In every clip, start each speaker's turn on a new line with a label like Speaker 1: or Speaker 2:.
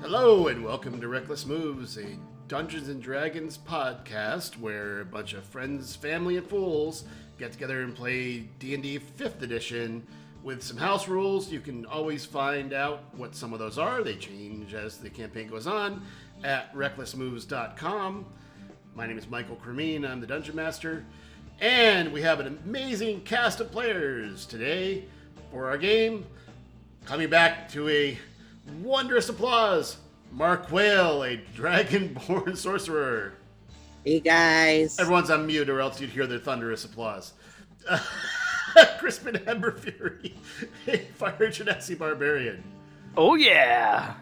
Speaker 1: Hello and welcome to Reckless Moves, a Dungeons and Dragons podcast where a bunch of friends, family, and fools get together and play D&D 5th edition with some house rules. You can always find out what some of those are. They change as the campaign goes on at recklessmoves.com. My name is Michael Cremine. I'm the Dungeon Master. And we have an amazing cast of players today for our game. Coming back to a wondrous applause, Mark Whale, a dragonborn sorcerer.
Speaker 2: Hey guys.
Speaker 1: Everyone's on mute, or else you'd hear their thunderous applause. Crispin Emberfury, a fire genasi barbarian.
Speaker 3: Oh yeah.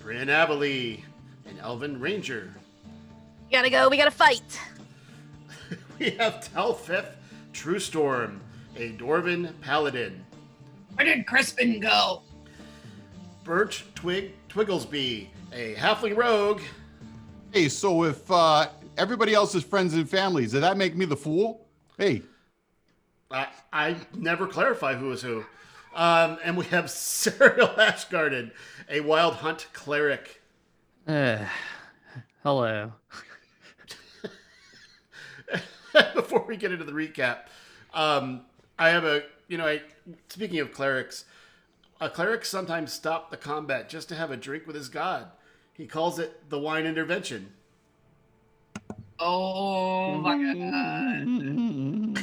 Speaker 1: Brian Abilene, an elven ranger.
Speaker 4: We gotta go. We gotta fight.
Speaker 1: We have Talfeth Truestorm, a dwarven paladin.
Speaker 5: Where did Crispin go?
Speaker 1: Birch Twig Twigglesby, a halfling rogue.
Speaker 6: Hey, so if uh, everybody else's friends and families, did that make me the fool? Hey,
Speaker 1: I, I never clarify who is who. Um, and we have Serial Ashgarden, a wild hunt cleric.
Speaker 3: Uh, hello.
Speaker 1: Before we get into the recap, um, I have a you know, I speaking of clerics, a cleric sometimes stop the combat just to have a drink with his god. He calls it the wine intervention.
Speaker 5: Oh my
Speaker 3: Uh,
Speaker 5: god.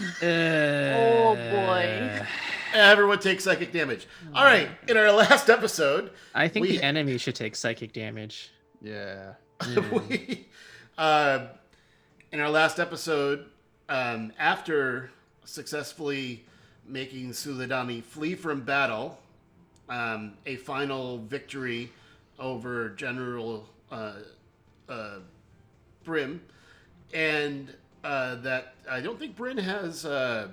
Speaker 4: Oh, boy.
Speaker 1: Everyone takes psychic damage. All right, in our last episode,
Speaker 3: I think
Speaker 1: We-
Speaker 3: the enemy should take psychic damage.
Speaker 1: Yeah.
Speaker 3: Mm.
Speaker 1: we, uh, in our last episode, um, after successfully making Suladani flee from battle, um, a final victory over General uh, uh, Brim, and uh, that I don't think Brim has uh,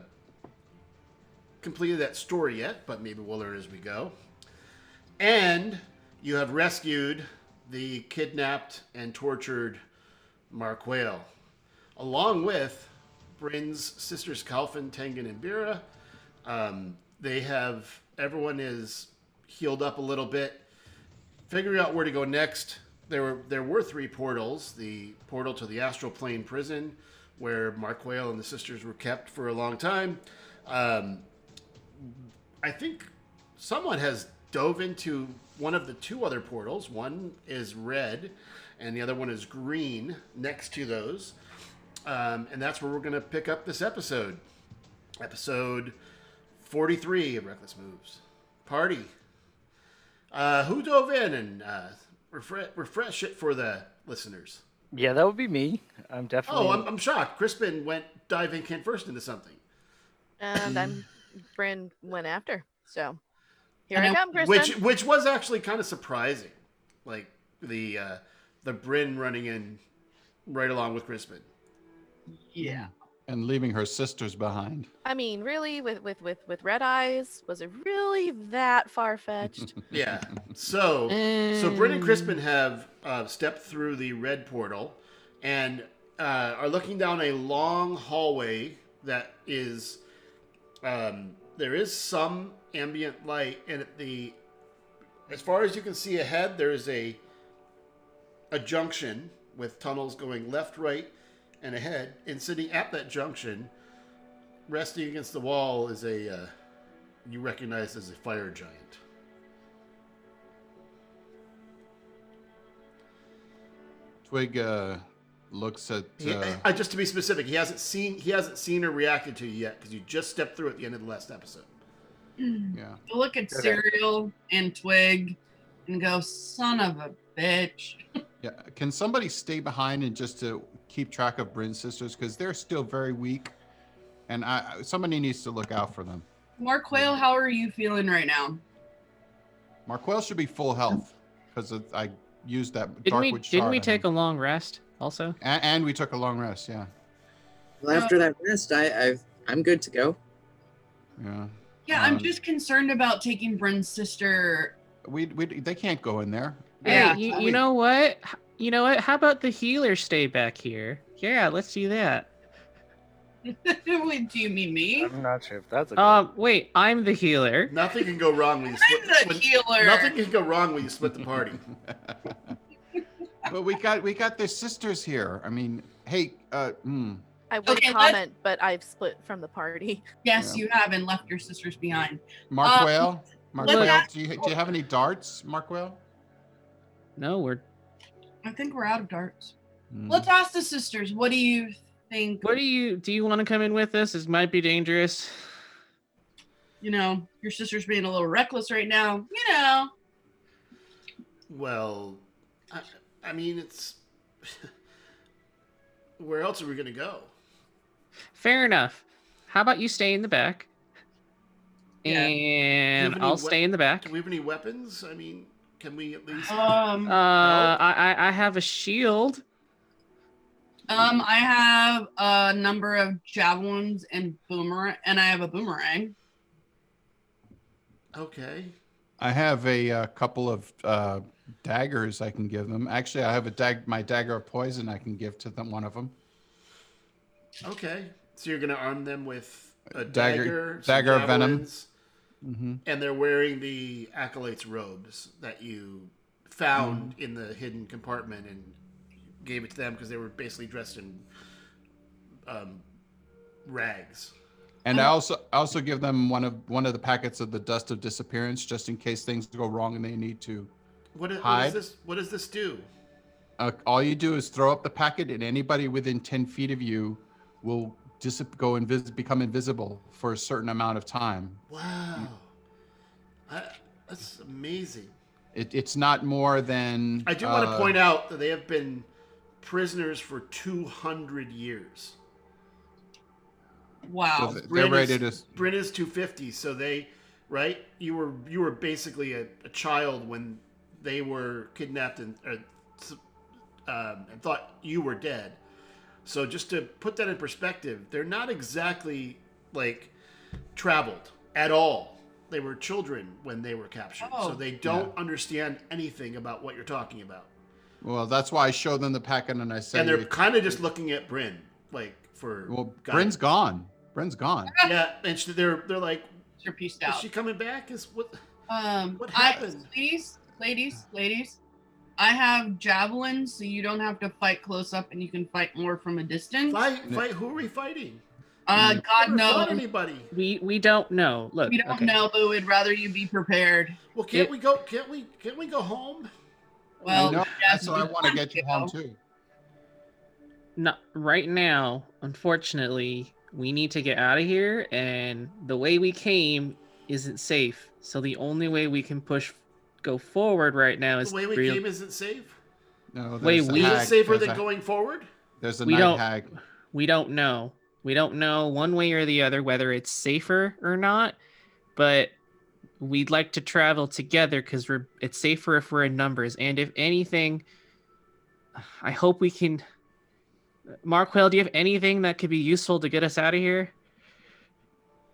Speaker 1: completed that story yet, but maybe we'll learn as we go. And you have rescued the kidnapped and tortured Mark Whale, along with Bryn's sisters Kalfin, Tengen, and Bira. Um, they have everyone is healed up a little bit, figuring out where to go next. There were there were three portals: the portal to the astral plane prison, where Mark Whale and the sisters were kept for a long time. Um, I think someone has dove into one of the two other portals. One is red, and the other one is green next to those. Um, and that's where we're going to pick up this episode. Episode 43 of Reckless Moves. Party. Uh, who dove in and uh, refresh, refresh it for the listeners?
Speaker 7: Yeah, that would be me. I'm definitely.
Speaker 1: Oh, I'm, I'm shocked. Crispin went diving head first into something.
Speaker 4: And I'm Bryn went after. So here
Speaker 5: And
Speaker 4: I
Speaker 5: I-
Speaker 4: come, Kristen.
Speaker 1: which which was actually kind of surprising like the uh the Bryn running in right along with Crispin.
Speaker 5: Yeah.
Speaker 6: and leaving her sisters behind.
Speaker 4: I mean, really, with with with with red eyes, was it really that far fetched?
Speaker 1: Yeah. So so Bryn and Crispin have uh, stepped through the red portal and uh, are looking down a long hallway that is um, there is some ambient light and at the as far as you can see ahead there is a a junction with tunnels going left right and ahead and sitting at that junction resting against the wall is a uh, you recognize as a fire giant
Speaker 6: Twig uh, looks at.
Speaker 1: He-
Speaker 6: Uh,
Speaker 1: I, just to be specific, he hasn't seen he hasn't seen or reacted to you yet because you just stepped through at the end of the last episode.
Speaker 6: yeah.
Speaker 5: I Mm. look at
Speaker 7: Okay.
Speaker 5: cereal and twig and go, son of a bitch.
Speaker 6: Yeah. Can somebody stay behind and just to keep track of Bryn's sisters because they're still very weak, and I I- somebody needs to look out for them.
Speaker 5: Mark Quail, how are you feeling right now?
Speaker 6: Marquel should be full health because I used that
Speaker 3: Didn't we
Speaker 6: Darkwood
Speaker 3: didn't we
Speaker 6: shard on
Speaker 3: take a long rest also?
Speaker 6: him. A- and we took a long rest. Yeah.
Speaker 2: Well, after that rest, I, I've I'm good to go.
Speaker 6: Yeah.
Speaker 5: Yeah, I'm
Speaker 6: Um,
Speaker 5: just concerned about taking Bryn's sister.
Speaker 6: We, we they can't go in there.
Speaker 5: Yeah,
Speaker 3: Hey, you,
Speaker 6: totally.
Speaker 3: you know what? H- You know what? How about the healer stay back here? Yeah, let's do that.
Speaker 5: Wait, Do you mean me?
Speaker 7: I'm not sure if that's a.
Speaker 3: Um, wait, I'm the healer.
Speaker 1: Nothing can go wrong when you
Speaker 5: I'm
Speaker 1: split.
Speaker 5: the
Speaker 1: when-
Speaker 5: healer.
Speaker 1: nothing can go wrong when you split the party.
Speaker 6: but we got we got their sisters here. I mean, hey, uh, mm,
Speaker 4: I would
Speaker 5: Okay, let's-
Speaker 4: comment, but I've split from the party.
Speaker 5: Yes,
Speaker 6: Yeah.
Speaker 5: you have, and left your sisters behind.
Speaker 6: Mark
Speaker 5: Um,
Speaker 6: Whale, Mark
Speaker 5: let's
Speaker 6: Whale,
Speaker 5: ask-
Speaker 6: do you do you have any darts, Mark Whale?
Speaker 3: No, we're.
Speaker 5: I think we're out of darts.
Speaker 6: Mm.
Speaker 5: Let's ask the sisters. What do you think?
Speaker 3: What do you do? You want to come in with us? This might be dangerous.
Speaker 5: you know, your sister's being a little reckless right now. You know,
Speaker 1: Well, I, I mean, it's. Where else are we going to go?
Speaker 3: Fair enough. How about you stay in the back?
Speaker 5: Yeah.
Speaker 3: And
Speaker 1: Give me
Speaker 3: I'll
Speaker 1: what-
Speaker 3: stay in the back.
Speaker 1: Do we have any weapons? I mean, can we at least.
Speaker 5: um,
Speaker 3: Uh, I, I I have a shield.
Speaker 5: um, I have a number of javelins and boomerang, and I have a boomerang.
Speaker 1: Okay.
Speaker 6: I have a, uh couple of uh, daggers I can give them. Actually, I have a dag my dagger of poison I can give to them. One of them
Speaker 1: Okay. So you're going to arm them with a
Speaker 6: Dagger-
Speaker 1: dagger, some
Speaker 6: dagger of venom.
Speaker 1: javelins,
Speaker 6: hmm
Speaker 1: And they're wearing the acolyte's robes that you found
Speaker 6: Mm-hmm.
Speaker 1: in the hidden compartment and gave it to them because they were basically dressed in um, rags.
Speaker 6: and I also I also give them one of one of the packets of the dust of disappearance just in case things go wrong and they need to.
Speaker 1: What, i- what
Speaker 6: Hide.
Speaker 1: does this? What does this do?
Speaker 6: Uh, all you do is throw up the packet, and anybody within ten feet of you will dis- go invis- become invisible for a certain amount of time.
Speaker 1: Wow,
Speaker 6: Mm.
Speaker 1: I, that's amazing.
Speaker 6: It, it's not more than.
Speaker 1: I do want to
Speaker 6: uh,
Speaker 1: point out that they have been prisoners for two hundred years.
Speaker 5: Wow.
Speaker 6: So they're rated
Speaker 1: is,
Speaker 6: as
Speaker 1: Bryn is two fifty, so they right. You were you were basically a, a child when they were kidnapped and or, s- um, and thought you were dead. So just to put that in perspective, they're not exactly like traveled at all. They were children when they were captured,
Speaker 5: Oh.
Speaker 1: so they don't understand anything about what you're talking about,
Speaker 6: well. That's why I show them the packet, and I say,
Speaker 1: and they're
Speaker 6: if-
Speaker 1: kind of just looking at Bryn like for
Speaker 6: Well,
Speaker 1: guidance.
Speaker 6: Bryn's gone. Bryn's gone.
Speaker 1: yeah, and she, they're they're like,
Speaker 5: You're pieced
Speaker 1: is
Speaker 5: out.
Speaker 1: she coming back? Is what?
Speaker 5: Um,
Speaker 1: What
Speaker 5: I,
Speaker 1: happened?
Speaker 5: ladies, ladies, ladies, I have javelins, so you don't have to fight close up, and you can fight more from a distance.
Speaker 1: Fight,
Speaker 6: No.
Speaker 1: fight. Who are we fighting?
Speaker 5: Uh,
Speaker 6: Mm.
Speaker 5: God
Speaker 1: Never fought
Speaker 5: knows.
Speaker 1: anybody.
Speaker 3: We we don't know. Look,
Speaker 5: We don't
Speaker 3: okay.
Speaker 5: know, but we'd rather you be prepared.
Speaker 1: Well, can't
Speaker 3: It-
Speaker 1: we go? Can't we? Can't we go home?
Speaker 5: Well,
Speaker 6: I know. That's
Speaker 5: Jasmine,
Speaker 6: why I want to get you
Speaker 5: you
Speaker 6: home
Speaker 5: know.
Speaker 6: too.
Speaker 3: No, right now, unfortunately, we need to get out of here, and the way we came isn't safe. So the only way we can push, go forward right now is
Speaker 1: The way we
Speaker 3: real-
Speaker 1: came isn't safe.
Speaker 6: No,
Speaker 3: Wait,
Speaker 6: there's a
Speaker 3: we-
Speaker 1: Is
Speaker 3: Hag,
Speaker 1: it safer
Speaker 6: there's
Speaker 1: than
Speaker 6: a-
Speaker 1: going forward?
Speaker 6: There's a
Speaker 3: We
Speaker 6: night
Speaker 3: don't-
Speaker 6: hag.
Speaker 3: we don't know. We don't know one way or the other whether it's safer or not, but we'd like to travel together because we're it's safer if we're in numbers. And if anything, I hope we can. Markwell, do you have anything that could be useful to get us out of here?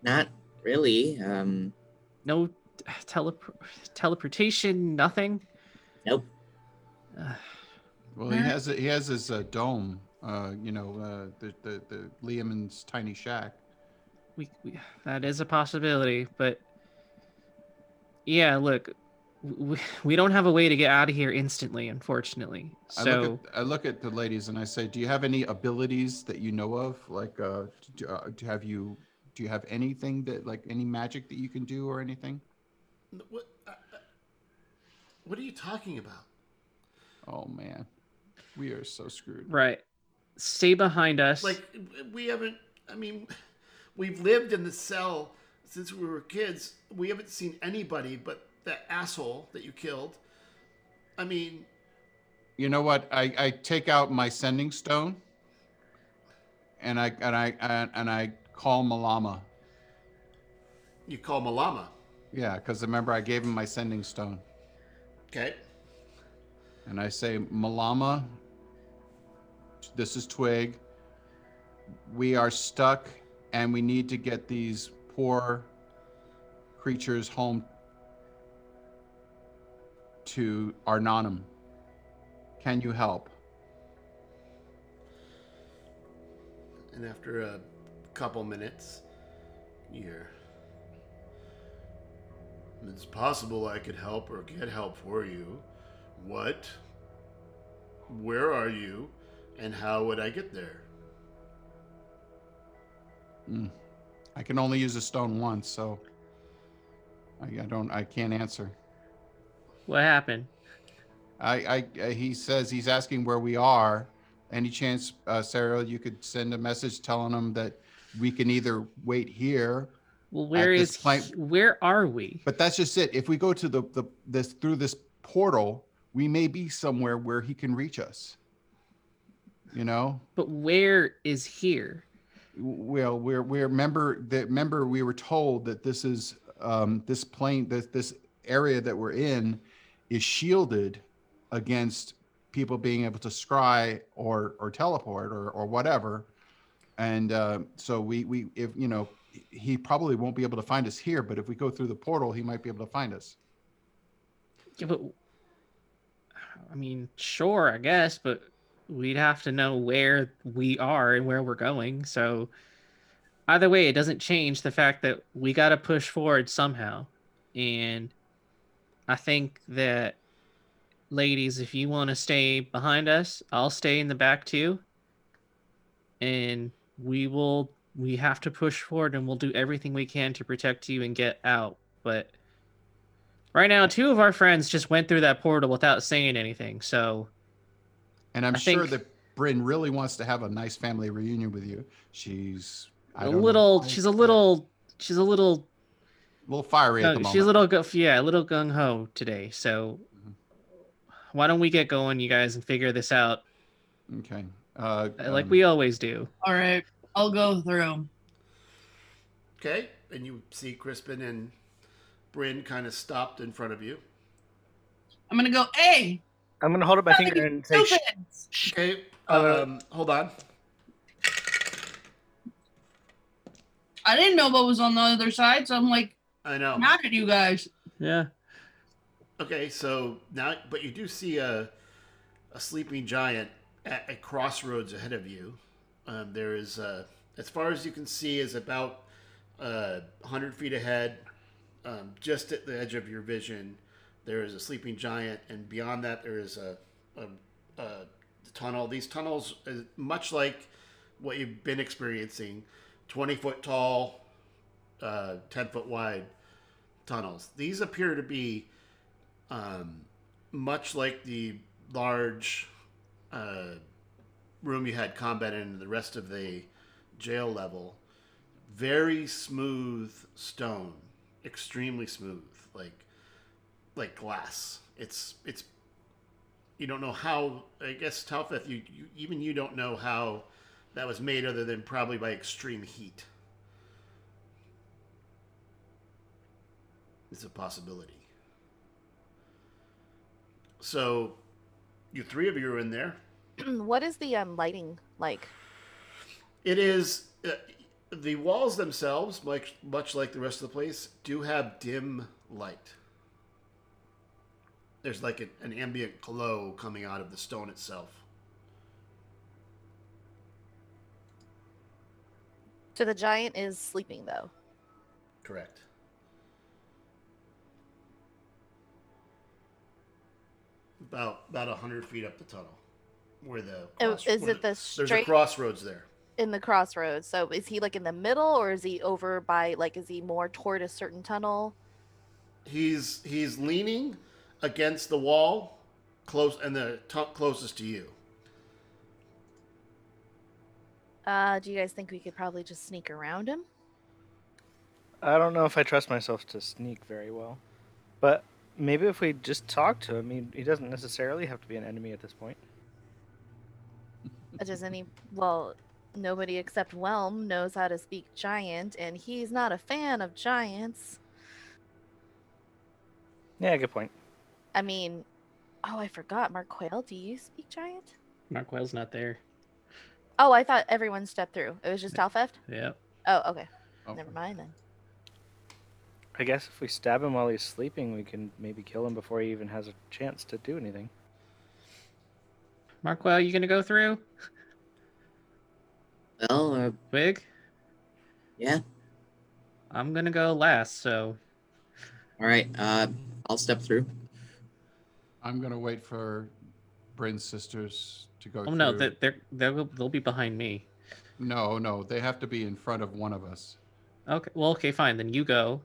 Speaker 2: Not really. Um,
Speaker 3: no tele- teleportation, nothing.
Speaker 2: Nope.
Speaker 3: Uh,
Speaker 6: Well, he
Speaker 5: Huh?
Speaker 6: has a, he has his uh, dome. Uh, you know, uh, the, the the Liam's tiny shack.
Speaker 3: we, we that is a possibility, but yeah, look, we, we don't have a way to get out of here instantly, unfortunately.
Speaker 6: I
Speaker 3: So
Speaker 6: look at I look at the ladies and I say, "Do you have any abilities that you know of? Like, uh, do, uh, do have you do you have anything that like any magic that you can do or anything?"
Speaker 1: What? uh, uh, What are you talking about?
Speaker 6: Oh man, we are so screwed.
Speaker 3: right, stay behind us.
Speaker 1: Like we haven't. I mean, we've lived in the cell since we were kids. We haven't seen anybody but that asshole that you killed. I mean,
Speaker 6: you know what i i take out my sending stone and i and i and, and i call malama
Speaker 1: you call Malama,
Speaker 6: yeah because remember i gave him my sending stone
Speaker 1: okay?
Speaker 6: and i say malama this is twig we are stuck and we need to get these poor creatures home to arnanum can you help
Speaker 1: And after a couple minutes, you're. It's possible I could help or get help for you. What? Where are you, and how would I get there?
Speaker 6: Mm. I can only use a stone once, so I, I don't. I can't answer.
Speaker 3: What happened?
Speaker 6: I, I, I he says he's asking where we are. Any chance, uh, Sarah, you could send a message telling him that we can either wait here,
Speaker 3: Well, where
Speaker 6: this
Speaker 3: is
Speaker 6: point-
Speaker 3: he- where are we?
Speaker 6: but that's just it. If we go to the, the this through this portal, we may be somewhere where he can reach us. You know,
Speaker 3: But where is here?
Speaker 6: well, we're we're remember that remember we were told that this is um, this plane that this area that we're in is shielded against people being able to scry or or teleport or or whatever, and uh, so we we if you know he probably won't be able to find us here, but if we go through the portal, he might be able to find us.
Speaker 3: Yeah, but I mean, sure, I guess, but we'd have to know where we are and where we're going. So either way, it doesn't change the fact that we got to push forward somehow. And I think that ladies, if you want to stay behind us, I'll stay in the back too. And we will we have to push forward and we'll do everything we can to protect you and get out, but Right now, two of our friends just went through that portal without saying anything. So,
Speaker 6: And I'm
Speaker 3: I
Speaker 6: sure
Speaker 3: think-
Speaker 6: that Bryn really wants to have a nice family reunion with you. She's
Speaker 3: a
Speaker 6: I don't know
Speaker 3: little,
Speaker 6: why.
Speaker 3: she's a little, she's a little,
Speaker 6: a little fiery at the
Speaker 3: gung-
Speaker 6: moment.
Speaker 3: she's a little, gu- yeah, a little gung ho today. So,
Speaker 6: Mhm.
Speaker 3: why don't we get going, you guys, and figure this out
Speaker 6: Okay. Uh,
Speaker 3: uh, like
Speaker 6: um,
Speaker 3: we always do?
Speaker 5: All right, I'll go through.
Speaker 1: Okay, and you see Crispin and Bryn kind of stopped in front of you.
Speaker 5: I'm gonna go. Hey,
Speaker 7: I'm gonna hold up my
Speaker 5: Nothing
Speaker 7: finger and say, "Shh."
Speaker 5: stupids!
Speaker 1: Okay,
Speaker 7: Uh,
Speaker 1: um, hold on.
Speaker 5: I didn't know what was on the other side, so I'm like
Speaker 1: I know.
Speaker 5: mad at you guys.
Speaker 3: Yeah.
Speaker 1: Okay, so now, but you do see a, a sleeping giant at a crossroads ahead of you. Um, there is, uh, as far as you can see, is about uh, 100 feet ahead, um, just at the edge of your vision. There is a sleeping giant, and beyond that, there is a, a, a tunnel. These tunnels, uh, much like what you've been experiencing, 20 foot tall, uh, 10 foot wide tunnels. These appear to be um, much like the large uh, room you had combat in and the rest of the jail level, very smooth stone, extremely smooth, like like glass. It's it's you don't know how. I guess Talfeth, you, you even you don't know how that was made, other than probably by extreme heat. It's a possibility. So, you three of you are in there.
Speaker 4: what is the um, lighting like?
Speaker 1: It is uh, the walls themselves, much much like the rest of the place, do have dim light. There's like an, an ambient glow coming out of the stone itself.
Speaker 4: So the giant is sleeping though.
Speaker 1: Correct. About about a hundred feet up the tunnel, where the
Speaker 4: Oh,
Speaker 1: cross-
Speaker 4: is
Speaker 1: where
Speaker 4: it the
Speaker 1: there's a
Speaker 4: straight
Speaker 1: crossroads there.
Speaker 4: in the crossroads? So is he like in the middle, or is he over by like is he more toward a certain tunnel?
Speaker 1: He's he's leaning against the wall, close and the tu- closest to you.
Speaker 4: Uh, do you guys think we could probably just sneak around him?
Speaker 7: I don't know if I trust myself to sneak very well, but maybe if we just talk to him, he, he doesn't necessarily have to be an enemy at this point.
Speaker 4: Uh, Does any well, nobody except Whelm knows how to speak giant, and he's not a fan of giants.
Speaker 7: Yeah, good point.
Speaker 4: I mean, oh, I forgot, Mark Quayle. Do you speak giant?
Speaker 3: Mark Well's not there.
Speaker 4: Oh, I thought everyone stepped through. It was just Alfeft.
Speaker 3: Yeah.
Speaker 4: Oh, okay.
Speaker 6: oh,
Speaker 4: Never mind then.
Speaker 7: I guess if we stab him while he's sleeping, we can maybe kill him before he even has a chance to do anything.
Speaker 3: Mark Well, you gonna go through?
Speaker 2: Well, uh,
Speaker 3: Wig?
Speaker 2: Yeah.
Speaker 3: I'm gonna go last. So,
Speaker 2: all right. Uh, I'll step through.
Speaker 6: I'm gonna wait for Bryn's sisters to go.
Speaker 3: Oh no,
Speaker 6: through.
Speaker 3: that they're they'll they'll be behind me.
Speaker 6: No, no, they have to be in front of one of us.
Speaker 3: Okay, well, okay, fine. Then you go,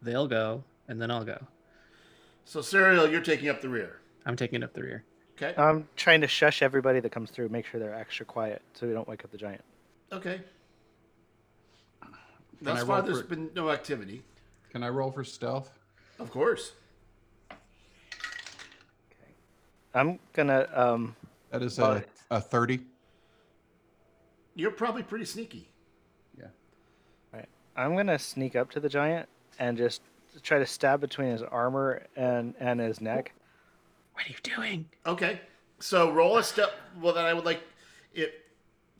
Speaker 3: they'll go, and then I'll go.
Speaker 1: So Serial, you're taking up the rear.
Speaker 3: I'm taking up the rear.
Speaker 1: Okay.
Speaker 7: I'm trying to shush everybody that comes through, make sure they're extra quiet so we don't wake up the giant.
Speaker 1: Okay.
Speaker 6: Can I
Speaker 1: Thus
Speaker 6: roll
Speaker 1: far, there's
Speaker 6: for-
Speaker 1: been no activity.
Speaker 6: Can I roll for stealth?
Speaker 1: Of course.
Speaker 7: I'm gonna um
Speaker 6: That is
Speaker 7: Well,
Speaker 6: a, a 30.
Speaker 1: You're probably pretty sneaky.
Speaker 7: I'm gonna sneak up to the giant and just try to stab between his armor and and his neck.
Speaker 3: What are you doing?
Speaker 1: Okay. So roll a step. Well, then I would like if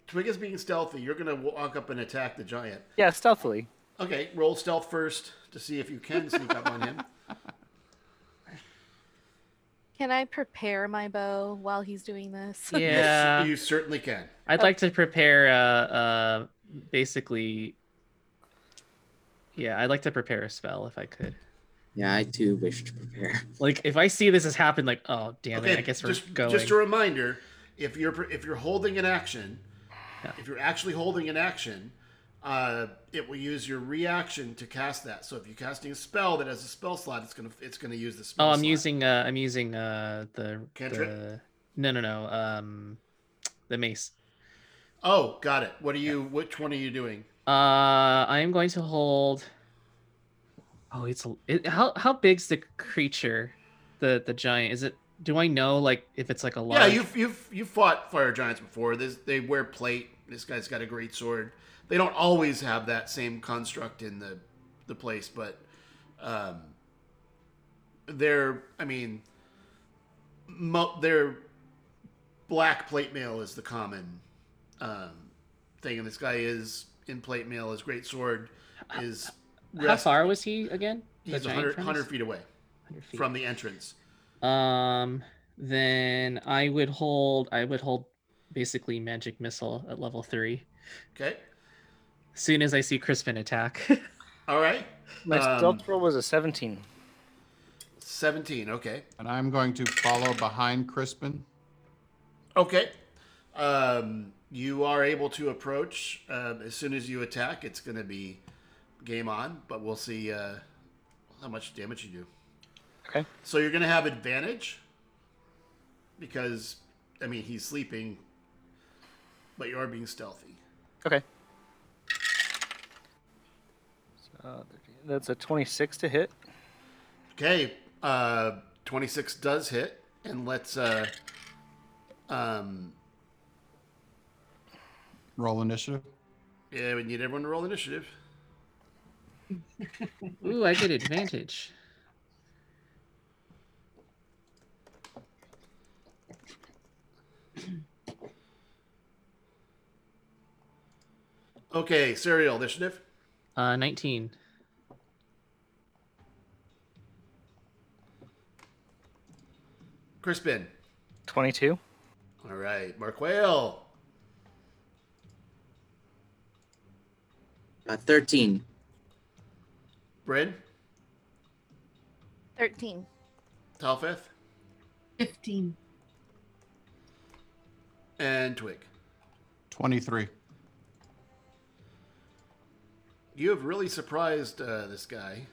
Speaker 1: Twig is being stealthy. You're gonna walk up and attack the giant.
Speaker 7: Yeah, stealthily.
Speaker 1: Okay. Roll stealth first to see if you can sneak up on him.
Speaker 4: Can I prepare my bow while he's doing this?
Speaker 3: Yeah,
Speaker 1: You certainly can.
Speaker 3: I'd like to prepare. Uh, uh, basically, yeah, I'd like to prepare a spell if I could.
Speaker 2: Yeah, I too wish to prepare.
Speaker 3: Like, if I see this has happened, like, oh damn
Speaker 1: okay.
Speaker 3: it, I guess we're
Speaker 1: just,
Speaker 3: going.
Speaker 1: Just a reminder: if you're if you're holding an action, if you're actually holding an action, uh, it will use your reaction to cast that. So if you're casting a spell that has a spell slot, it's gonna it's gonna use the spell.
Speaker 3: Oh, I'm
Speaker 1: slot.
Speaker 3: using uh I'm using uh the
Speaker 1: Cantrip?
Speaker 3: the no no no um the mace.
Speaker 1: Oh, got it. What are you? Which one are you doing?
Speaker 3: Uh I am going to hold Oh, it's a it, how how big's the creature? The the giant is it do I know like if it's like a large
Speaker 1: Yeah, you've you've you've fought fire giants before. This they wear plate. This guy's got a great sword. They don't always have that same construct in the the place, but um, they're I mean, mo- their black plate mail is the common um, thing, and this guy is in plate mail. His great sword is
Speaker 3: How
Speaker 1: rest-
Speaker 3: far was he again? Uh, The
Speaker 1: He's
Speaker 3: giant
Speaker 1: 100,
Speaker 3: from us?
Speaker 1: 100 feet away
Speaker 3: 100 feet.
Speaker 1: from the entrance.
Speaker 3: Um then I would hold I would hold basically magic missile at level 3
Speaker 1: Okay,
Speaker 3: soon as I see Crispin attack.
Speaker 1: all right.
Speaker 7: My
Speaker 1: Um,
Speaker 7: stealth roll was a seventeen.
Speaker 1: 17 okay
Speaker 6: And I'm going to follow behind Crispin.
Speaker 1: okay um, you are able to approach um, as soon as you attack it's going to be game on but we'll see uh, how much damage you do
Speaker 7: Okay.
Speaker 1: so you're going to have advantage because i mean he's sleeping but you are being stealthy
Speaker 7: Okay. So, that's a twenty-six to hit.
Speaker 1: okay uh, 26 does hit and let's uh, um,
Speaker 6: Roll initiative.
Speaker 1: yeah we need everyone to roll initiative
Speaker 3: Ooh, I get advantage.
Speaker 1: okay serial initiative
Speaker 3: Uh 19.
Speaker 1: crispin
Speaker 7: Twenty-two.
Speaker 1: All right, Mark Whale.
Speaker 2: Uh, Thirteen.
Speaker 1: Bryn,
Speaker 4: 13.
Speaker 1: Talfeth,
Speaker 5: 15.
Speaker 1: and Twig.
Speaker 6: 23.
Speaker 1: You have really surprised uh, this guy.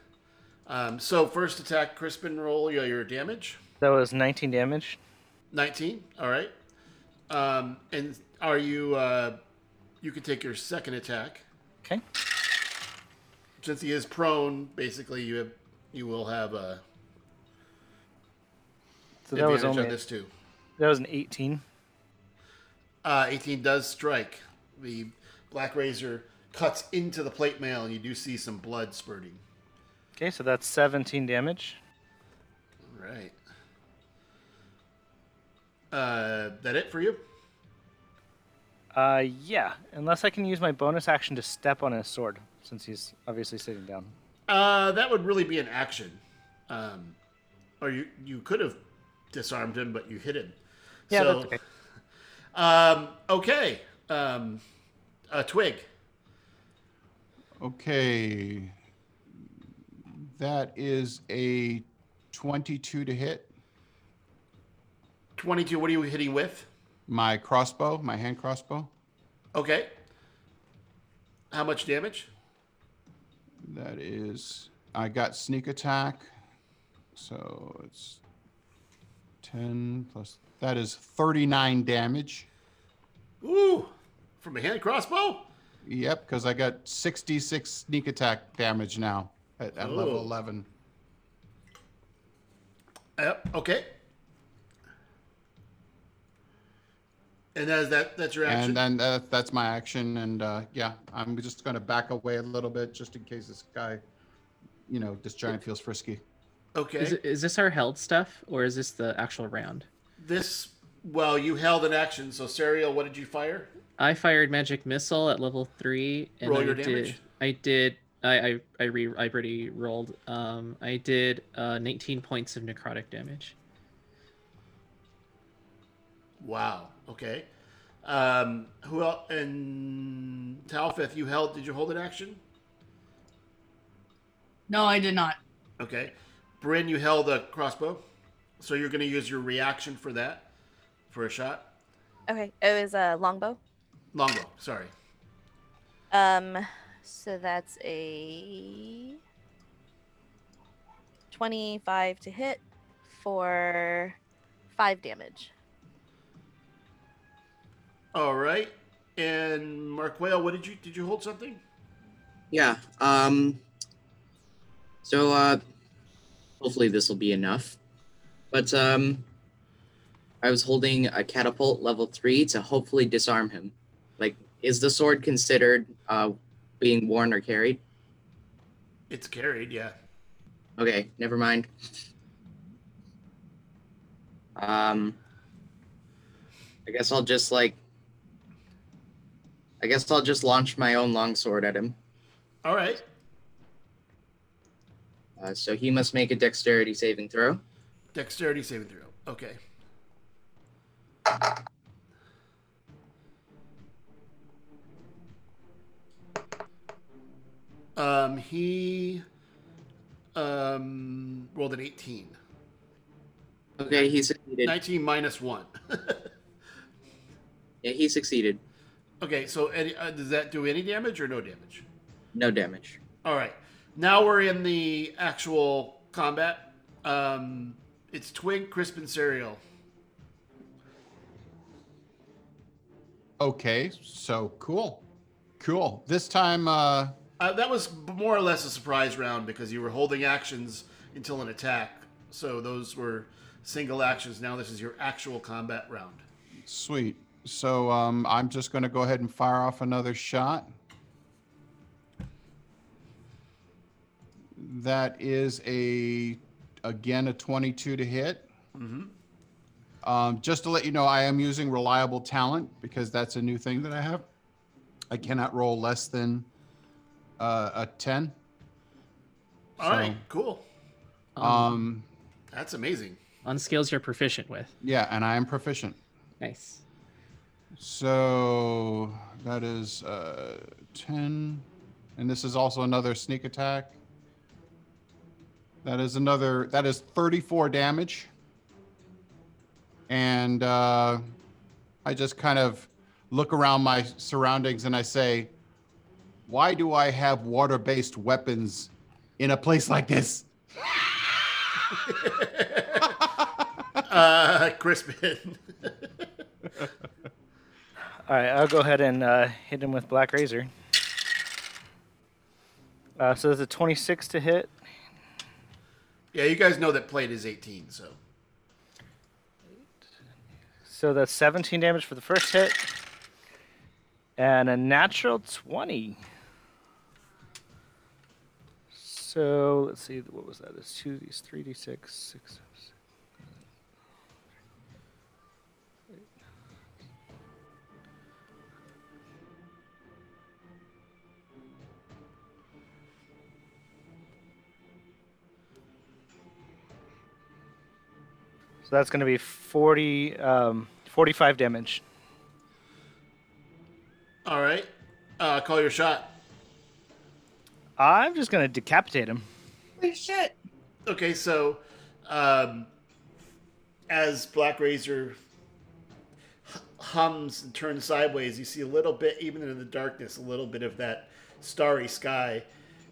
Speaker 1: Um, so first attack, Crispin, roll your, your damage.
Speaker 7: That was nineteen damage.
Speaker 1: 19, all right. Um, and are you, uh, you can take your second attack.
Speaker 7: Okay.
Speaker 1: Since he is prone, basically you have, you will have uh
Speaker 7: So that
Speaker 1: advantage
Speaker 7: was only
Speaker 1: on this too.
Speaker 7: that was an eighteen.
Speaker 1: Uh, 18 does strike. The black razor cuts into the plate mail, and you do see some blood spurting.
Speaker 7: Okay, so that's seventeen damage.
Speaker 1: All right. Uh, that it for you?
Speaker 7: Uh, yeah. Unless I can use my bonus action to step on his sword, since he's obviously sitting down.
Speaker 1: Uh, that would really be an action. Um, or you you could have disarmed him, but you hit him.
Speaker 7: Yeah,
Speaker 1: so,
Speaker 7: that's okay.
Speaker 1: Um, okay. Um, a twig.
Speaker 6: Okay. That is a 22 to hit.
Speaker 1: 22. What are you hitting with?
Speaker 6: My crossbow, my hand crossbow,
Speaker 1: Okay. How much damage?
Speaker 6: that is. I got sneak attack, so it's 10 plus. That is 39 damage.
Speaker 1: Ooh, from a hand crossbow?
Speaker 6: Yep, because I got 66 sneak attack damage now at, at level
Speaker 1: Oh.
Speaker 6: 11.
Speaker 1: Yep. Okay. And that is that. That's your action.
Speaker 6: And then that, that's my action. And uh, yeah, I'm just going to back away a little bit just in case this guy, you know, this giant feels frisky.
Speaker 1: okay.
Speaker 3: Is, it- is this our held stuff or is this the actual round?
Speaker 1: This. Well, you held an action. So, Serial, what did you fire?
Speaker 3: I fired magic missile at level three, and
Speaker 1: Roll
Speaker 3: I
Speaker 1: your
Speaker 3: did.
Speaker 1: damage.
Speaker 3: I did. I I I, re, I already rolled. Um, I did uh 19 points of necrotic damage.
Speaker 1: Wow. Okay. Um, who else? And Talfith, you held. Did you hold an action?
Speaker 5: No, I did not.
Speaker 1: Okay. Bryn, you held a crossbow. So you're going to use your reaction for that, for a shot.
Speaker 4: Okay, it was a longbow.
Speaker 1: Longbow. Sorry.
Speaker 4: Um, so that's a 25 to hit for 5 damage.
Speaker 1: All right. And Marquel, what did you did you hold something?
Speaker 2: Yeah. Um. So uh, hopefully this will be enough. But um, I was holding a catapult level three to hopefully disarm him. Like, is the sword considered uh being worn or carried?
Speaker 1: It's carried. Yeah.
Speaker 2: Okay, never mind. Um, I guess I'll just like. I guess I'll just launch my own longsword at him.
Speaker 1: All right.
Speaker 2: Uh, so he must make a dexterity saving throw.
Speaker 1: Dexterity saving throw. Okay. Um, he um, rolled an 18.
Speaker 2: Okay, he succeeded.
Speaker 1: 19 minus 1.
Speaker 2: Yeah, he succeeded.
Speaker 1: okay, so any, uh, does that do any damage or no damage?
Speaker 2: No damage.
Speaker 1: All right. Now we're in the actual combat. Um, it's Twig, Crisp, and Cereal.
Speaker 6: Okay, so cool. Cool. This time, uh,
Speaker 1: Uh, that was b- more or less a surprise round because you were holding actions until an attack. So those were single actions. Now this is your actual combat round.
Speaker 6: sweet. So um, I'm just going to go ahead and fire off another shot. That is a again a 22 to hit.
Speaker 1: Mm-hmm.
Speaker 6: Um, just to let you know, I am using reliable talent because that's a new thing that I have. I cannot roll less than uh, a 10.
Speaker 1: All
Speaker 6: So-
Speaker 1: right, cool.
Speaker 3: Um,
Speaker 6: Um,
Speaker 1: That's amazing.
Speaker 3: on skills you're proficient with.
Speaker 6: yeah, and I am proficient.
Speaker 3: Nice.
Speaker 6: So that is uh, 10. And this is also another sneak attack. That is another, that is 34 damage. And uh, I just kind of look around my surroundings and I say, why do I have water based weapons in a place like this?
Speaker 1: uh, Crispin.
Speaker 7: All right, I'll go ahead and uh, hit him with Black Razor. Uh, so that's a 26 to hit.
Speaker 1: yeah, you guys know that plate is 18, so
Speaker 7: So that's 17 damage for the first hit. And a natural 20. So let's see, what was that? It's 2, these 3d6, 6, 6. So that's going to be 40, um, 45 damage.
Speaker 1: all right. Uh, call your shot.
Speaker 7: I'm just going to decapitate him.
Speaker 5: Holy shit.
Speaker 1: Okay, so um, as Black Razor h- hums and turns sideways, you see a little bit, even in the darkness, a little bit of that starry sky,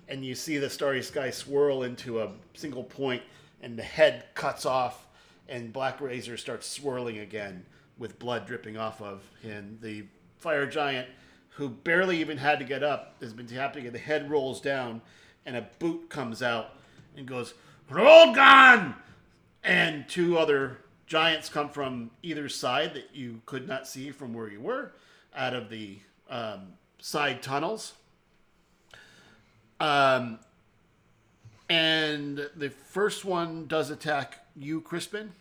Speaker 1: and you see the starry sky swirl into a single point, and the head cuts off, and Black Razor starts swirling again with blood dripping off of him. The fire giant, who barely even had to get up, has been tapping, and the head rolls down, and a boot comes out and goes, Rogan! and two other giants come from either side that you could not see from where you were out of the um, side tunnels. Um, and the first one does attack you, Crispin.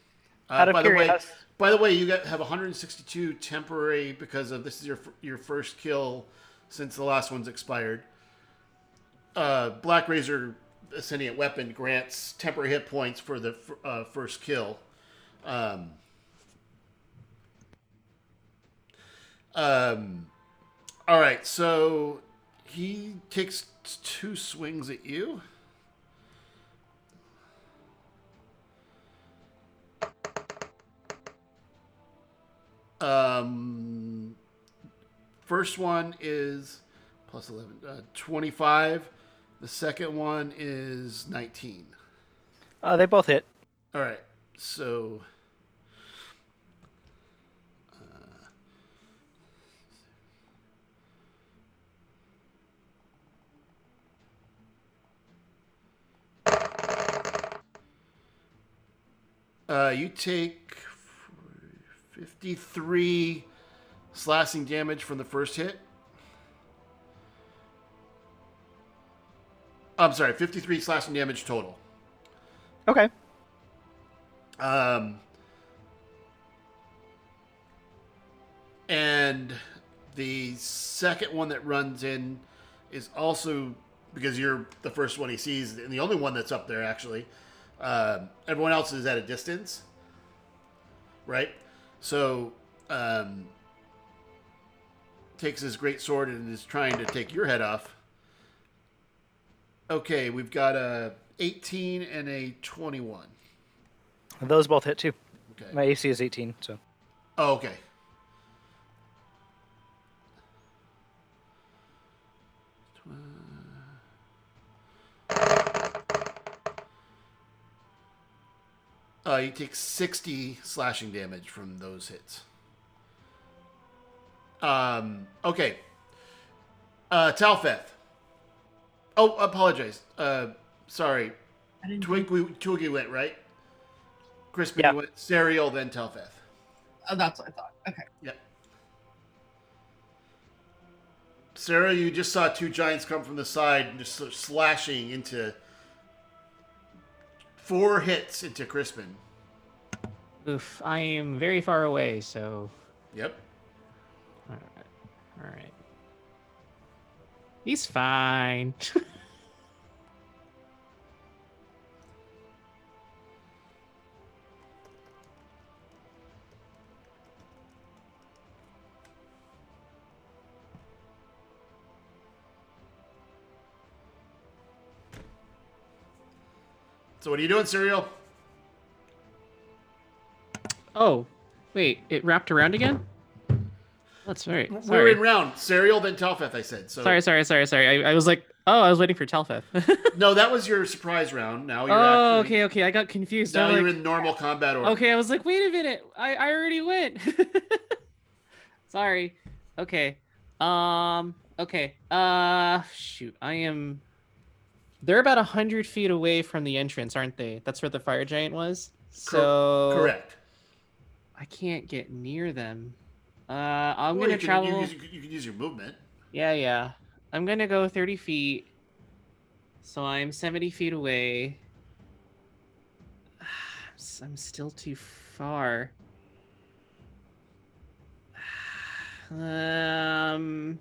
Speaker 1: Uh,
Speaker 7: Out of
Speaker 1: by the way,
Speaker 7: curios-
Speaker 1: by the way, you got, have 162 temporary because of this is your f- your first kill since the last one's expired. Uh, Black Razor Ascendant Weapon grants temporary hit points for the f- uh, first kill. Um, um, all right, so he takes t- two swings at you. Um, first one is plus 11, uh, 25. The second one is 19.
Speaker 7: Uh, they both hit.
Speaker 1: All right, so. uh, Uh, you take 53 slashing damage from the first hit. I'm sorry, 53 slashing damage total.
Speaker 7: Okay.
Speaker 1: Um, and the second one that runs in is also because you're the first one he sees, and the only one that's up there actually. Um, everyone else is at a distance, right? So um, takes his great sword and is trying to take your head off. Okay, we've got a 18 and a 21.
Speaker 7: Those both hit too.
Speaker 1: Okay.
Speaker 7: My AC is 18, so.
Speaker 1: Oh, okay. Uh, you take 60 slashing damage from those hits. Um, okay. Uh, Talfeth. Oh, apologize. Uh, sorry.
Speaker 5: I didn't
Speaker 1: Twig, Twiggy went, right? Crispin
Speaker 7: Yeah.
Speaker 1: went. Serial, then Talfeth.
Speaker 5: Oh, that's what I thought. Okay.
Speaker 1: Sarah, you just saw two giants come from the side and just sort of slashing into four hits into Crispin.
Speaker 3: Oof, I am very far away, so
Speaker 1: Yep.
Speaker 3: all right. All right. He's fine.
Speaker 1: So what are you doing, Serial?
Speaker 3: oh, wait, it wrapped around again? That's right.
Speaker 1: We were
Speaker 3: Sorry.
Speaker 1: in round. Serial, then Telfeth, I said. So
Speaker 3: sorry, sorry, sorry, sorry. I, I was like, oh, I was waiting for Telfeth.
Speaker 1: No, that was your surprise round. Now you're
Speaker 3: oh,
Speaker 1: actually
Speaker 3: okay, okay. I got confused.
Speaker 1: now
Speaker 3: I'm
Speaker 1: you're
Speaker 3: like,
Speaker 1: in normal combat order.
Speaker 3: Okay, I was like, wait a minute, I, I already went. Sorry. Okay. Um. Okay. Uh. Shoot, I am. They're about a hundred feet away from the entrance, aren't they? That's where the fire giant was.
Speaker 1: Cor-
Speaker 3: So
Speaker 1: Correct.
Speaker 3: I can't get near them. Uh, I'm
Speaker 1: Or
Speaker 3: gonna
Speaker 1: you can
Speaker 3: travel.
Speaker 1: Use, you, can, you can use your movement.
Speaker 3: Yeah, yeah. I'm gonna go 30 feet. So I'm 70 feet away. I'm s- I'm still too far. Um.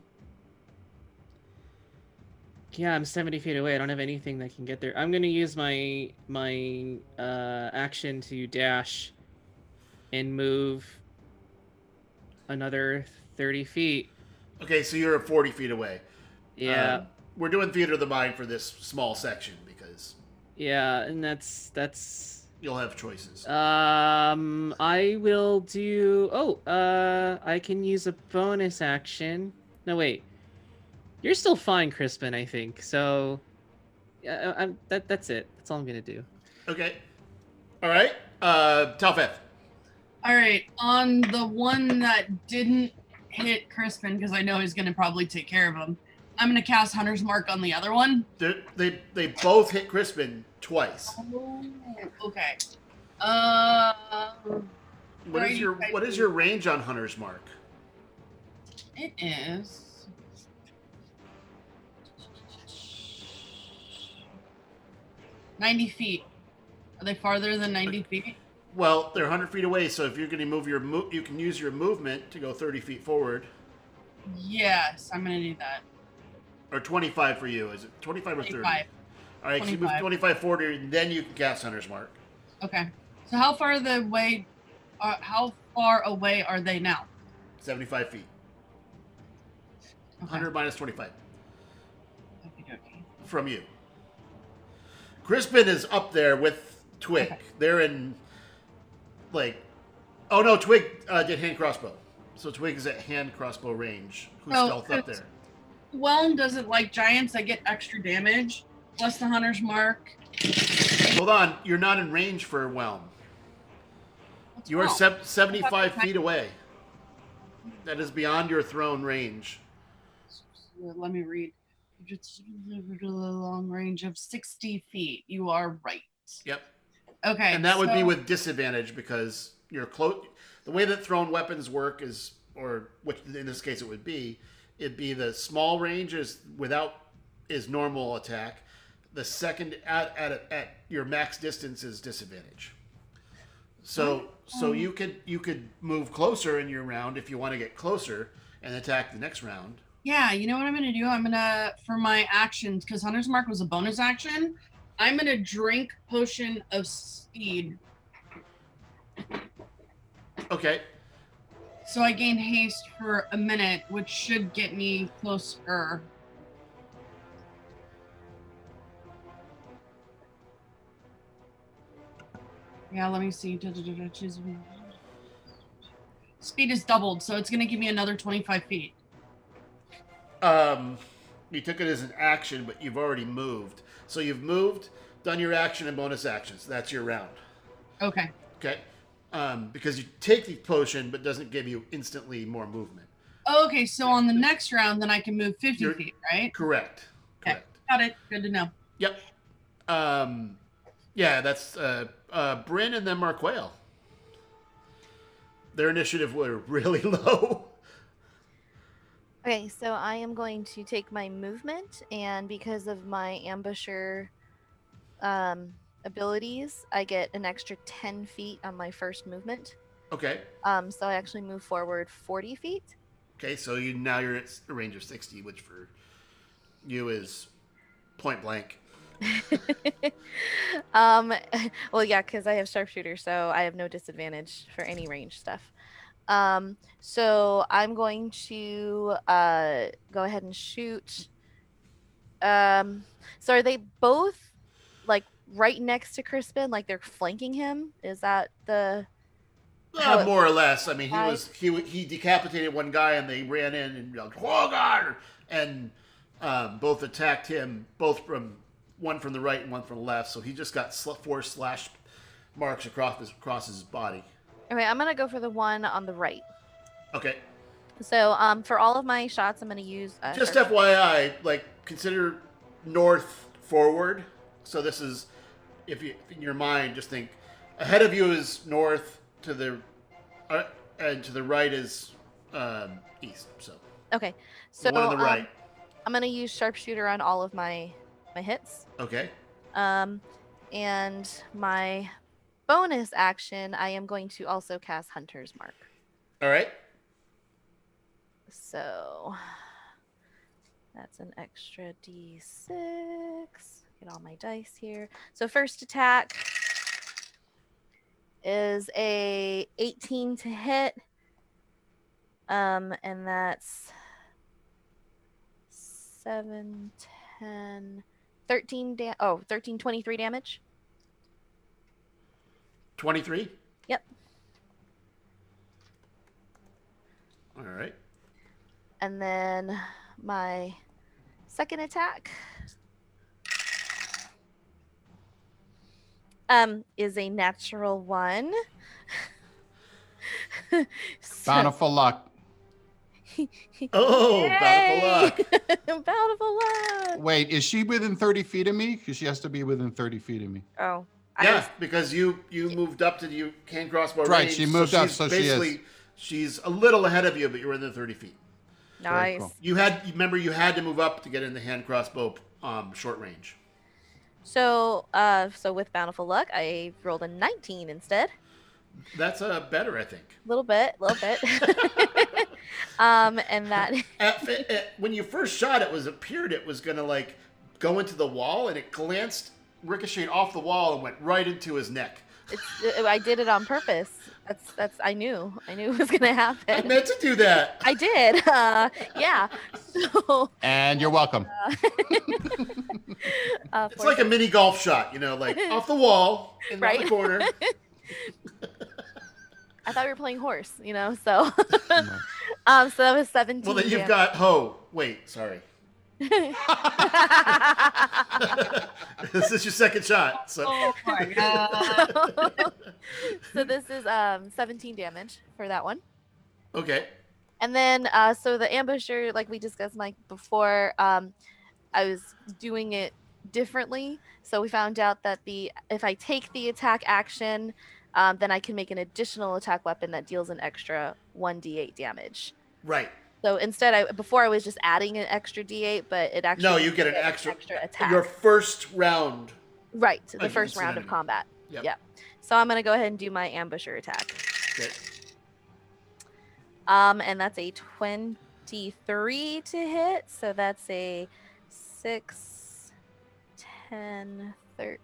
Speaker 3: Yeah, I'm 70 feet away. I don't have anything that can get there. I'm gonna use my my uh, action to dash and move another 30 feet.
Speaker 1: Okay, so you're 40 feet away.
Speaker 3: Yeah.
Speaker 1: Um, we're doing theater of the mind for this small section because
Speaker 3: Yeah, and that's that's
Speaker 1: You'll have choices.
Speaker 3: Um, I will do. Oh, uh, I can use a bonus action. No, wait. You're still fine, Crispin. I think so. Yeah, I, I'm, that that's it. That's all I'm gonna do.
Speaker 1: Okay. All right. Uh, Talfeth.
Speaker 5: All right, on the one that didn't hit Crispin, because I know he's going to probably take care of him, I'm going to cast Hunter's Mark on the other one.
Speaker 1: They, they they both hit Crispin twice.
Speaker 5: Okay. Uh,
Speaker 1: What
Speaker 5: Are
Speaker 1: is
Speaker 5: you
Speaker 1: your
Speaker 5: guys-
Speaker 1: what is your range on Hunter's Mark?
Speaker 5: it is. Ninety feet. Are they farther than ninety feet?
Speaker 1: Well, they're 100 feet away, so if you're going to move your mo- you can use your movement to go 30 feet forward,
Speaker 5: Yes, I'm gonna need that.
Speaker 1: or 25 for you. Is it 25 or 30?
Speaker 5: Twenty-five.
Speaker 1: All right, so you move
Speaker 5: 25.
Speaker 1: 25 forward, and then you can cast Hunter's Mark.
Speaker 5: Okay. So how far the way? Uh, how far away are they now?
Speaker 1: 75 feet.
Speaker 5: Okay.
Speaker 1: 100 minus 25
Speaker 5: Okey-dokey.
Speaker 1: from you. Crispin is up there with Twig.
Speaker 5: Okay.
Speaker 1: They're in, like, oh no, Twig uh, did hand crossbow. So Twig is at hand crossbow range. Who's
Speaker 5: Oh,
Speaker 1: stealth up
Speaker 5: Chris-
Speaker 1: there?
Speaker 5: Whelm doesn't like giants. I get extra damage plus the hunter's mark.
Speaker 1: Hold on, you're not in range for Whelm.
Speaker 5: What's
Speaker 1: You are
Speaker 5: wrong?
Speaker 1: sev 75
Speaker 5: Okay.
Speaker 1: feet away. That is beyond your throne range.
Speaker 5: Let me read. Just a long range of sixty feet. You are right.
Speaker 1: Yep.
Speaker 5: Okay.
Speaker 1: And that would be
Speaker 5: so-
Speaker 1: with disadvantage because you're close. The way that thrown weapons work is, or which in this case it would be, it'd be the small range is without is normal attack. The second at at, at your max distance is disadvantage. So
Speaker 5: Oh.
Speaker 1: so you could you could move closer in your round if you want to get closer and attack the next round.
Speaker 5: Yeah, you know what I'm gonna do? I'm gonna for my actions because Hunter's Mark was a bonus action. I'm gonna drink potion of speed,
Speaker 1: Okay,
Speaker 5: so I gain haste for a minute, which should get me closer. Yeah, let me see. Da, da, da, da, choose- Speed is doubled, so it's gonna give me another 25 feet.
Speaker 1: um, you took it as an action, but you've already moved. So you've moved, done your action and bonus actions. That's your round.
Speaker 5: Okay.
Speaker 1: Okay. Um, because you take the potion, but doesn't give you instantly more movement.
Speaker 5: Okay, so on the next round, then I can move 50
Speaker 1: You're-
Speaker 5: feet, right?
Speaker 1: Correct.
Speaker 5: Okay.
Speaker 1: Correct.
Speaker 5: Got it. Good to know.
Speaker 1: Yep. Um, yeah, that's uh, uh, Bryn and then Marquale. Their initiative were really low.
Speaker 4: Okay, so I am going to take my movement, and because of my ambusher um, abilities, I get an extra 10 feet on my first movement.
Speaker 1: Okay.
Speaker 4: Um, so I actually move forward 40 feet.
Speaker 1: Okay. So you now you're at a range of sixty, which for you is point blank.
Speaker 4: um, well, yeah, because I have sharpshooter, so I have no disadvantage for any range stuff. Um, so I'm going to uh, go ahead and shoot. Um, so are they both like right next to Crispin? Like they're flanking him? Is that the? How
Speaker 1: Uh,
Speaker 4: it-
Speaker 1: more or less. I mean, he
Speaker 4: Right.
Speaker 1: was he wa- he decapitated one guy, and they ran in and yelled "Hwogar!" and um, both attacked him, both from one from the right and one from the left. So he just got sl- four slash marks across his across his body.
Speaker 4: Okay, I'm gonna go for the one on the right.
Speaker 1: Okay.
Speaker 4: So um, for all of my shots, I'm gonna use uh,
Speaker 1: Just
Speaker 4: sharp-
Speaker 1: FYI, like consider north forward. So this is if you in your mind just think ahead of you is north to the uh, and to the right is um, east. So
Speaker 4: Okay, so
Speaker 1: the one on the
Speaker 4: um,
Speaker 1: right.
Speaker 4: I'm gonna use sharpshooter on all of my my hits.
Speaker 1: Okay.
Speaker 4: Um, and my bonus action, I am going to also cast Hunter's Mark.
Speaker 1: All right.
Speaker 4: So that's an extra d6. Get all my dice here. So first attack is a 18 to hit. Um, and that's 7, 10, 13, da- oh, 13, 23 damage.
Speaker 1: 23?
Speaker 4: Yep.
Speaker 1: All right.
Speaker 4: And then my second attack um is a natural one. So-
Speaker 6: Bountiful luck.
Speaker 1: Oh,
Speaker 4: Yay!
Speaker 1: bountiful luck.
Speaker 4: Bountiful luck.
Speaker 6: Wait, is she within 30 feet of me? Because she has to be within 30 feet of me.
Speaker 4: Oh. I
Speaker 1: Yeah,
Speaker 4: was-
Speaker 1: because you you moved up to you can crossbow
Speaker 6: Right,
Speaker 1: range,
Speaker 6: she moved
Speaker 1: so
Speaker 6: up,
Speaker 1: she's
Speaker 6: so she is.
Speaker 1: basically she's a little ahead of you, but you're within 30 feet.
Speaker 6: Very
Speaker 4: nice.
Speaker 6: cool.
Speaker 1: You had remember you had to move up to get in the hand crossbow um, short range.
Speaker 4: So, uh, so with bountiful luck, I rolled a 19 instead.
Speaker 1: That's uh, better, I think.
Speaker 4: A little bit, a little bit. um, and that
Speaker 1: At, fi- at, when you first shot, it was appeared it was gonna like go into the wall, and it glanced ricocheted off the wall and went right into his neck.
Speaker 4: it's, I did it on purpose. That's that's I knew, I knew it was gonna
Speaker 1: I
Speaker 4: happen.
Speaker 1: meant to do that.
Speaker 4: I did. Uh, yeah. So,
Speaker 6: And you're welcome.
Speaker 4: uh,
Speaker 1: It's like a mini golf shot, you know, like off the wall in around the
Speaker 4: Right.
Speaker 1: corner.
Speaker 4: I thought we were playing horse, you know. So,
Speaker 6: No.
Speaker 4: um, so that was 17.
Speaker 1: Well, then you've got ho. Wait, sorry.
Speaker 4: damage.
Speaker 1: this is your second shot, so
Speaker 5: Oh my god.
Speaker 4: so this is um 17 damage for that one.
Speaker 1: okay.
Speaker 4: And then, uh, so the ambusher, like we discussed, Mike, before, um, I was doing it differently. So we found out that the if I take the attack action, um, then I can make an additional attack weapon that deals an extra 1d8 damage.
Speaker 1: Right.
Speaker 4: So instead, I before I was just adding an extra d8, but it actually
Speaker 1: No, you get an
Speaker 4: an
Speaker 1: extra,
Speaker 4: extra attack.
Speaker 1: Your first round.
Speaker 4: right the
Speaker 1: Okay,
Speaker 4: first
Speaker 1: so
Speaker 4: round
Speaker 1: no,
Speaker 4: of
Speaker 1: no, no.
Speaker 4: combat.
Speaker 1: Yep.
Speaker 4: Yep. So I'm gonna go ahead and do my ambusher attack.
Speaker 1: Okay.
Speaker 4: Um, and that's a 23 to hit. So that's a 6, 10, 13,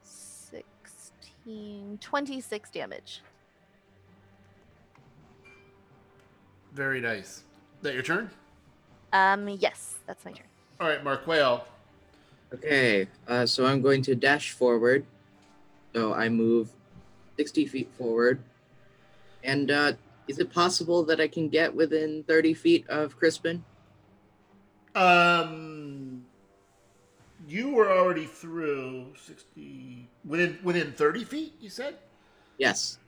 Speaker 4: 16, 26 damage.
Speaker 1: Very nice. That your turn?
Speaker 4: Um, yes, that's my turn.
Speaker 1: All right, Marquel.
Speaker 2: Okay, uh, so I'm going to dash forward. So I move 60 feet forward. And uh, is it possible that I can get within 30 feet of Crispin?
Speaker 1: Um, you were already through sixty within within thirty feet. You said.
Speaker 2: Yes.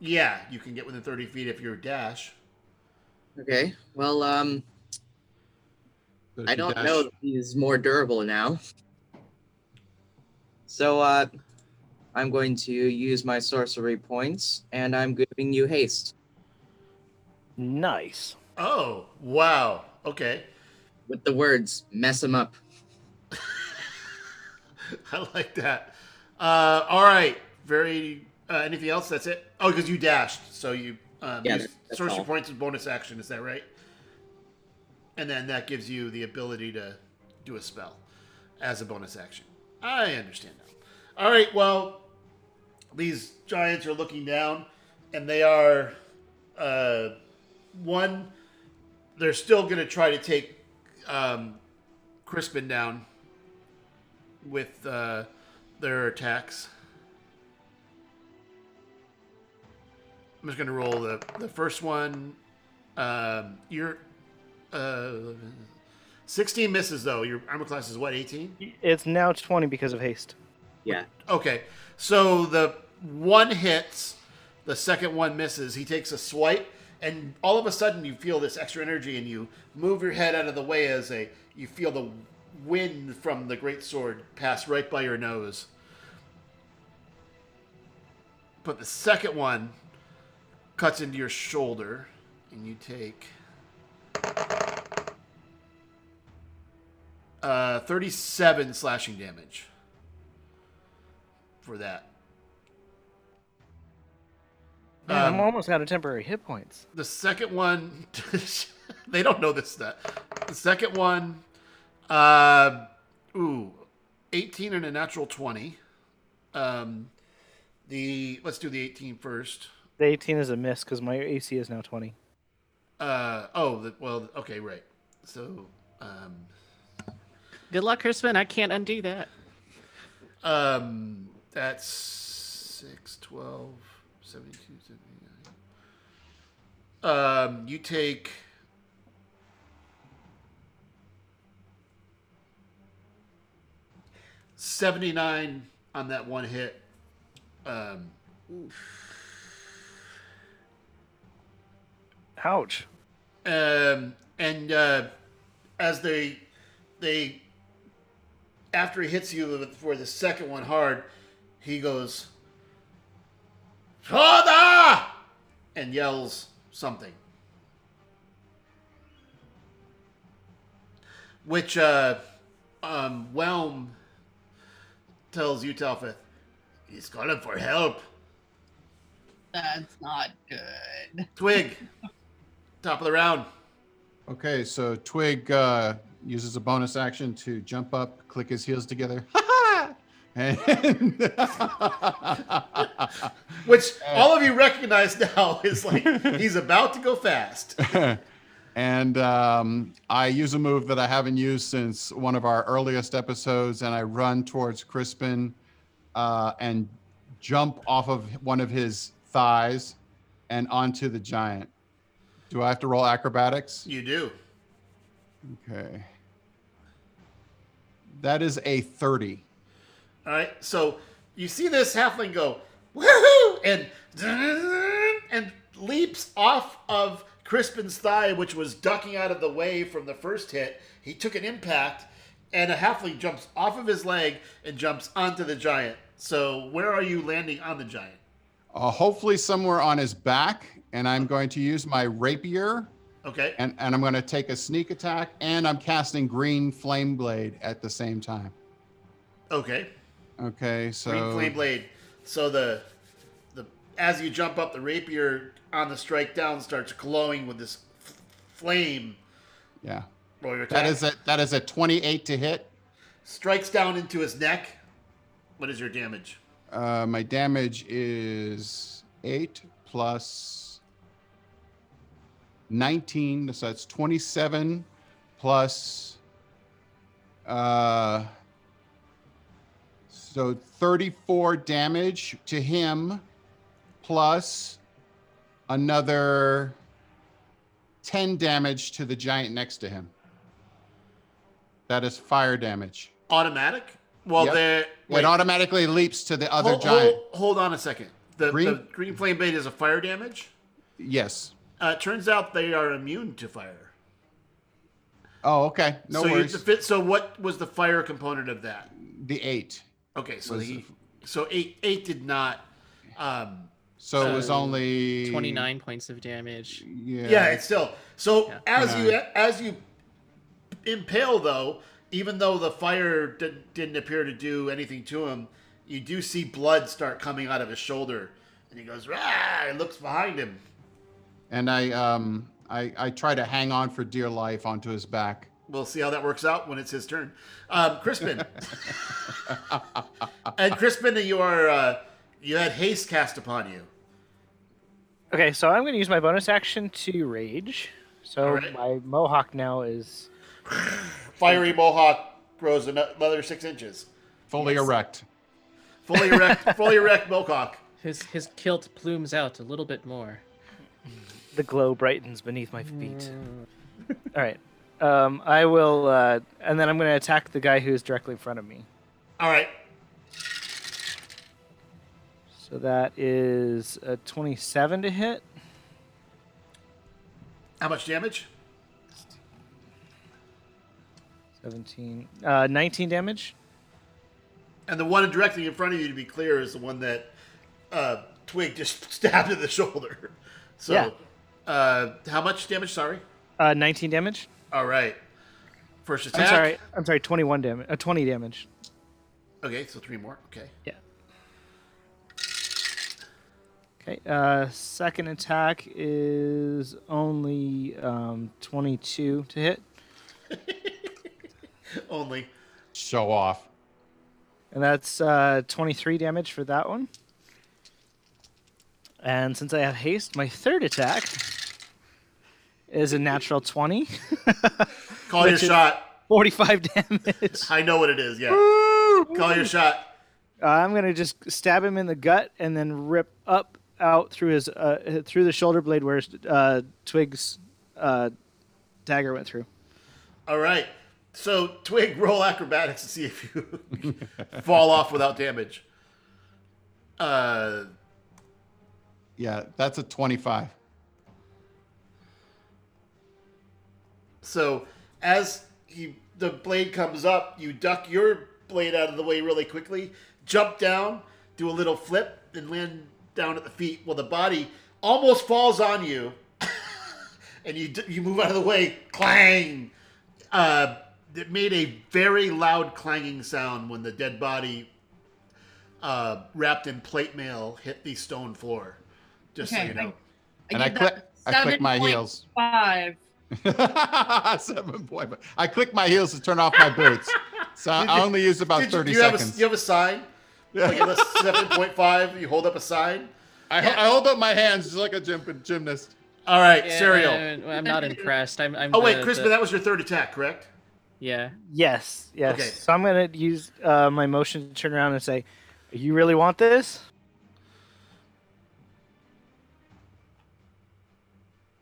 Speaker 1: Yeah, you can get within thirty feet if you're dash.
Speaker 2: Okay, well, um,
Speaker 6: But if
Speaker 2: I
Speaker 6: you
Speaker 2: don't
Speaker 6: dash-
Speaker 2: know if he's more durable now. So uh, I'm going to use my sorcery points, and I'm giving you haste.
Speaker 7: Nice.
Speaker 1: Oh wow. Okay,
Speaker 2: with the words mess him up.
Speaker 1: I like that. Uh, all right. Very. Uh, anything else? That's it. Oh, because you dashed, so you um,
Speaker 2: Yeah,
Speaker 1: used
Speaker 2: that- that's
Speaker 1: sorcery
Speaker 2: all.
Speaker 1: points as bonus action. Is that right? And then that gives you the ability to do a spell as a bonus action. I understand now. All right. Well, these giants are looking down, and they are uh, one. They're still going to try to take um, Crispin down with uh, their attacks. I'm just gonna roll the the first one. Um, your uh, 16 misses though. Your armor class is what 18?
Speaker 7: It's now 20 because of haste.
Speaker 2: Yeah.
Speaker 1: Okay, so the one hits, the second one misses. He takes a swipe, and all of a sudden you feel this extra energy, and you move your head out of the way as a you feel the wind from the great sword pass right by your nose. But the second one cuts into your shoulder, and you take uh, thirty-seven slashing damage for that.
Speaker 7: Man, I'm
Speaker 1: Um,
Speaker 7: almost out of temporary hit points.
Speaker 1: The second one, they don't know this stuff. The second one, uh, ooh, 18 and a natural 20. Um, the let's do the 18 first.
Speaker 7: The 18 is a miss because my AC is now 20.
Speaker 1: Uh, oh, the, well, okay, right. So, um,
Speaker 3: Good luck, Crispin. I can't undo that.
Speaker 1: Um, that's 6, 12, 72, 79. Um, you take. Seventy-nine on that one hit. Um,
Speaker 7: Ouch.
Speaker 1: um, and uh, as they they after he hits you for the second one hard, he goes "Father!" and yells something, which uh, um, Whelm tells you, Talfith, he's calling for help.
Speaker 5: That's not good.
Speaker 1: Twig, top of the round.
Speaker 6: Okay, so Twig uh, uses a bonus action to jump up, click his heels together. and
Speaker 1: Which all of you recognize now is like he's about to go fast.
Speaker 6: and um, I use a move that I haven't used since one of our earliest episodes, and I run towards Crispin uh, and jump off of one of his thighs and onto the giant. Do I have to roll acrobatics?
Speaker 1: You do.
Speaker 6: Okay. That is a 30.
Speaker 1: All right. So you see this halfling go woohoo and and leaps off of Crispin's thigh, which was ducking out of the way from the first hit. He took an impact, and a halfling jumps off of his leg and jumps onto the giant. So where are you landing on the giant?
Speaker 6: Uh, hopefully, somewhere on his back. And I'm going to use my rapier
Speaker 1: Okay.
Speaker 6: and, and I'm going to take a sneak attack. And I'm casting green flame blade at the same time.
Speaker 1: Okay.
Speaker 6: Okay, so.
Speaker 1: Green flame blade. So the the as you jump up, the rapier on the strike down starts glowing with this f- flame.
Speaker 6: Yeah.
Speaker 1: Roll your attack.
Speaker 6: That is, a, that is a 28 to hit.
Speaker 1: Strikes down into his neck. What is your damage?
Speaker 6: Uh, my damage is 8 plus 19, so that's 27 plus uh, so 34 damage to him plus another 10 damage to the giant next to him. That is fire damage.
Speaker 1: Automatic. Well,
Speaker 6: Yep.
Speaker 1: there.
Speaker 6: it automatically leaps to the other
Speaker 1: hold,
Speaker 6: giant.
Speaker 1: hold, hold on a second. The green,
Speaker 6: Green-
Speaker 1: the green flame blade is a fire damage.
Speaker 6: Yes.
Speaker 1: Uh, it turns out they are immune to fire.
Speaker 6: Oh, okay. No
Speaker 1: so
Speaker 6: worries.
Speaker 1: You, defi- so what was the fire component of that?
Speaker 6: the eight.
Speaker 1: Okay, so
Speaker 6: Was-
Speaker 1: he, so eight eight did not. Um,
Speaker 6: So it was
Speaker 3: So,
Speaker 6: only
Speaker 3: 29 points of damage.
Speaker 6: Yeah.
Speaker 1: Yeah, it's still so
Speaker 3: Yeah.
Speaker 1: as
Speaker 6: Yeah.
Speaker 1: you as you impale though, even though the fire didn't, didn't appear to do anything to him, you do see blood start coming out of his shoulder, and he goes rah, and looks behind him.
Speaker 6: and I um I I try to hang on for dear life onto his back.
Speaker 1: We'll see how that works out when it's his turn. Um, Crispin and Crispin, you are uh, you had haste cast upon you.
Speaker 7: Okay, so I'm going to use my bonus action to rage. So
Speaker 1: Alright.
Speaker 7: my mohawk now is
Speaker 1: Fiery mohawk grows another six inches.
Speaker 6: Fully erect.
Speaker 1: Fully erect, fully erect mohawk.
Speaker 3: His his kilt plumes out a little bit more.
Speaker 7: the glow brightens beneath my feet. All right. Um, I will, uh, and then I'm going to attack the guy who's directly in front of me.
Speaker 1: All right,
Speaker 7: So that is a 27 to hit.
Speaker 1: how much damage?
Speaker 7: 17, uh, 19 damage.
Speaker 1: And the one directly in front of you, to be clear, is the one that uh, Twig just stabbed in the shoulder. So, uh, how much damage? Sorry.
Speaker 7: Uh, 19 damage.
Speaker 1: All right. First attack.
Speaker 7: I'm sorry. I'm sorry. 21 damage. Uh, 20 damage.
Speaker 1: Okay, so three more. Okay.
Speaker 7: Yeah. Okay. Uh, second attack is only um, 22 to hit,
Speaker 1: Only.
Speaker 6: Show off.
Speaker 7: and that's uh, 23 damage for that one. And since I have haste, my third attack is a natural 20,
Speaker 1: Call your
Speaker 7: Which is-
Speaker 1: shot.
Speaker 7: 45 damage.
Speaker 1: I know what it is. Yeah. Call your shot.
Speaker 7: Uh, I'm gonna just stab him in the gut and then rip up out through his uh, through the shoulder blade where his, uh, Twig's uh, dagger went through.
Speaker 1: All right. So Twig, roll acrobatics to see if you fall off without damage. Uh,
Speaker 6: Yeah, that's a 25.
Speaker 1: so as he, the blade comes up, you duck your blade out of the way really quickly, jump down, do a little flip, and land down at the feet. Well, the body almost falls on you, and you d- you move out of the way. Clang! Uh, it made a very loud clanging sound when the dead body uh, wrapped in plate mail hit the stone floor. Just
Speaker 5: Okay,
Speaker 1: so you
Speaker 5: I-
Speaker 1: know.
Speaker 6: And I click, I click my heels.
Speaker 5: Five.
Speaker 6: Seven point. five. I click my heels to turn off my boots. So I only used about
Speaker 1: Did you-
Speaker 6: 30
Speaker 1: do you Have a,
Speaker 6: seconds.
Speaker 1: you have a sign? Like a seven point five, you hold up a sign.
Speaker 6: I, ho- I hold up my hands just like a gym- gymnast.
Speaker 1: All right,
Speaker 3: Yeah,
Speaker 1: cereal.
Speaker 3: I- I'm not impressed. I'm. I'm
Speaker 1: oh wait,
Speaker 3: the-
Speaker 1: Crispin,
Speaker 3: the-
Speaker 1: that was your third attack, correct?
Speaker 3: yeah.
Speaker 7: Yes, yes.
Speaker 1: Okay.
Speaker 7: So I'm gonna use uh, my motion to turn around and say, "You really want this?"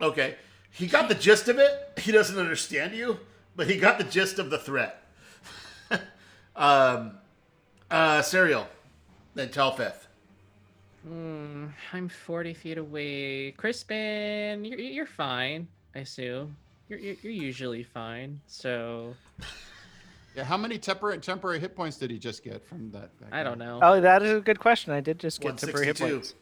Speaker 1: Okay. He got the gist of it. He doesn't understand you, but he got the gist of the threat. um, uh, cereal, then Telfeth.
Speaker 3: Hmm, I'm 40 feet away. Crispin, you're, you're fine. I assume you're, you're you're usually fine. So
Speaker 6: Yeah, how many temporary temporary hit points did he just get from that? that
Speaker 3: I
Speaker 6: guy?
Speaker 3: don't know.
Speaker 7: Oh, that is a good question. I did just get temporary hit
Speaker 1: 162.
Speaker 7: points.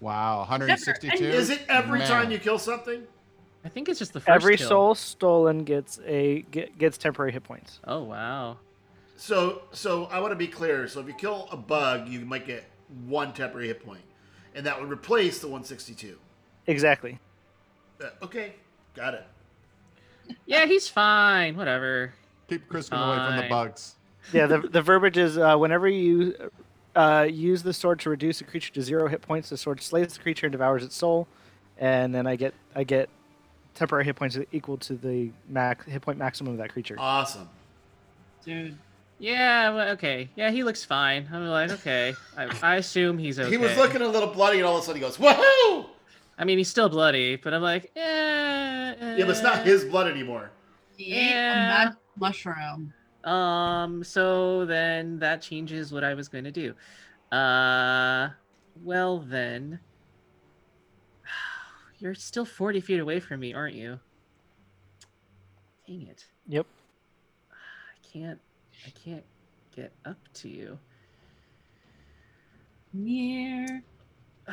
Speaker 6: Wow, 162.
Speaker 1: Is it every
Speaker 6: Man.
Speaker 1: time you kill something?
Speaker 3: I think it's just the first.
Speaker 7: Every
Speaker 3: kill.
Speaker 7: soul stolen gets a get, gets temporary hit points.
Speaker 3: Oh wow.
Speaker 1: So, so I want to be clear. So, if you kill a bug, you might get one temporary hit point, and that would replace the 162.
Speaker 7: Exactly.
Speaker 1: Uh, okay, got it.
Speaker 3: Yeah, he's fine. Whatever.
Speaker 6: Keep Crispin away from the
Speaker 3: Fine.
Speaker 6: bugs.
Speaker 7: Yeah. The the verbiage is uh, whenever you uh, use the sword to reduce a creature to zero hit points, the sword slays the creature and devours its soul, and then I get I get temporary hit points equal to the max hit point maximum of that creature.
Speaker 3: Uh,
Speaker 1: Awesome.
Speaker 5: Dude.
Speaker 3: Yeah. Well, okay. Yeah, he looks fine. I'm like, okay. I, I assume he's okay.
Speaker 1: He was looking a little bloody, and all of a sudden he goes, "Woohoo!"
Speaker 3: I mean, he's still bloody, but I'm like, eh. Yeah,
Speaker 1: Yeah, but it's not
Speaker 3: Uh.
Speaker 1: his blood anymore.
Speaker 5: He ate a
Speaker 3: Yeah.
Speaker 5: mag- mushroom.
Speaker 3: Um, so then that changes what I was going to do. Uh, well then, you're still 40 feet away from me, aren't you? Dang it.
Speaker 7: Yep.
Speaker 3: I can't, I can't get up to you.
Speaker 5: Near.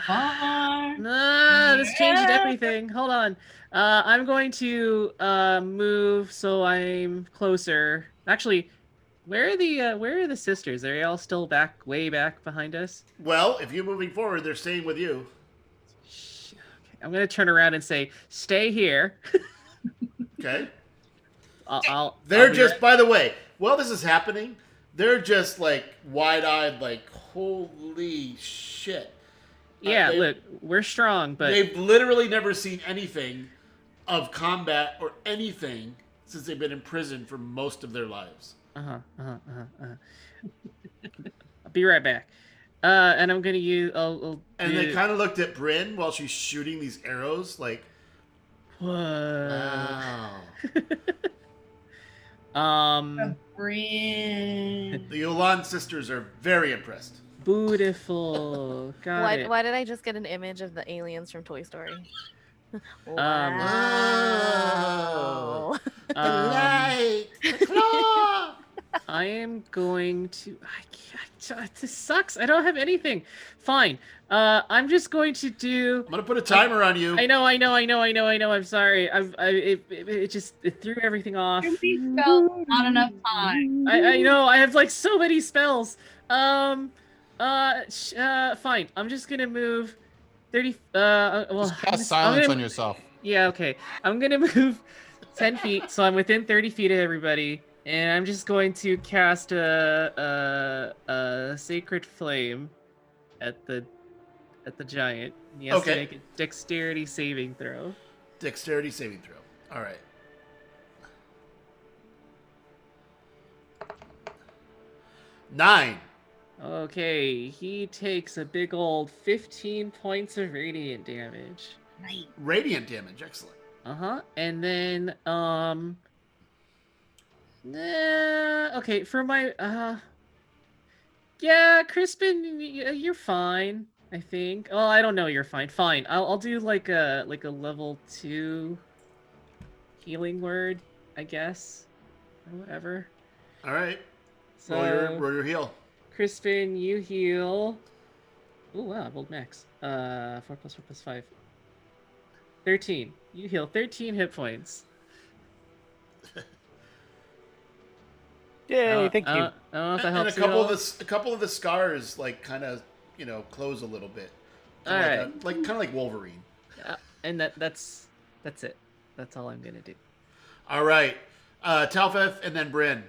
Speaker 5: Far.
Speaker 3: No, this changes
Speaker 5: Yeah.
Speaker 3: everything. Hold on. Uh, I'm going to uh, move so I'm closer. Actually, where are the uh, where are the sisters? Are they all still back way back behind us?
Speaker 1: Well, if you're moving forward, they're staying with you.
Speaker 3: Sh- Okay. I'm gonna turn around and say, "Stay here."
Speaker 1: Okay.
Speaker 3: I'll, I'll
Speaker 1: They're
Speaker 3: I'll be
Speaker 1: just,
Speaker 3: right-
Speaker 1: by the way, while this is happening, they're just like wide eyed, like, holy shit.
Speaker 3: yeah.
Speaker 1: they-
Speaker 3: look, we're strong, but
Speaker 1: They've literally never seen anything of combat or anything since they've been in prison for most of their lives.
Speaker 3: Uh-huh, uh-huh, uh-huh, uh-huh. I'll be right back. Uh, and I'm gonna use. I'll, I'll
Speaker 1: And
Speaker 3: do,
Speaker 1: they kind of looked at Bryn while she's shooting these arrows, like,
Speaker 3: Oh. Whoa.
Speaker 1: wow.
Speaker 3: um.
Speaker 5: Friend.
Speaker 1: the Yolan sisters are very impressed.
Speaker 3: Beautiful. Got
Speaker 4: Why,
Speaker 3: it.
Speaker 4: why did I just get an image of the aliens from Toy Story?
Speaker 1: Wow.
Speaker 4: Wow.
Speaker 3: Um,
Speaker 1: the claw.
Speaker 3: I am going to. I can't. I- This sucks. I don't have anything. Fine. Uh, I'm just going to do.
Speaker 1: I'm going to put a timer on you.
Speaker 3: I know. I know. I know. I know. I know. I'm sorry. I've. I. It. It, it just. It threw everything off.
Speaker 5: We felt not enough time.
Speaker 3: I. I know. I have like so many spells. Um. Uh. Sh- uh. Fine. I'm just gonna move. Thirty. Uh. uh, Well.
Speaker 6: Just cast
Speaker 3: I'm just- I'm
Speaker 6: silence
Speaker 3: gonna-
Speaker 6: on yourself.
Speaker 3: Yeah, okay. I'm gonna move ten feet, so I'm within thirty feet of everybody, and I'm just going to cast a a, a sacred flame at the at the giant. He has
Speaker 1: Okay.
Speaker 3: to make a dexterity saving throw.
Speaker 1: Dexterity saving throw. All right. Nine.
Speaker 3: Okay, he takes a big old 15 points of radiant damage.
Speaker 5: Right.
Speaker 1: Radiant damage. Excellent.
Speaker 3: Uh-huh. And then um nah, okay, for my uh Yeah, Crispin, y- y- you're fine, I think. Oh, I don't know, you're fine. Fine. I'll I'll do like a like a level 2 healing word, I guess. Or whatever.
Speaker 1: All right.
Speaker 3: So
Speaker 1: Roll your roll your heel.
Speaker 3: Crispin, you heal. Ooh, wow, I rolled max. Uh, 4 plus 4 plus 5. 13. You heal 13 hit points.
Speaker 7: Yay!
Speaker 3: Uh,
Speaker 7: thank
Speaker 3: I
Speaker 7: you.
Speaker 3: don't- I don't know if
Speaker 1: and, and
Speaker 3: that
Speaker 1: a
Speaker 3: helps.
Speaker 1: couple
Speaker 3: at
Speaker 1: of the
Speaker 3: all.
Speaker 1: s- a couple of the scars like kind of you know close a little bit.
Speaker 3: All
Speaker 1: like
Speaker 3: right.
Speaker 1: a- like kind of like Wolverine.
Speaker 3: And that, that's that's it. That's all I'm going to do.
Speaker 1: All right. Uh, Talfeth and then Bryn.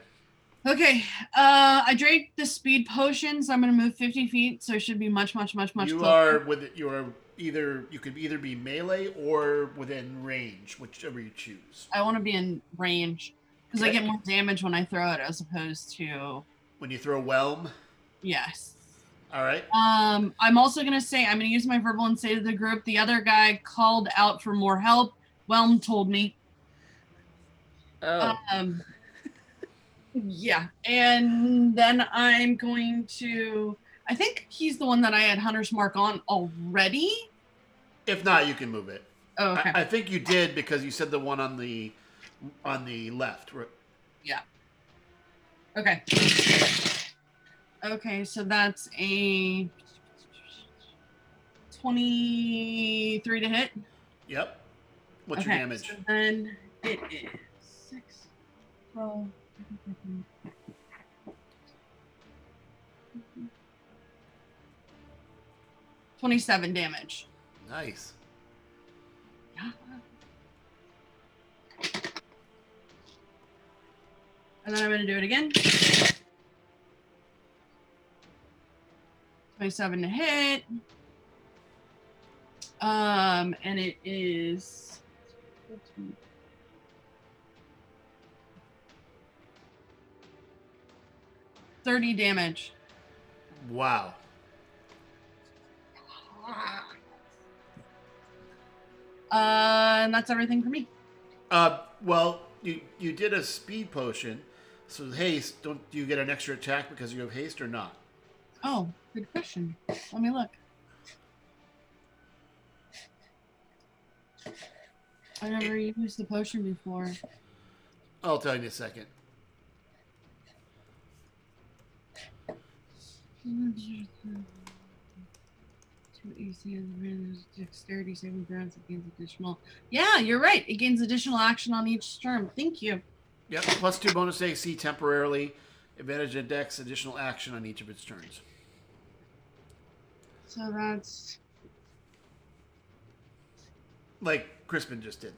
Speaker 5: Okay. Uh, I drank the speed potion, so I'm gonna move 50 feet, so it should be much, much, much, much
Speaker 1: you
Speaker 5: closer.
Speaker 1: are with you are either you could either be melee or within range, whichever you choose.
Speaker 5: I want to be in range because I
Speaker 1: Okay.
Speaker 5: get more damage when I throw it as opposed to
Speaker 1: When you throw whelm,
Speaker 5: yes.
Speaker 1: all right.
Speaker 5: Um, I'm also gonna say I'm gonna use my verbal and say to the group the other guy called out for more help. Whelm told me.
Speaker 3: Oh,
Speaker 5: Um, yeah, and then I'm going to. I think he's the one that I had Hunter's Mark on already.
Speaker 1: If not, you can move it.
Speaker 5: Oh, okay.
Speaker 1: I, I think you did because you said the one on the on the left. r-
Speaker 5: Okay. Okay, so that's a 23 to hit.
Speaker 1: Yep. What's
Speaker 5: Okay,
Speaker 1: your damage?
Speaker 5: So then it is 6, 12. Twenty-seven damage.
Speaker 1: Nice.
Speaker 5: And then I'm gonna do it again. Twenty-seven to hit. Um, and it is. Thirty damage.
Speaker 1: Wow.
Speaker 5: Uh, and that's everything for me.
Speaker 1: Uh, well, you you did a speed potion, so haste. Don't do you get an extra attack because you have haste or not?
Speaker 5: Oh, good question. Let me look. I never used the potion before.
Speaker 1: I'll tell you in a second.
Speaker 5: Two AC and the brand is dexterity saving grounds. It gains additional. Yeah, you're right. It gains additional action on each turn. Thank you.
Speaker 1: Yep. Plus two bonus AC temporarily. Advantage index. Additional action on each of its turns.
Speaker 5: So that's
Speaker 1: Like Crispin just did.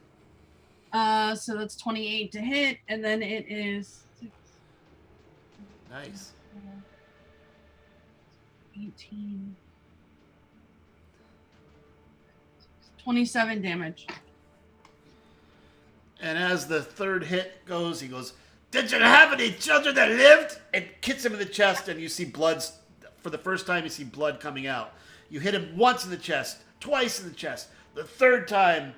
Speaker 5: uh, so that's 28 to hit, and then it is six,
Speaker 1: Nice.
Speaker 5: 18. 27 damage.
Speaker 1: And as the third hit goes, he goes, "Did you have any children that lived?" And kicks him in the chest, and you see blood. s- For the first time, you see blood coming out. You hit him once in the chest, twice in the chest. The third time,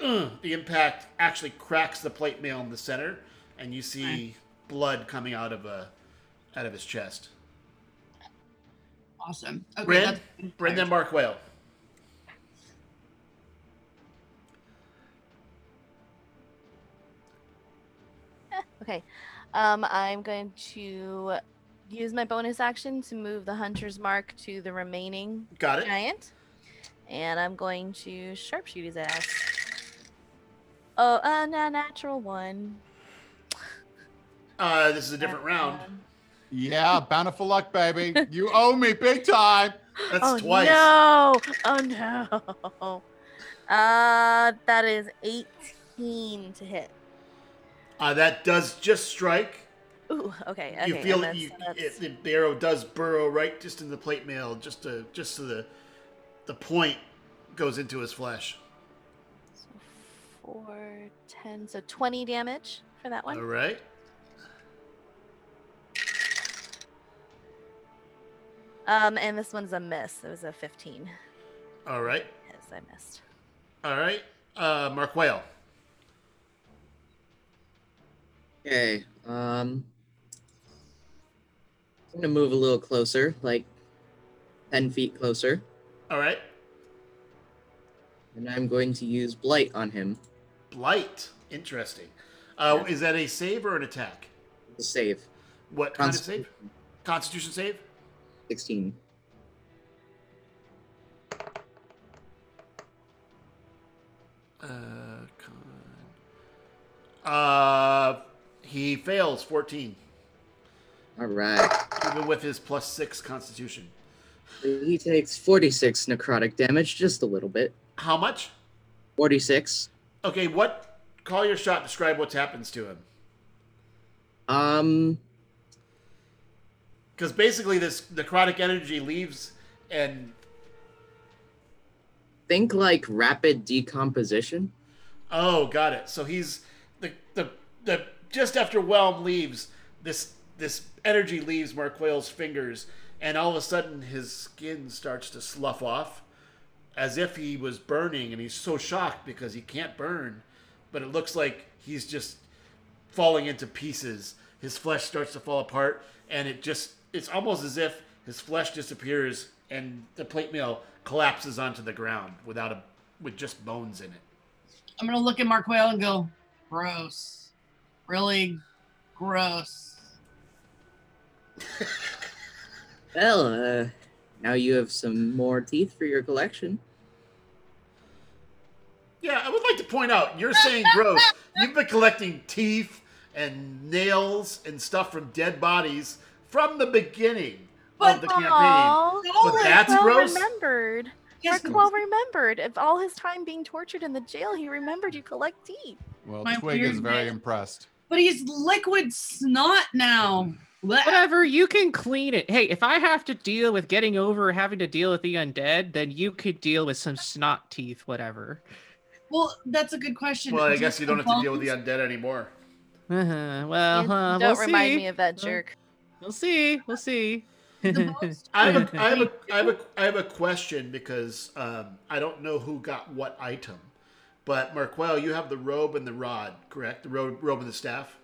Speaker 1: ugh, the impact actually cracks the plate mail in the center, and you see blood coming out of a out of his chest.
Speaker 5: Awesome. Okay,
Speaker 1: Bryn,
Speaker 5: that's-
Speaker 1: Bryn, then Mark Whale.
Speaker 4: Okay. Um, I'm going to use my bonus action to move the hunter's mark to the remaining
Speaker 1: Got it.
Speaker 4: giant. And I'm going to sharpshoot his ass. Oh, a na- natural one.
Speaker 1: Uh, this is a different round.
Speaker 4: Um,
Speaker 6: Yeah, bountiful luck, baby. You owe me big time.
Speaker 1: That's
Speaker 4: oh
Speaker 1: twice.
Speaker 4: no! Oh no! Uh, that is 18 to hit.
Speaker 1: Uh, that does just strike.
Speaker 4: Ooh, okay. okay
Speaker 1: you feel
Speaker 4: and
Speaker 1: it,
Speaker 4: that's-
Speaker 1: you,
Speaker 4: that's-
Speaker 1: it, the arrow does burrow right just in the plate mail, just to just so the the point goes into his flesh.
Speaker 4: So four, ten, so twenty damage for that one.
Speaker 1: All right,
Speaker 4: Um, and this one's a miss. It was a 15.
Speaker 1: All right.
Speaker 4: Yes, I missed.
Speaker 1: All right. Uh, Mark Whale.
Speaker 2: Okay. Um, I'm gonna move a little closer, like ten feet closer,
Speaker 1: All right.
Speaker 2: and I'm going to use blight on him
Speaker 1: Blight. Interesting. Uh, Is that a save or an attack?
Speaker 2: to save.
Speaker 1: What kind of
Speaker 2: Constitution.
Speaker 1: save? Constitution save?
Speaker 2: Sixteen.
Speaker 1: Uh, con. Uh, he fails 14,
Speaker 2: All right.
Speaker 1: even with his plus 6 constitution.
Speaker 2: He takes 46 necrotic damage, just a little bit.
Speaker 1: How much?
Speaker 2: 46.
Speaker 1: Okay, what? Call your shot, describe what happens to him.
Speaker 2: Um,
Speaker 1: Because basically, this necrotic energy leaves and.
Speaker 2: think like rapid decomposition.
Speaker 1: Oh, got it. So he's. The, the, the Just after Whelm leaves, this this energy leaves Mark Quayle's fingers, and all of a sudden, his skin starts to slough off as if he was burning, and he's so shocked because he can't burn, but it looks like he's just falling into pieces. His flesh starts to fall apart, and it just it's almost as if his flesh disappears and the plate mail collapses onto the ground without a with just bones in it.
Speaker 5: I'm gonna look at Mark Whale and go, gross. Really gross.
Speaker 2: Well, uh, now you have some more teeth for your collection.
Speaker 1: Yeah, I would like to point out you're saying gross. You've been collecting teeth and nails and stuff from dead bodies from the beginning of
Speaker 5: But-
Speaker 1: the campaign.
Speaker 4: Aw,
Speaker 5: But
Speaker 4: Mark
Speaker 1: that's
Speaker 4: well
Speaker 1: gross.
Speaker 4: remembered.
Speaker 5: Yes,
Speaker 4: Mark well remembered. Of all his time being tortured in the jail, he remembered you collect teeth.
Speaker 6: Well,
Speaker 5: My
Speaker 6: Twig is
Speaker 5: weird
Speaker 6: very
Speaker 5: bit.
Speaker 6: impressed.
Speaker 5: but he's liquid snot now. Blech.
Speaker 3: Whatever, you can clean it. Hey, if I have to deal with getting over having to deal with the undead, then you could deal with some snot teeth, whatever.
Speaker 5: Well, that's a good question.
Speaker 1: Well, I
Speaker 5: Is
Speaker 1: guess
Speaker 5: it
Speaker 1: you don't have to deal with the
Speaker 5: bones?
Speaker 1: undead anymore.
Speaker 3: Uh-huh. Well,
Speaker 4: You
Speaker 3: huh,
Speaker 4: don't
Speaker 3: we'll
Speaker 4: remind
Speaker 3: see.
Speaker 4: me of that jerk.
Speaker 3: We'll see. We'll see.
Speaker 5: The bones-
Speaker 1: I have, a, I, have a, I, have a, I have a question because um, I don't know who got what item, but Marquel, you have the robe and the rod, correct? The robe, robe and the staff.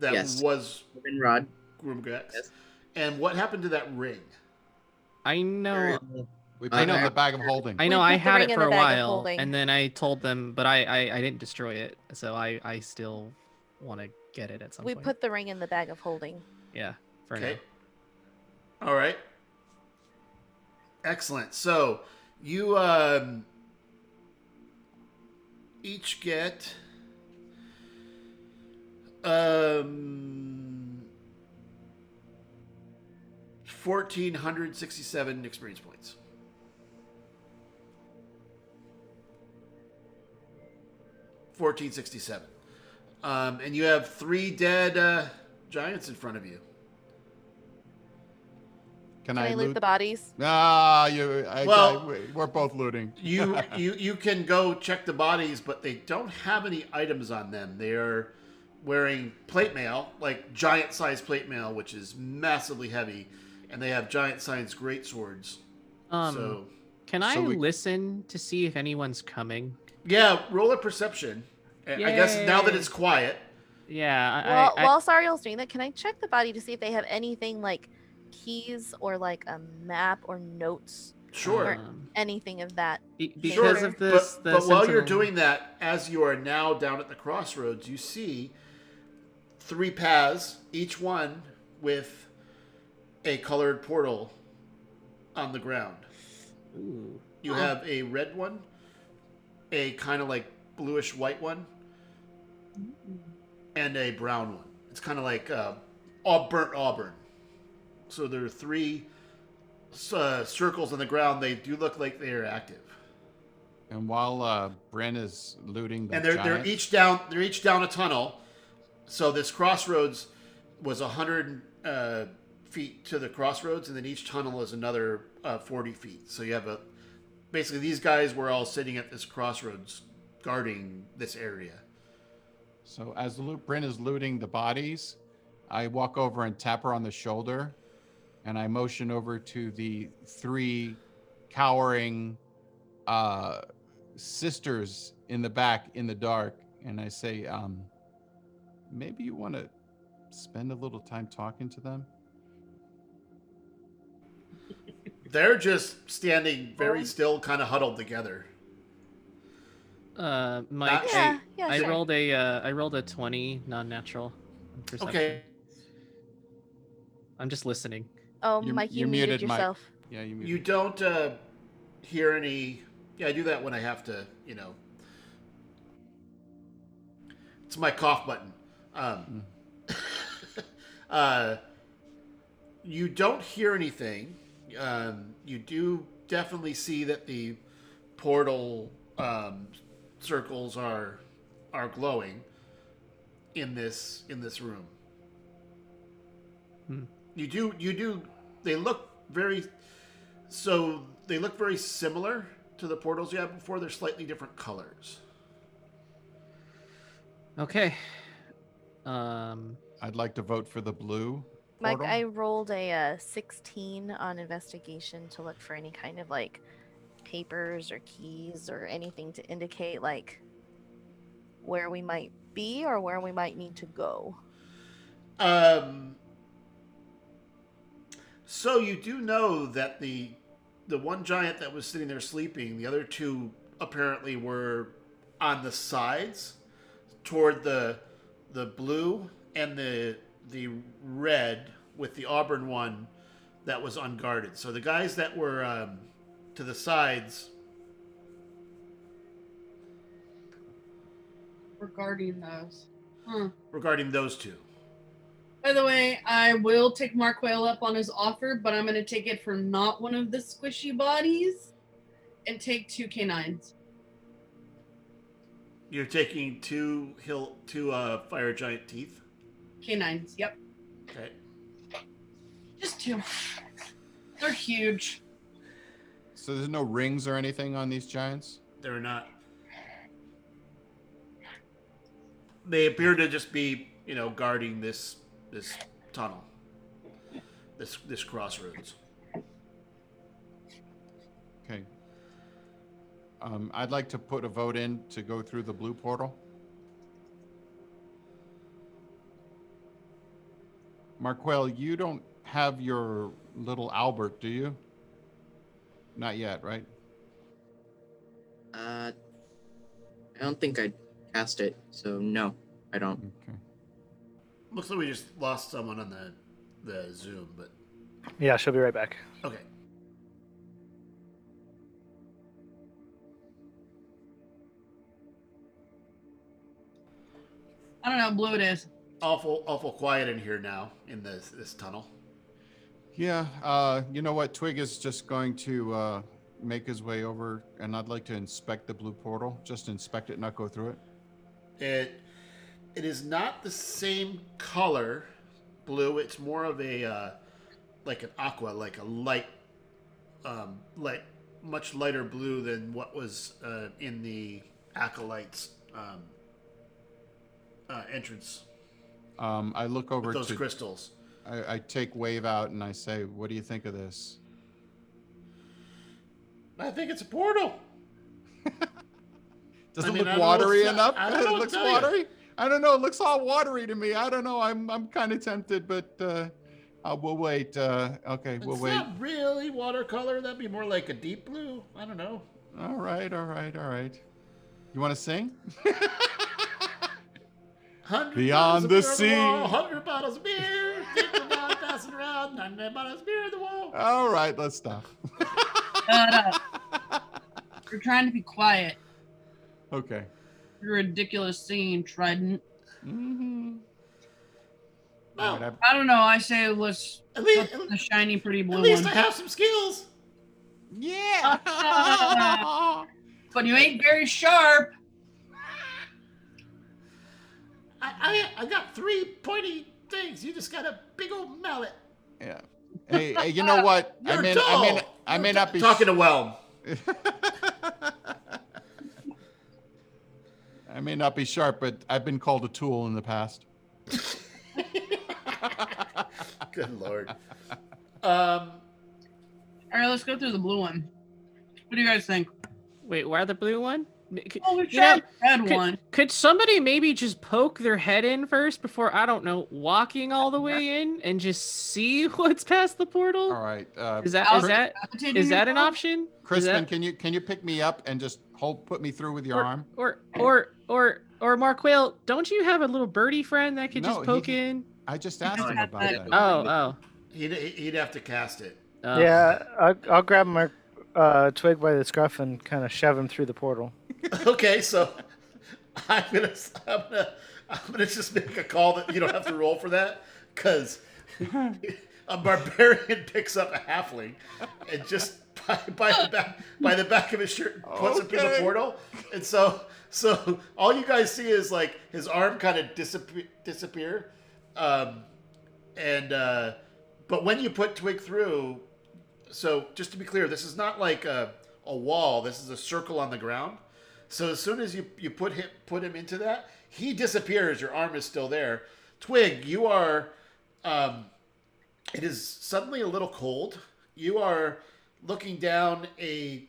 Speaker 1: That
Speaker 2: Yes.
Speaker 1: was
Speaker 2: Urban Rod.
Speaker 1: Groom Grex.
Speaker 2: Yes.
Speaker 1: And what happened to that ring?
Speaker 3: I know.
Speaker 6: We
Speaker 2: I-
Speaker 6: picked
Speaker 2: I-
Speaker 6: up the bag of holding.
Speaker 3: I know.
Speaker 4: We
Speaker 3: I
Speaker 4: put the
Speaker 3: had
Speaker 4: ring
Speaker 3: it
Speaker 4: in
Speaker 3: for
Speaker 4: the
Speaker 3: a
Speaker 4: bag of
Speaker 3: while,
Speaker 4: holding.
Speaker 3: and then I told them, but I I, I didn't destroy it, so I I still want to get it at some
Speaker 4: We
Speaker 3: point.
Speaker 4: put the ring in the bag of holding.
Speaker 3: yeah. For now.
Speaker 1: Okay. All right. Excellent. So you um, each get um, 1,467 experience points. Fourteen sixty-seven, um, and you have three dead uh, giants in front of you.
Speaker 6: Can,
Speaker 4: Can
Speaker 6: I,
Speaker 4: I loot the bodies?
Speaker 6: Ah, you. I,
Speaker 1: Well-
Speaker 6: I- we're both looting.
Speaker 1: you you you can go check the bodies, but they don't have any items on them. They are wearing plate mail, like giant sized plate mail, which is massively heavy, and they have giant sized great swords.
Speaker 3: Um,
Speaker 1: so
Speaker 3: can
Speaker 6: so
Speaker 3: I
Speaker 6: we-
Speaker 3: listen to see if anyone's coming?
Speaker 1: yeah, roll a perception. I I guess now that
Speaker 3: Yay.
Speaker 1: it's quiet,
Speaker 3: Yeah. I,
Speaker 4: While,
Speaker 3: I,
Speaker 4: while Sariel's doing that, can I check the body to see if they have anything like keys or like a map or notes,
Speaker 1: sure.
Speaker 3: um,
Speaker 4: anything of that?
Speaker 3: Be- because
Speaker 1: Sure,
Speaker 3: of this,
Speaker 1: but,
Speaker 3: the
Speaker 1: but while you're
Speaker 3: Sentinel-
Speaker 1: doing that, as you are now down at the crossroads, you see three paths, each one with a colored portal on the ground.
Speaker 3: Ooh.
Speaker 1: You have a red one, a kind of like bluish white one, and a brown one. It's kind of like uh, all burnt auburn. So there are three uh, circles on the ground. They do look like they are active,
Speaker 6: And while uh, Bryn is looting the
Speaker 1: and they're they're
Speaker 6: giant-
Speaker 1: each down they're each down a tunnel. So this crossroads was hundred uh, feet to the crossroads, and then each tunnel is another uh, forty feet. So you have a basically these guys were all sitting at this crossroads guarding this area.
Speaker 6: So as Lu- Bryn is looting the bodies, I walk over and tap her on the shoulder and I motion over to the three cowering uh, sisters in the back in the dark, and I say, um, maybe you want to spend a little time talking to them.
Speaker 1: They're just standing very still, kind of huddled together.
Speaker 3: Uh, Mike,
Speaker 1: Not-
Speaker 4: Yeah,
Speaker 1: Hey,
Speaker 4: yeah,
Speaker 3: I
Speaker 4: sure.
Speaker 3: rolled a uh, I rolled a twenty non-natural. in perception.
Speaker 1: Okay.
Speaker 3: I'm just listening.
Speaker 4: Oh,
Speaker 6: You're-
Speaker 4: Mike, you
Speaker 6: you're
Speaker 4: muted,
Speaker 6: muted, Mike.
Speaker 4: yourself.
Speaker 6: Yeah, you.
Speaker 1: You don't uh, hear any. Yeah, I do that when I have to, you know. It's my cough button. Um, uh, you don't hear anything. Um, you do definitely see that the portal um, circles are are glowing in this in this room.
Speaker 3: Hmm.
Speaker 1: You do you do. They look very so they look very similar to the portals you had before. They're slightly different colors.
Speaker 3: Okay. Um,
Speaker 6: I'd like to vote for the blue.
Speaker 4: Mike,
Speaker 6: portal.
Speaker 4: I rolled a uh, 16 on investigation to look for any kind of like papers or keys or anything to indicate like where we might be or where we might need to go.
Speaker 1: Um, so you do know that the the one giant that was sitting there sleeping, the other two apparently were on the sides toward the the blue and the the red with the auburn one that was unguarded. So the guys that were um, to the sides
Speaker 5: regarding those. Huh.
Speaker 1: regarding those two.
Speaker 5: By the way, I will take Mark Whale up on his offer, but I'm going to take it for not one of the squishy bodies and take two canines.
Speaker 1: You're taking two hill two uh, fire giant teeth.
Speaker 5: Canines, yep.
Speaker 1: Okay.
Speaker 5: Just two. They're huge.
Speaker 6: So there's no rings or anything on these giants.
Speaker 1: They're not. They appear to just be, you know, guarding this this tunnel, this this crossroads.
Speaker 6: Okay. Um, I'd like to put a vote in to go through the blue portal. Marquel, you don't have your little Albert, do you? Not yet, right?
Speaker 2: Uh, I don't think I cast it, so no, I don't.
Speaker 6: Okay.
Speaker 1: Looks like we just lost someone on the the Zoom, but
Speaker 7: Yeah, she'll be right back.
Speaker 1: okay.
Speaker 5: I don't know how blue it is.
Speaker 1: Awful awful quiet in here now in this this tunnel.
Speaker 6: Yeah, uh, you know what? Twig is just going to uh, make his way over, and I'd like to inspect the blue portal. Just inspect it, not go through it.
Speaker 1: It it is not the same color blue. It's more of a uh, like an aqua, like a light, um, light, much lighter blue than what was uh, in the acolytes um, uh, entrance
Speaker 6: Um, I look over
Speaker 1: with those
Speaker 6: to
Speaker 1: crystals.
Speaker 6: I, I take Wave out and I say, "What do you think of this?"
Speaker 1: I think it's a portal.
Speaker 6: Does
Speaker 1: I
Speaker 6: it
Speaker 1: mean, I don't
Speaker 6: look
Speaker 1: know what's
Speaker 6: watery
Speaker 1: not-
Speaker 6: enough?
Speaker 1: I don't know
Speaker 6: it
Speaker 1: what
Speaker 6: looks
Speaker 1: to tell you.
Speaker 6: watery. I don't know. It looks all watery to me. I don't know. I'm I'm kind of tempted, but uh, uh, we'll wait. Uh, okay, we'll
Speaker 1: it's
Speaker 6: wait.
Speaker 1: not really watercolor. That'd be more like a deep blue. I don't know.
Speaker 6: All right, all right, all right. You want to sing?
Speaker 1: Hundred
Speaker 6: Beyond
Speaker 1: bottles
Speaker 6: the
Speaker 1: of beer on
Speaker 6: sea.
Speaker 1: Hundred bottles of beer. People now passing around. Hundred bottles of beer on the wall.
Speaker 6: All right, let's stop.
Speaker 5: Shut up. You're trying to be quiet.
Speaker 6: Okay.
Speaker 5: Your ridiculous singing trident.
Speaker 6: Mm-hmm.
Speaker 1: Well,
Speaker 5: I don't know. I say let's
Speaker 1: At
Speaker 5: go
Speaker 1: least,
Speaker 5: for the shiny, pretty
Speaker 1: at
Speaker 5: blue
Speaker 1: least
Speaker 5: one.
Speaker 1: I have some skills.
Speaker 6: yeah.
Speaker 5: but you ain't very sharp.
Speaker 1: I, I, I got three pointy things. You just got a big old mallet.
Speaker 6: yeah. Hey, hey, you know what?
Speaker 1: You're
Speaker 6: I mean,
Speaker 1: dull.
Speaker 6: I mean, I
Speaker 1: You're
Speaker 6: may
Speaker 1: t-
Speaker 6: not be
Speaker 1: talking to Whelm.
Speaker 6: I may not be sharp, but I've been called a tool in the past.
Speaker 1: Good lord. Um,
Speaker 5: All right, let's go through the blue one. What do you guys think?
Speaker 3: Wait, why the blue one? M- c-
Speaker 5: Oh, we
Speaker 3: You know,
Speaker 5: tried the red
Speaker 3: could-
Speaker 5: one.
Speaker 3: Could somebody maybe just poke their head in first before I don't know walking all the way in and just see what's past the portal?
Speaker 6: All right. Uh,
Speaker 3: Is that is
Speaker 5: Alfred-
Speaker 3: that
Speaker 5: Rotating
Speaker 3: is that an
Speaker 5: yourself?
Speaker 3: option? Is
Speaker 6: Crispin,
Speaker 3: that-
Speaker 6: can you can you pick me up and just hold put me through with your arm?
Speaker 3: or or or or Mark Whale, don't you have a little birdie friend that could
Speaker 6: No,
Speaker 3: just
Speaker 6: he
Speaker 3: poke
Speaker 6: can-
Speaker 3: in?
Speaker 6: I just
Speaker 5: You
Speaker 6: asked
Speaker 5: don't
Speaker 6: him
Speaker 5: have
Speaker 6: about
Speaker 5: that.
Speaker 6: that.
Speaker 3: Oh oh.
Speaker 1: he'd, he'd have to cast it.
Speaker 3: oh.
Speaker 7: yeah, I'll, I'll grab my uh, twig by the scruff and kind of shove him through the portal.
Speaker 1: Okay, so I'm gonna I'm gonna I'm gonna just make a call that you don't have to roll for that because a barbarian picks up a halfling and just by, by the back by the back of his shirt puts him through the
Speaker 6: Okay.
Speaker 1: portal, and so so all you guys see is like his arm kind of disappear disappear, um, and uh, but when you put Twig through, so just to be clear, this is not like a, a wall. This is a circle on the ground. So as soon as you, you put him put him into that, he disappears. Your arm is still there. Twig, you are. Um, it is suddenly a little cold. You are looking down a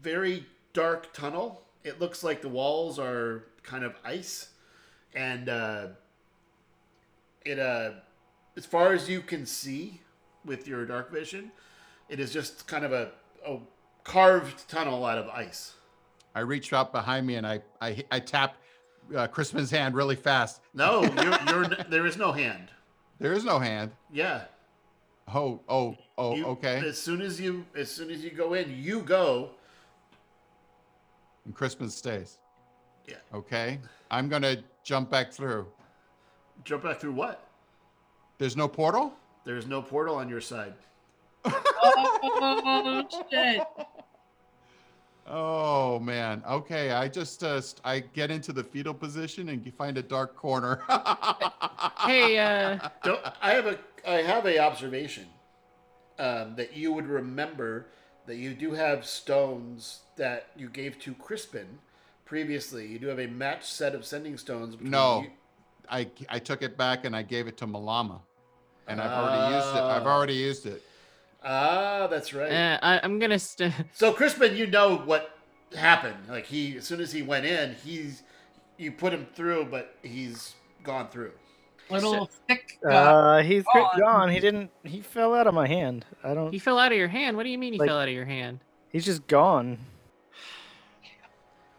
Speaker 1: very dark tunnel. It looks like the walls are kind of ice, and uh, it uh, as far as you can see with your dark vision, it is just kind of a, a carved tunnel out of ice.
Speaker 6: I reached out behind me and I I, I tap uh, Crispin's hand really fast.
Speaker 1: No, you're, you're there is no hand.
Speaker 6: There is no hand.
Speaker 1: Yeah.
Speaker 6: Oh oh oh.
Speaker 1: You-
Speaker 6: okay.
Speaker 1: As soon as you as soon as you go in, you go.
Speaker 6: And Crispin stays.
Speaker 1: Yeah.
Speaker 6: Okay. I'm gonna jump back through.
Speaker 1: Jump back through what?
Speaker 6: There's no portal.
Speaker 1: There is no portal on your side.
Speaker 5: Oh shit!
Speaker 6: Oh man. Okay. I just uh, st- I get into the fetal position and find a dark corner.
Speaker 3: Hey, uh,
Speaker 1: Don't, I have a I have a observation um, that you would remember that you do have stones that you gave to Crispin previously. You do have a matched set of sending stones. between
Speaker 6: No,
Speaker 1: you-
Speaker 6: I I took it back and I gave it to Malama, and I've already used it. I've
Speaker 1: Oh.
Speaker 6: already used it.
Speaker 1: Ah, that's right.
Speaker 3: uh, I, I'm gonna st-
Speaker 1: So Crispin, you know what happened. Like he, as soon as he went in, he's you put him through, but he's gone through.
Speaker 5: Little thick. guy.
Speaker 7: Uh, he's
Speaker 5: Go on.
Speaker 7: gone. He didn't. He fell out of my hand. I don't.
Speaker 3: he fell out of your hand. What do you mean he
Speaker 7: Like-
Speaker 3: fell out of your hand?
Speaker 7: He's just gone.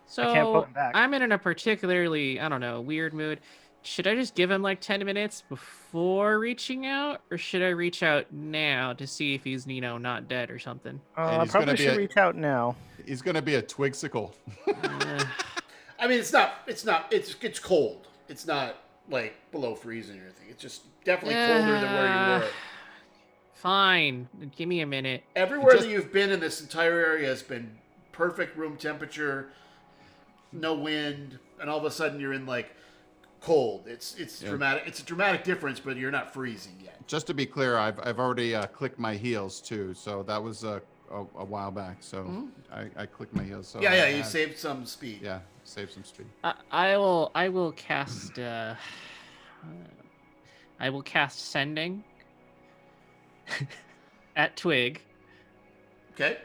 Speaker 3: So
Speaker 7: can't pull him back.
Speaker 3: I'm in a particularly, I don't know, weird mood. Should I just give him like 10 minutes before reaching out, or should I reach out now to see if he's, you know, not dead or something?
Speaker 7: Uh, I
Speaker 6: he's gonna
Speaker 7: probably
Speaker 6: be
Speaker 7: should
Speaker 6: a-
Speaker 7: reach out now.
Speaker 6: He's gonna be a twigsicle.
Speaker 3: Uh,
Speaker 1: I mean, it's not, it's not, it's it's cold. It's not like below freezing or anything. It's just definitely colder than where you
Speaker 3: Yeah.
Speaker 1: were.
Speaker 3: fine, give me a minute.
Speaker 1: Everywhere
Speaker 6: Just-
Speaker 1: that you've been in this entire area has been perfect room temperature, no wind, and all of a sudden you're in like cold. It's it's
Speaker 6: Yeah.
Speaker 1: dramatic. It's a dramatic difference, but you're not freezing yet.
Speaker 6: Just to be clear, I've I've already uh, clicked my heels too, so that was uh, a a, while back. So I, I clicked Oh my heels. So
Speaker 1: Hmm. yeah,
Speaker 6: I
Speaker 1: yeah. You
Speaker 6: had-
Speaker 1: saved some speed.
Speaker 6: Yeah, save some speed.
Speaker 3: I, I will, I will cast, uh, I will cast sending at Twig.
Speaker 1: Okay.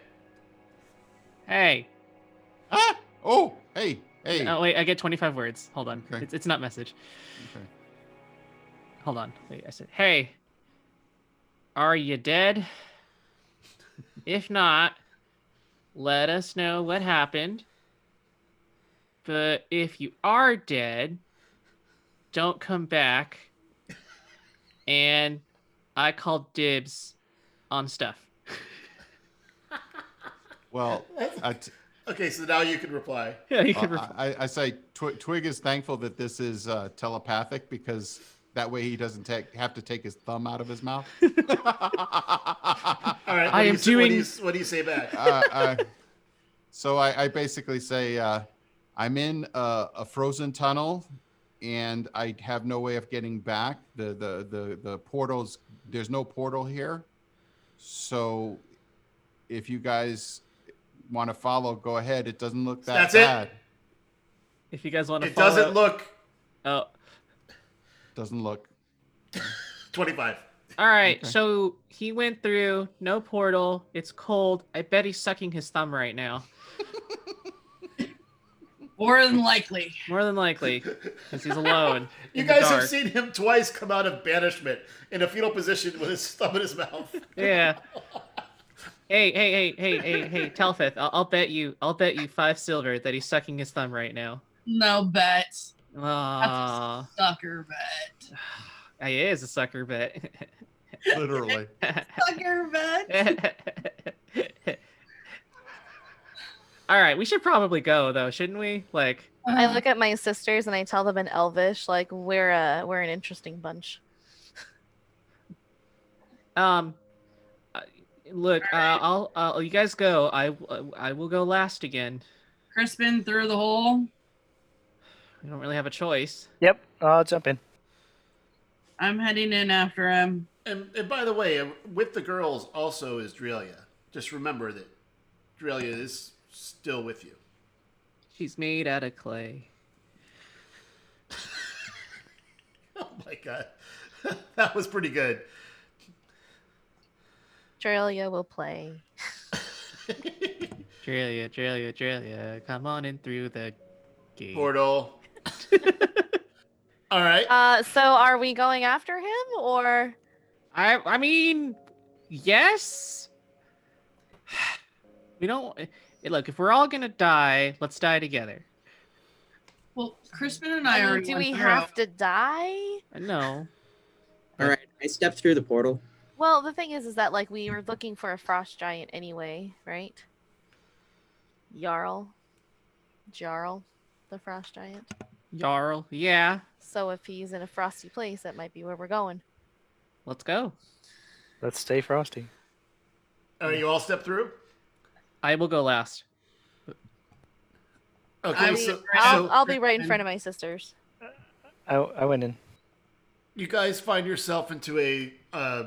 Speaker 3: Hey,
Speaker 6: Ah! Oh! Hey! Hey!
Speaker 3: oh wait, I get 25 words. Hold on,
Speaker 6: Okay.
Speaker 3: it's, it's not message.
Speaker 6: Okay.
Speaker 3: Hold on. Wait, I said, hey, are you dead? if not, let us know what happened. But if you are dead, don't come back. And I call dibs on stuff.
Speaker 6: Well, I, t-
Speaker 1: Okay. So now you can reply.
Speaker 3: Yeah, you
Speaker 6: uh,
Speaker 3: can ref-
Speaker 6: I, I say Twi- Twig is thankful that this is uh, telepathic because that way he doesn't take have to take his thumb out of his mouth. uh,
Speaker 1: All right.
Speaker 3: I
Speaker 1: what do
Speaker 3: am
Speaker 1: you say- What do
Speaker 3: doing-
Speaker 1: you, s- what do you say back?
Speaker 6: uh, so I, I basically say uh, I'm in a, a frozen tunnel and I have no way of getting back. The the the the portals there's no portal here. So if you guys want to follow, go ahead. It doesn't look that
Speaker 1: That's it?
Speaker 6: bad.
Speaker 3: if you guys want to
Speaker 1: It
Speaker 3: follow.
Speaker 1: doesn't look
Speaker 3: Oh,
Speaker 6: Doesn't look.
Speaker 1: 25.
Speaker 3: All right,
Speaker 8: Okay.
Speaker 3: so he went through, no portal. It's cold. I bet he's sucking his thumb right now.
Speaker 5: More than likely.
Speaker 3: More than likely, because he's alone.
Speaker 1: You
Speaker 3: in the
Speaker 1: guys have
Speaker 3: dark.
Speaker 1: seen him twice come out of banishment in a fetal position with his thumb in his mouth.
Speaker 3: Yeah. Hey, hey, hey, hey, hey, hey, Telfeth, I'll, I'll bet you, I'll bet you five silver that he's sucking his thumb right now.
Speaker 5: No bet.
Speaker 3: Ah,
Speaker 5: Sucker bet.
Speaker 3: he is a sucker bet.
Speaker 6: Literally.
Speaker 5: Sucker bet.
Speaker 3: All right, we should probably go though, shouldn't we? Like,
Speaker 4: I
Speaker 5: Uh-huh.
Speaker 4: look at my sisters and I tell them in Elvish, like we're a we're an interesting bunch.
Speaker 3: um, uh, look, uh, I'll, uh, you guys go. I, I will go last again.
Speaker 5: Crispin through the hole.
Speaker 3: We don't really have a choice.
Speaker 7: Yep, I'll jump in.
Speaker 5: I'm heading in after him.
Speaker 1: And, and by the way, uh, with the girls also is Drelia. Just remember that Drelia is still with you.
Speaker 3: She's made out of clay.
Speaker 1: Oh my god, that was pretty good.
Speaker 4: Australia will play.
Speaker 3: Australia, Australia, Australia, come on in through the gate.
Speaker 1: Portal. All right.
Speaker 4: Uh, so are we going after him or?
Speaker 3: I I mean, yes. We don't eh, look if we're all gonna die. Let's die together.
Speaker 5: Well, Crispin and I,
Speaker 4: I mean,
Speaker 5: already
Speaker 4: do
Speaker 5: went
Speaker 4: we
Speaker 5: through.
Speaker 4: have to die?
Speaker 3: No,
Speaker 2: All right, I stepped through the portal.
Speaker 4: Well, the thing is, is that like we were looking for a frost giant anyway, right? Jarl, Jarl, the frost giant.
Speaker 3: Jarl. Yeah,
Speaker 4: So if he's in a frosty place, that might be where we're going.
Speaker 3: let's go.
Speaker 7: Let's stay frosty.
Speaker 1: Are you all step through?
Speaker 3: I will go last.
Speaker 1: Okay.
Speaker 5: I-
Speaker 1: so,
Speaker 4: I'll,
Speaker 1: so
Speaker 4: I'll be right in front of my sisters.
Speaker 7: I, I went in.
Speaker 1: you guys find yourself into a. Uh,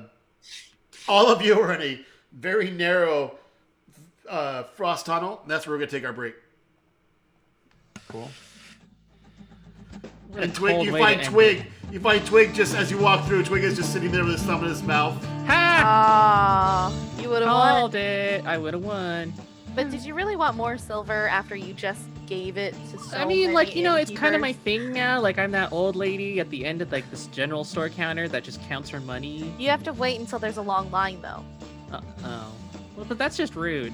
Speaker 1: all of you are in a very narrow uh, frost tunnel. That's where we're gonna take our break.
Speaker 6: Cool.
Speaker 3: What a
Speaker 1: And Twig,
Speaker 3: cold
Speaker 1: you
Speaker 3: way to
Speaker 1: find
Speaker 3: end
Speaker 1: Twig.
Speaker 3: it.
Speaker 1: You find Twig just as you walk through. Twig is just sitting there with his thumb in his mouth.
Speaker 3: Ha!
Speaker 4: Ah, you would have won.
Speaker 3: Called it. I would have won.
Speaker 4: But did you really want more silver after you just gave it to so
Speaker 3: I mean, like
Speaker 4: many
Speaker 3: you know, it's kind of my
Speaker 4: innkeepers?
Speaker 3: thing now. Like I'm that old lady at the end of like this general store counter that just counts her money.
Speaker 4: You have to wait until there's a long line, though.
Speaker 3: Uh oh. Well, but that's just rude.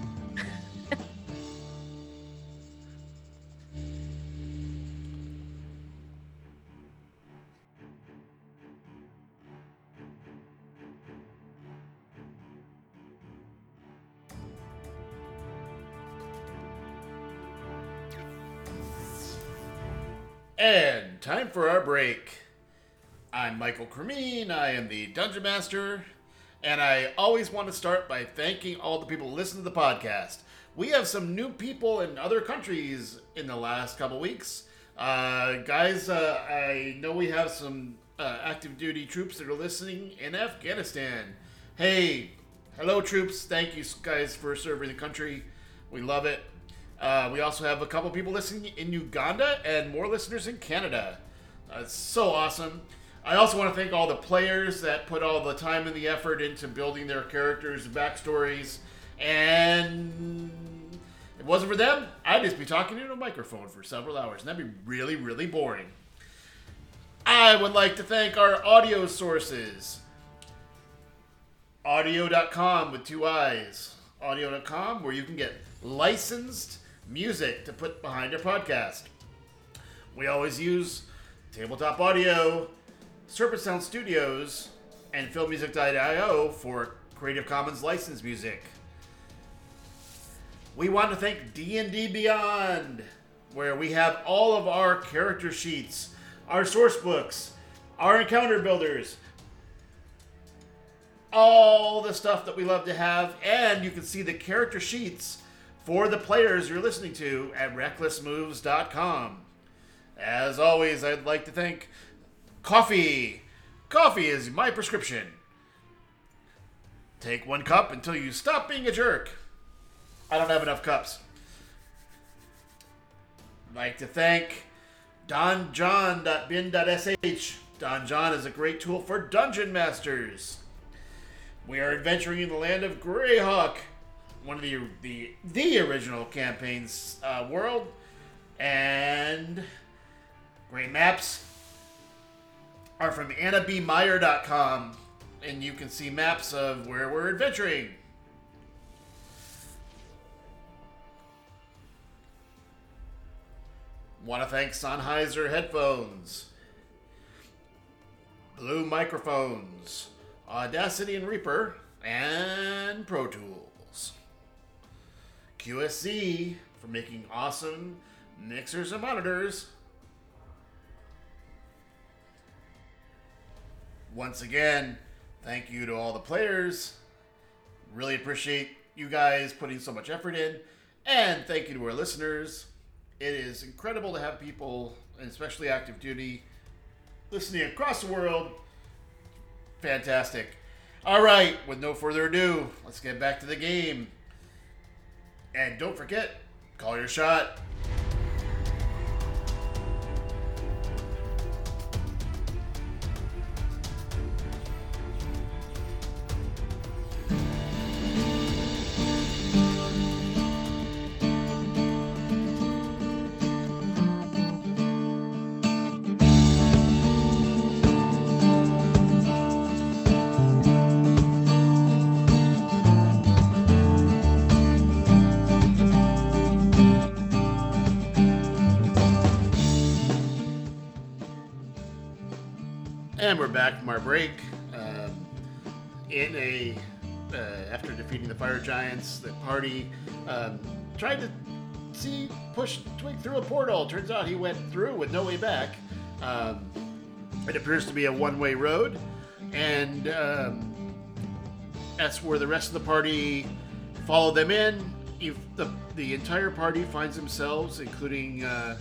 Speaker 1: And time for our break. I'm Michael Cremine. I am the Dungeon Master. And I always want to start by thanking all the people who listen to the podcast. We have some new people in other countries in the last couple weeks. Uh, guys, uh, I know we have some uh, active duty troops that are listening in Afghanistan. Hey, hello, troops. Thank you guys for serving the country. We love it. Uh, we also have a couple people listening in Uganda and more listeners in Canada. Uh, it's so awesome. I also want to thank all the players that put all the time and the effort into building their characters and backstories. And if it wasn't for them, I'd just be talking into a microphone for several hours, and that'd be really, really boring. I would like to thank our audio sources audio.com with two eyes audio.com where you can get licensed music to put behind your podcast we always use tabletop audio serpent sound studios and filmmusic.io for creative commons licensed music we want to thank d&d beyond where we have all of our character sheets our source books our encounter builders all the stuff that we love to have, and you can see the character sheets for the players you're listening to at recklessmoves.com. As always, I'd like to thank coffee. Coffee is my prescription. Take one cup until you stop being a jerk. I don't have enough cups. I'd like to thank donjon.bin.sh. Donjon is a great tool for dungeon masters. We are adventuring in the land of Greyhawk, one of the the the original campaign's uh, world, and great maps are from annabmeyer.com, and you can see maps of where we're adventuring. Want to thank Sennheiser headphones, Blue microphones, Audacity and Reaper, and Pro Tools. QSC for making awesome mixers and monitors. Once again, thank you to all the players. Really appreciate you guys putting so much effort in. And thank you to our listeners. It is incredible to have people, and especially active duty, listening across the world. Fantastic. All right, with no further ado, let's get back to the game. And don't forget, call your shot. And we're back from our break. Um, in a uh, after defeating the fire giants, the party um, tried to see push Twig through a portal. Turns out he went through with no way back. Um, it appears to be a one-way road, and um, that's where the rest of the party follow them in. If the the entire party finds themselves, including. Uh,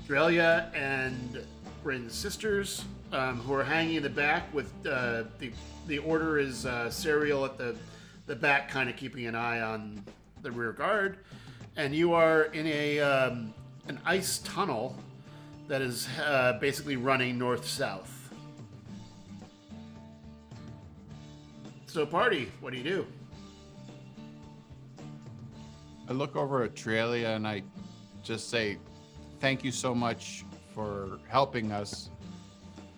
Speaker 1: Australia and Bryn's sisters, um, who are hanging in the back with uh, the the order is uh, Serial at the the back, kind of keeping an eye on the rear guard, and you are in a um, an ice tunnel that is uh, basically running north south. So, party, what do you do?
Speaker 6: I look over at Trelia and I just say, "Thank you so much for helping us.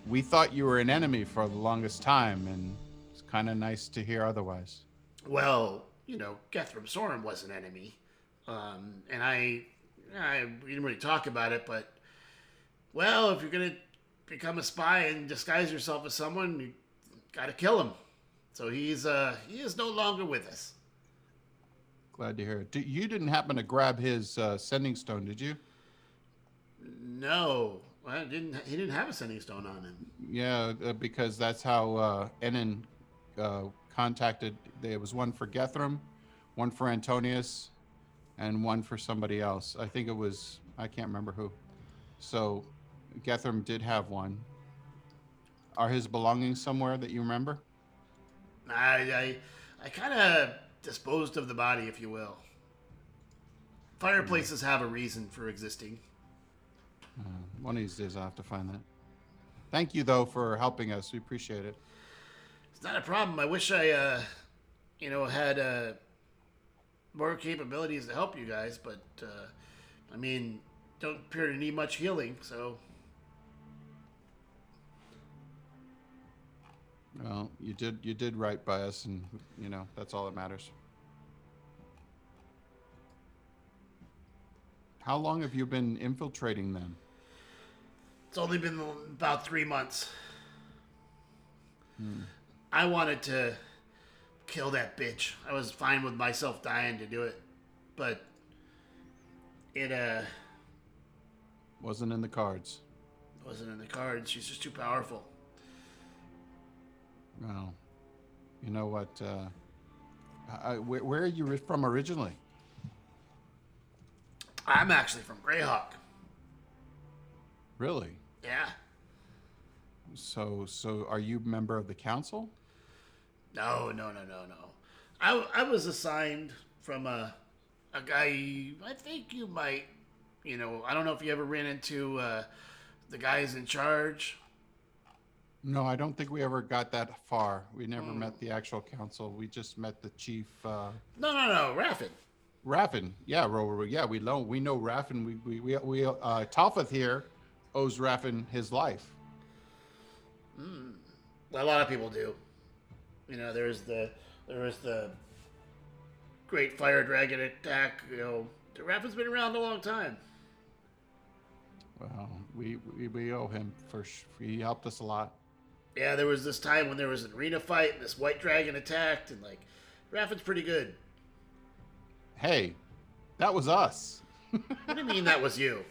Speaker 6: We thought you were an enemy for the longest time, and it's kind of nice to hear otherwise."
Speaker 1: Well, you know, Gethrum Sorum was an enemy, um, and I, I we didn't really talk about it, but well, if you're gonna become a spy and disguise yourself as someone, you gotta kill him. So he's uh, he is no longer with us.
Speaker 6: Glad to hear it. Do, you didn't happen to grab his uh, sending stone, did you?
Speaker 1: No, I didn't. He didn't have a sending stone on him.
Speaker 6: Yeah, uh, because that's how uh, Enon uh, contacted. There was one for Gethrum, one for Antonius, and one for somebody else. I think it was I can't remember who. So Gethrum did have one. Are his belongings somewhere that you remember?
Speaker 1: I, I, I kind of disposed of the body, if you will. Fireplaces have a reason for existing.
Speaker 6: Uh, one of these days I'll have to find that. Thank you though for helping us. We appreciate it.
Speaker 1: It's not a problem. I wish I, uh, you know, had uh, more capabilities to help you guys, but uh, I mean, don't appear to need much healing. So
Speaker 6: Well, you did you did right by us, and you know that's all that matters. How long have you been infiltrating them?
Speaker 1: it's only been about three months. I wanted to kill that bitch. I was fine with myself dying to do it, but it uh
Speaker 6: Wasn't in the cards.
Speaker 1: wasn't in the cards. She's just too powerful.
Speaker 6: Well, you know what? Uh, I, I- where, where are you ri- from originally?
Speaker 1: I'm actually from Greyhawk.
Speaker 6: Really?
Speaker 1: Yeah.
Speaker 6: So so are you a member of the council?
Speaker 1: No, no, no, no, no. I, I was assigned from a, a guy, I think you might, you know, I don't know if you ever ran into uh, the guys in charge.
Speaker 6: No, I don't think we ever got that far. We never
Speaker 1: Hmm.
Speaker 6: met the actual council. We just met the chief, uh,
Speaker 1: No, no, no, Raffin.
Speaker 6: Raffin. Yeah, Rover. Yeah, we know we know Raffin. We we we, we uh, Talfith here owes Raffin his life.
Speaker 1: Hmm. A lot of people do. You know, there was the there was the Great Fire Dragon attack. You know, the Raffin's been around a long time.
Speaker 6: Well, we we, we owe him for sh- he helped us a lot.
Speaker 1: Yeah, there was this time when there was an arena fight and this White Dragon attacked, and like, Raffin's pretty good.
Speaker 6: Hey, that was us.
Speaker 1: What do you mean that was you?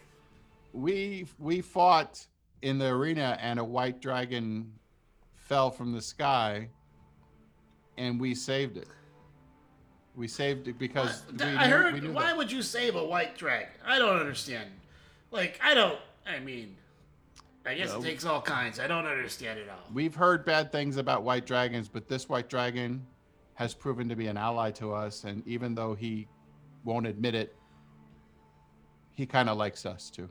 Speaker 6: we we fought in the arena and a white dragon fell from the sky and we saved it we saved it because we
Speaker 1: I
Speaker 6: knew-
Speaker 1: heard.
Speaker 6: we knew
Speaker 1: why
Speaker 6: that.
Speaker 1: would you save a White Dragon? I don't understand. Like, I don't. I mean, I guess
Speaker 6: Well-
Speaker 1: it takes all kinds. I don't understand it all.
Speaker 6: we've heard bad things about white dragons but this white dragon has proven to be an ally to us and even though he won't admit it he kind of likes us too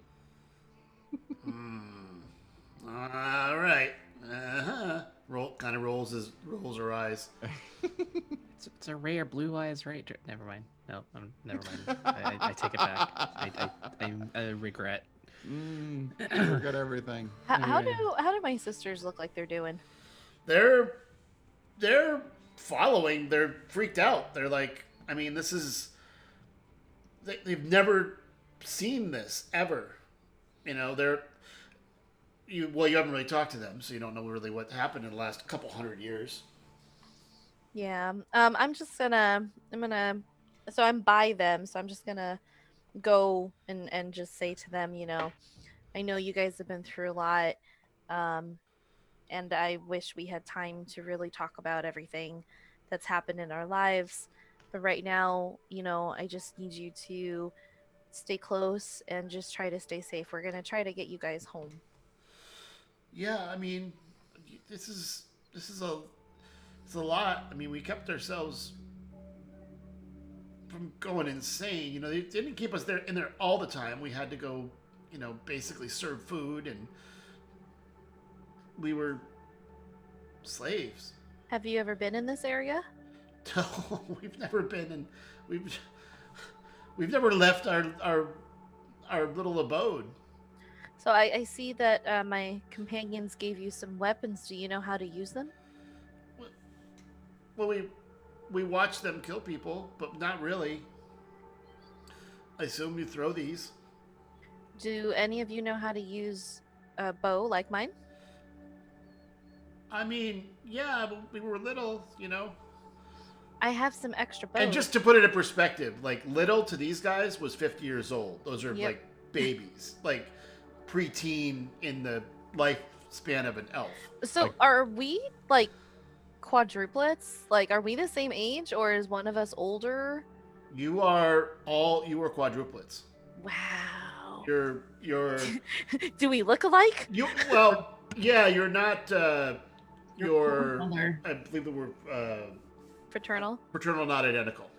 Speaker 1: Hmm. All right. Uh huh. Roll kind of rolls his rolls her eyes.
Speaker 3: It's, it's a rare blue eyes, right? dra- Never mind. No, I'm, never mind. I, I, I take it back. I, I, I, I regret.
Speaker 6: mm, we forget everything
Speaker 4: How, how
Speaker 3: Yeah.
Speaker 4: do how do my sisters look like they're doing?
Speaker 1: They're they're following. They're freaked out. They're like, I mean, this is they, they've never seen this ever. You know, they're you well, you haven't really talked to them, so you don't know really what happened in the last couple hundred years.
Speaker 4: Yeah. Um, I'm just gonna I'm gonna so I'm by them, so I'm just gonna go and and just say to them, you know, I know you guys have been through a lot, um, and I wish we had time to really talk about everything that's happened in our lives. But right now, you know, I just need you to stay close and just try to stay safe. We're gonna try to get you guys home.
Speaker 1: Yeah, I mean, this is this is a it's a lot. I mean, we kept ourselves from going insane. You know, they didn't keep us there in there all the time. We had to go, you know, basically serve food, and we were slaves.
Speaker 4: Have you ever been in this area?
Speaker 1: No, we've never been, and we've we've never left our our our little abode.
Speaker 4: So I, I see that uh, my companions gave you some weapons. Do you know how to use them?
Speaker 1: Well, we we watch them kill people, but not really. I assume you throw these.
Speaker 4: Do any of you know how to use a bow like mine?
Speaker 1: I mean, yeah, but we were little, you know.
Speaker 4: I have some extra bows.
Speaker 1: And just to put it in perspective, like little to these guys was 50 years old. Those are
Speaker 4: Yep.
Speaker 1: like babies, like preteen in the lifespan of an elf.
Speaker 4: so
Speaker 6: like-
Speaker 4: are we like quadruplets? Like, are we the same age, or is one of us older?
Speaker 1: You are all you are quadruplets.
Speaker 4: Wow.
Speaker 1: You're you're
Speaker 4: Do we look alike?
Speaker 1: you well, yeah, you're not uh you're
Speaker 5: Mother.
Speaker 1: I believe the word uh
Speaker 4: Fraternal.
Speaker 1: paternal not identical.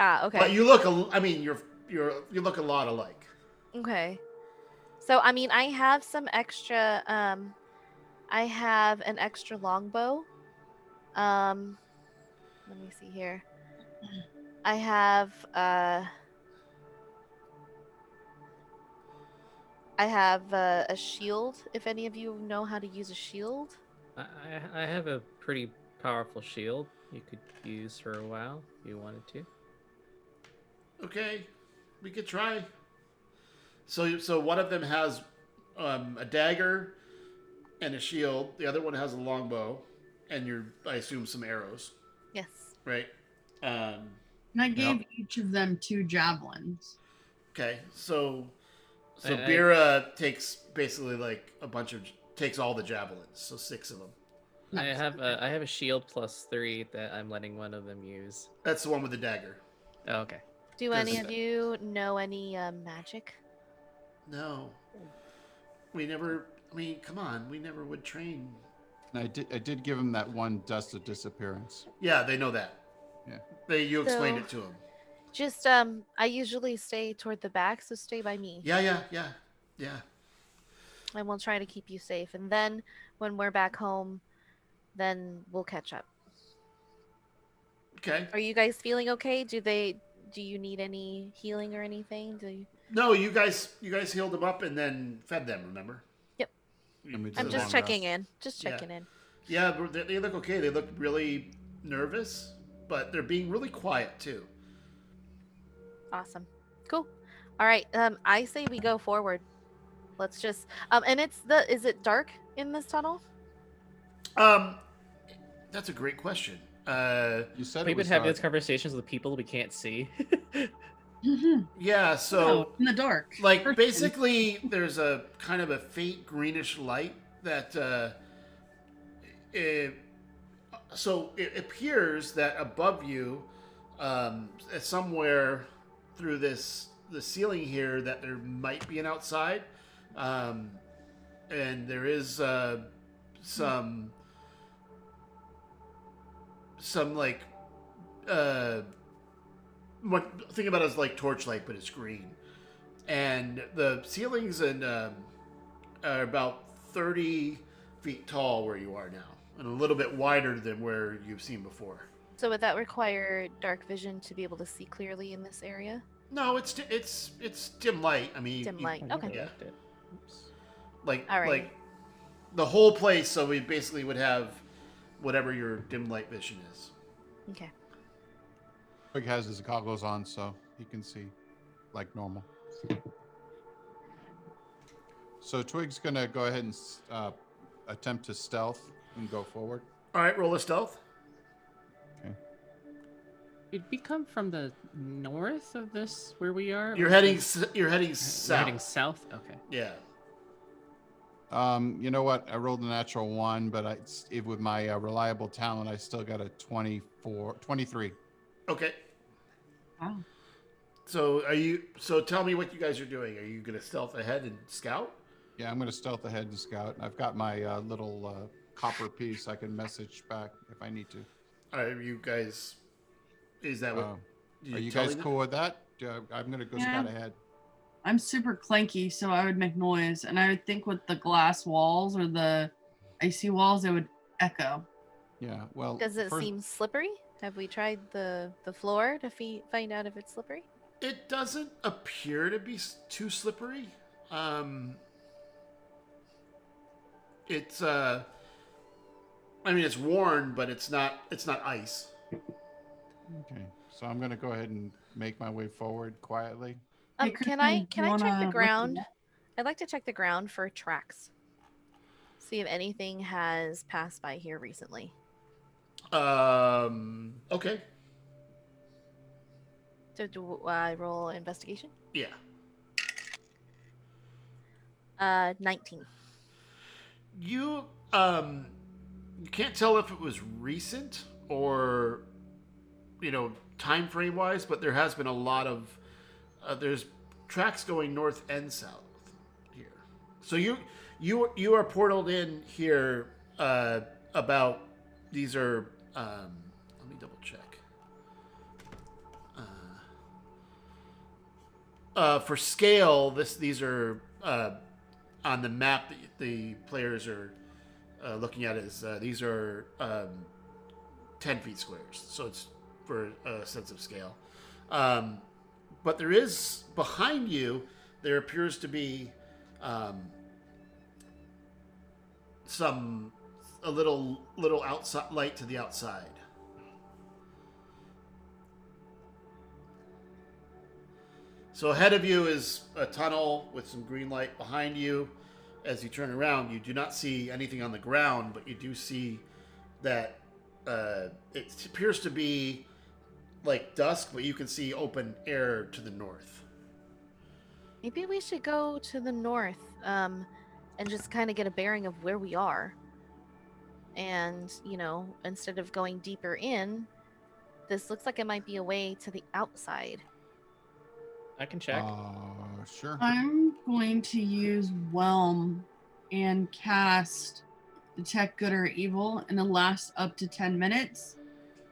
Speaker 4: Ah, okay.
Speaker 1: But you look, a- I mean, you're you're you look a lot alike.
Speaker 4: Okay. So I mean, I have some extra. Um, I have an extra longbow. Um, let me see here. I have. Uh, I have uh, a shield. If any of you know how to use a shield,
Speaker 3: I, I, I have a pretty powerful shield you could use for a while if you wanted to.
Speaker 1: Okay, we could try. So so one of them has um, a dagger and a shield. The other one has a longbow and you're I assume some arrows,
Speaker 4: yes.
Speaker 1: right? Um,
Speaker 5: And I gave each of them two javelins.
Speaker 1: okay, so so
Speaker 3: I- I-
Speaker 1: Bira takes basically like a bunch of takes all the javelins, so six of them.
Speaker 3: I
Speaker 5: Nice.
Speaker 3: have a, I have a shield plus three that I'm letting one of them use.
Speaker 1: That's the one with the dagger.
Speaker 3: Oh, okay.
Speaker 4: Do any
Speaker 1: Does-
Speaker 4: of you know any uh, magic?
Speaker 1: No, we never. I mean, come on, we never would train
Speaker 6: and i did i did give him that one dust of disappearance
Speaker 1: Yeah, they know that.
Speaker 6: Yeah.
Speaker 1: They you explained
Speaker 4: So-
Speaker 1: it to them.
Speaker 4: Just um, I usually stay toward the back, so stay by me.
Speaker 1: Yeah, yeah, yeah, yeah.
Speaker 4: and we'll try to keep you safe. And then when we're back home, then we'll catch up.
Speaker 1: Okay.
Speaker 4: Are you guys feeling okay? Do they? Do you need any healing or anything? Do you?
Speaker 1: No, you guys, you guys healed them up and then fed them. Remember?
Speaker 4: Yep.
Speaker 6: And we did
Speaker 4: I'm
Speaker 6: a
Speaker 4: just
Speaker 6: long
Speaker 4: checking
Speaker 6: rest.
Speaker 4: in. Just
Speaker 1: Yeah.
Speaker 4: checking in.
Speaker 1: Yeah, but they, they look okay. They look really nervous, but they're being really quiet too.
Speaker 4: Awesome. Cool. All right. Um, I say we go forward. Let's just. Um, and it's the. Is it dark in this tunnel?
Speaker 1: Um, that's a great question. Uh,
Speaker 6: You said
Speaker 3: We've
Speaker 6: it
Speaker 3: been
Speaker 6: was
Speaker 3: having
Speaker 6: dark.
Speaker 3: these conversations with people we can't see.
Speaker 5: Mhm.
Speaker 1: yeah. So
Speaker 5: Oh, in the dark.
Speaker 1: like
Speaker 5: Person.
Speaker 1: basically there's a kind of a faint greenish light that uh it, so it appears that above you um somewhere through this the ceiling here that there might be an outside um and there is uh some some like uh what think about it as like torchlight but it's green and the ceilings and um, are about 30 feet tall where you are now and a little bit wider than where you've seen before
Speaker 4: So would that require dark vision to be able to see clearly in this area?
Speaker 1: no it's di- it's it's dim light i mean
Speaker 4: Dim
Speaker 1: you-
Speaker 4: light. Okay.
Speaker 1: Yeah. like
Speaker 4: All right.
Speaker 1: like the whole place so we basically would have whatever your dim light vision is
Speaker 4: Okay.
Speaker 6: Twig has his goggles on, so he can see like normal. So Twig's gonna go ahead and s- uh, attempt to stealth and go forward.
Speaker 1: all right roll a stealth
Speaker 3: Did we come from the north of this where we are?
Speaker 1: you're
Speaker 3: Or-
Speaker 1: heading s- you're heading
Speaker 3: We're
Speaker 1: south
Speaker 3: heading south. Okay.
Speaker 1: yeah
Speaker 6: Um, you know what? I rolled a natural one, but I, s- it, with my uh, reliable talent, I still got a 24, 23.
Speaker 1: okay
Speaker 5: Wow.
Speaker 1: so are you so tell me what you guys are doing are you gonna stealth ahead and scout
Speaker 6: Yeah, I'm gonna stealth ahead and scout. I've got my uh, little uh, copper piece. I can message back if I need to.
Speaker 1: Are you guys? Is that what?
Speaker 6: Uh,
Speaker 1: you
Speaker 6: are you
Speaker 1: telling
Speaker 6: guys
Speaker 1: them?
Speaker 6: cool with that? Uh, I'm gonna go
Speaker 5: Yeah.
Speaker 6: scout ahead.
Speaker 5: I'm super clanky, so I would make noise, and I would think with the glass walls or the icy walls, it would echo.
Speaker 6: Yeah. Well,
Speaker 4: Does it
Speaker 6: first-
Speaker 4: seem slippery? Have we tried the the floor to fe- find out if it's slippery?
Speaker 1: It doesn't appear to be s- too slippery. Um, it's uh, I mean it's worn, but it's not it's not ice.
Speaker 6: Okay, so I'm gonna go ahead and make my way forward quietly.
Speaker 5: Hey,
Speaker 4: Um, can I
Speaker 5: Kristen,
Speaker 4: can
Speaker 5: you
Speaker 4: I
Speaker 5: wanna
Speaker 4: check the
Speaker 5: look at
Speaker 4: ground?
Speaker 5: that?
Speaker 4: I'd like to check the ground for tracks. See if anything has passed by here recently.
Speaker 1: Um, okay,
Speaker 4: So do I roll investigation?
Speaker 1: yeah.
Speaker 4: Uh, 19.
Speaker 1: You um, you can't tell if it was recent or you know time frame wise, but there has been a lot of uh, there's tracks going north and south here. So you you you are portaled in here uh, about these are um, let me double check. Uh, uh, for scale, this these are uh, on the map that the players are uh, looking at is uh, these are um, 10 feet squares. So it's for a sense of scale. Um, but there is behind you, there appears to be um, some a little little outside light to the outside. So ahead of you is a tunnel with some green light behind you. As you turn around, you do not see anything on the ground, but you do see that uh, it appears to be like dusk, but you can see open air to the north.
Speaker 4: Maybe we should go to the north um, and just kind of get a bearing of where we are. And, you know, instead of going deeper in, this looks like it might be a way to the outside.
Speaker 3: I can check.
Speaker 1: Um,
Speaker 6: Uh, sure.
Speaker 5: I'm going to use Whelm and cast Detect Good or Evil, and it lasts up to 10 minutes.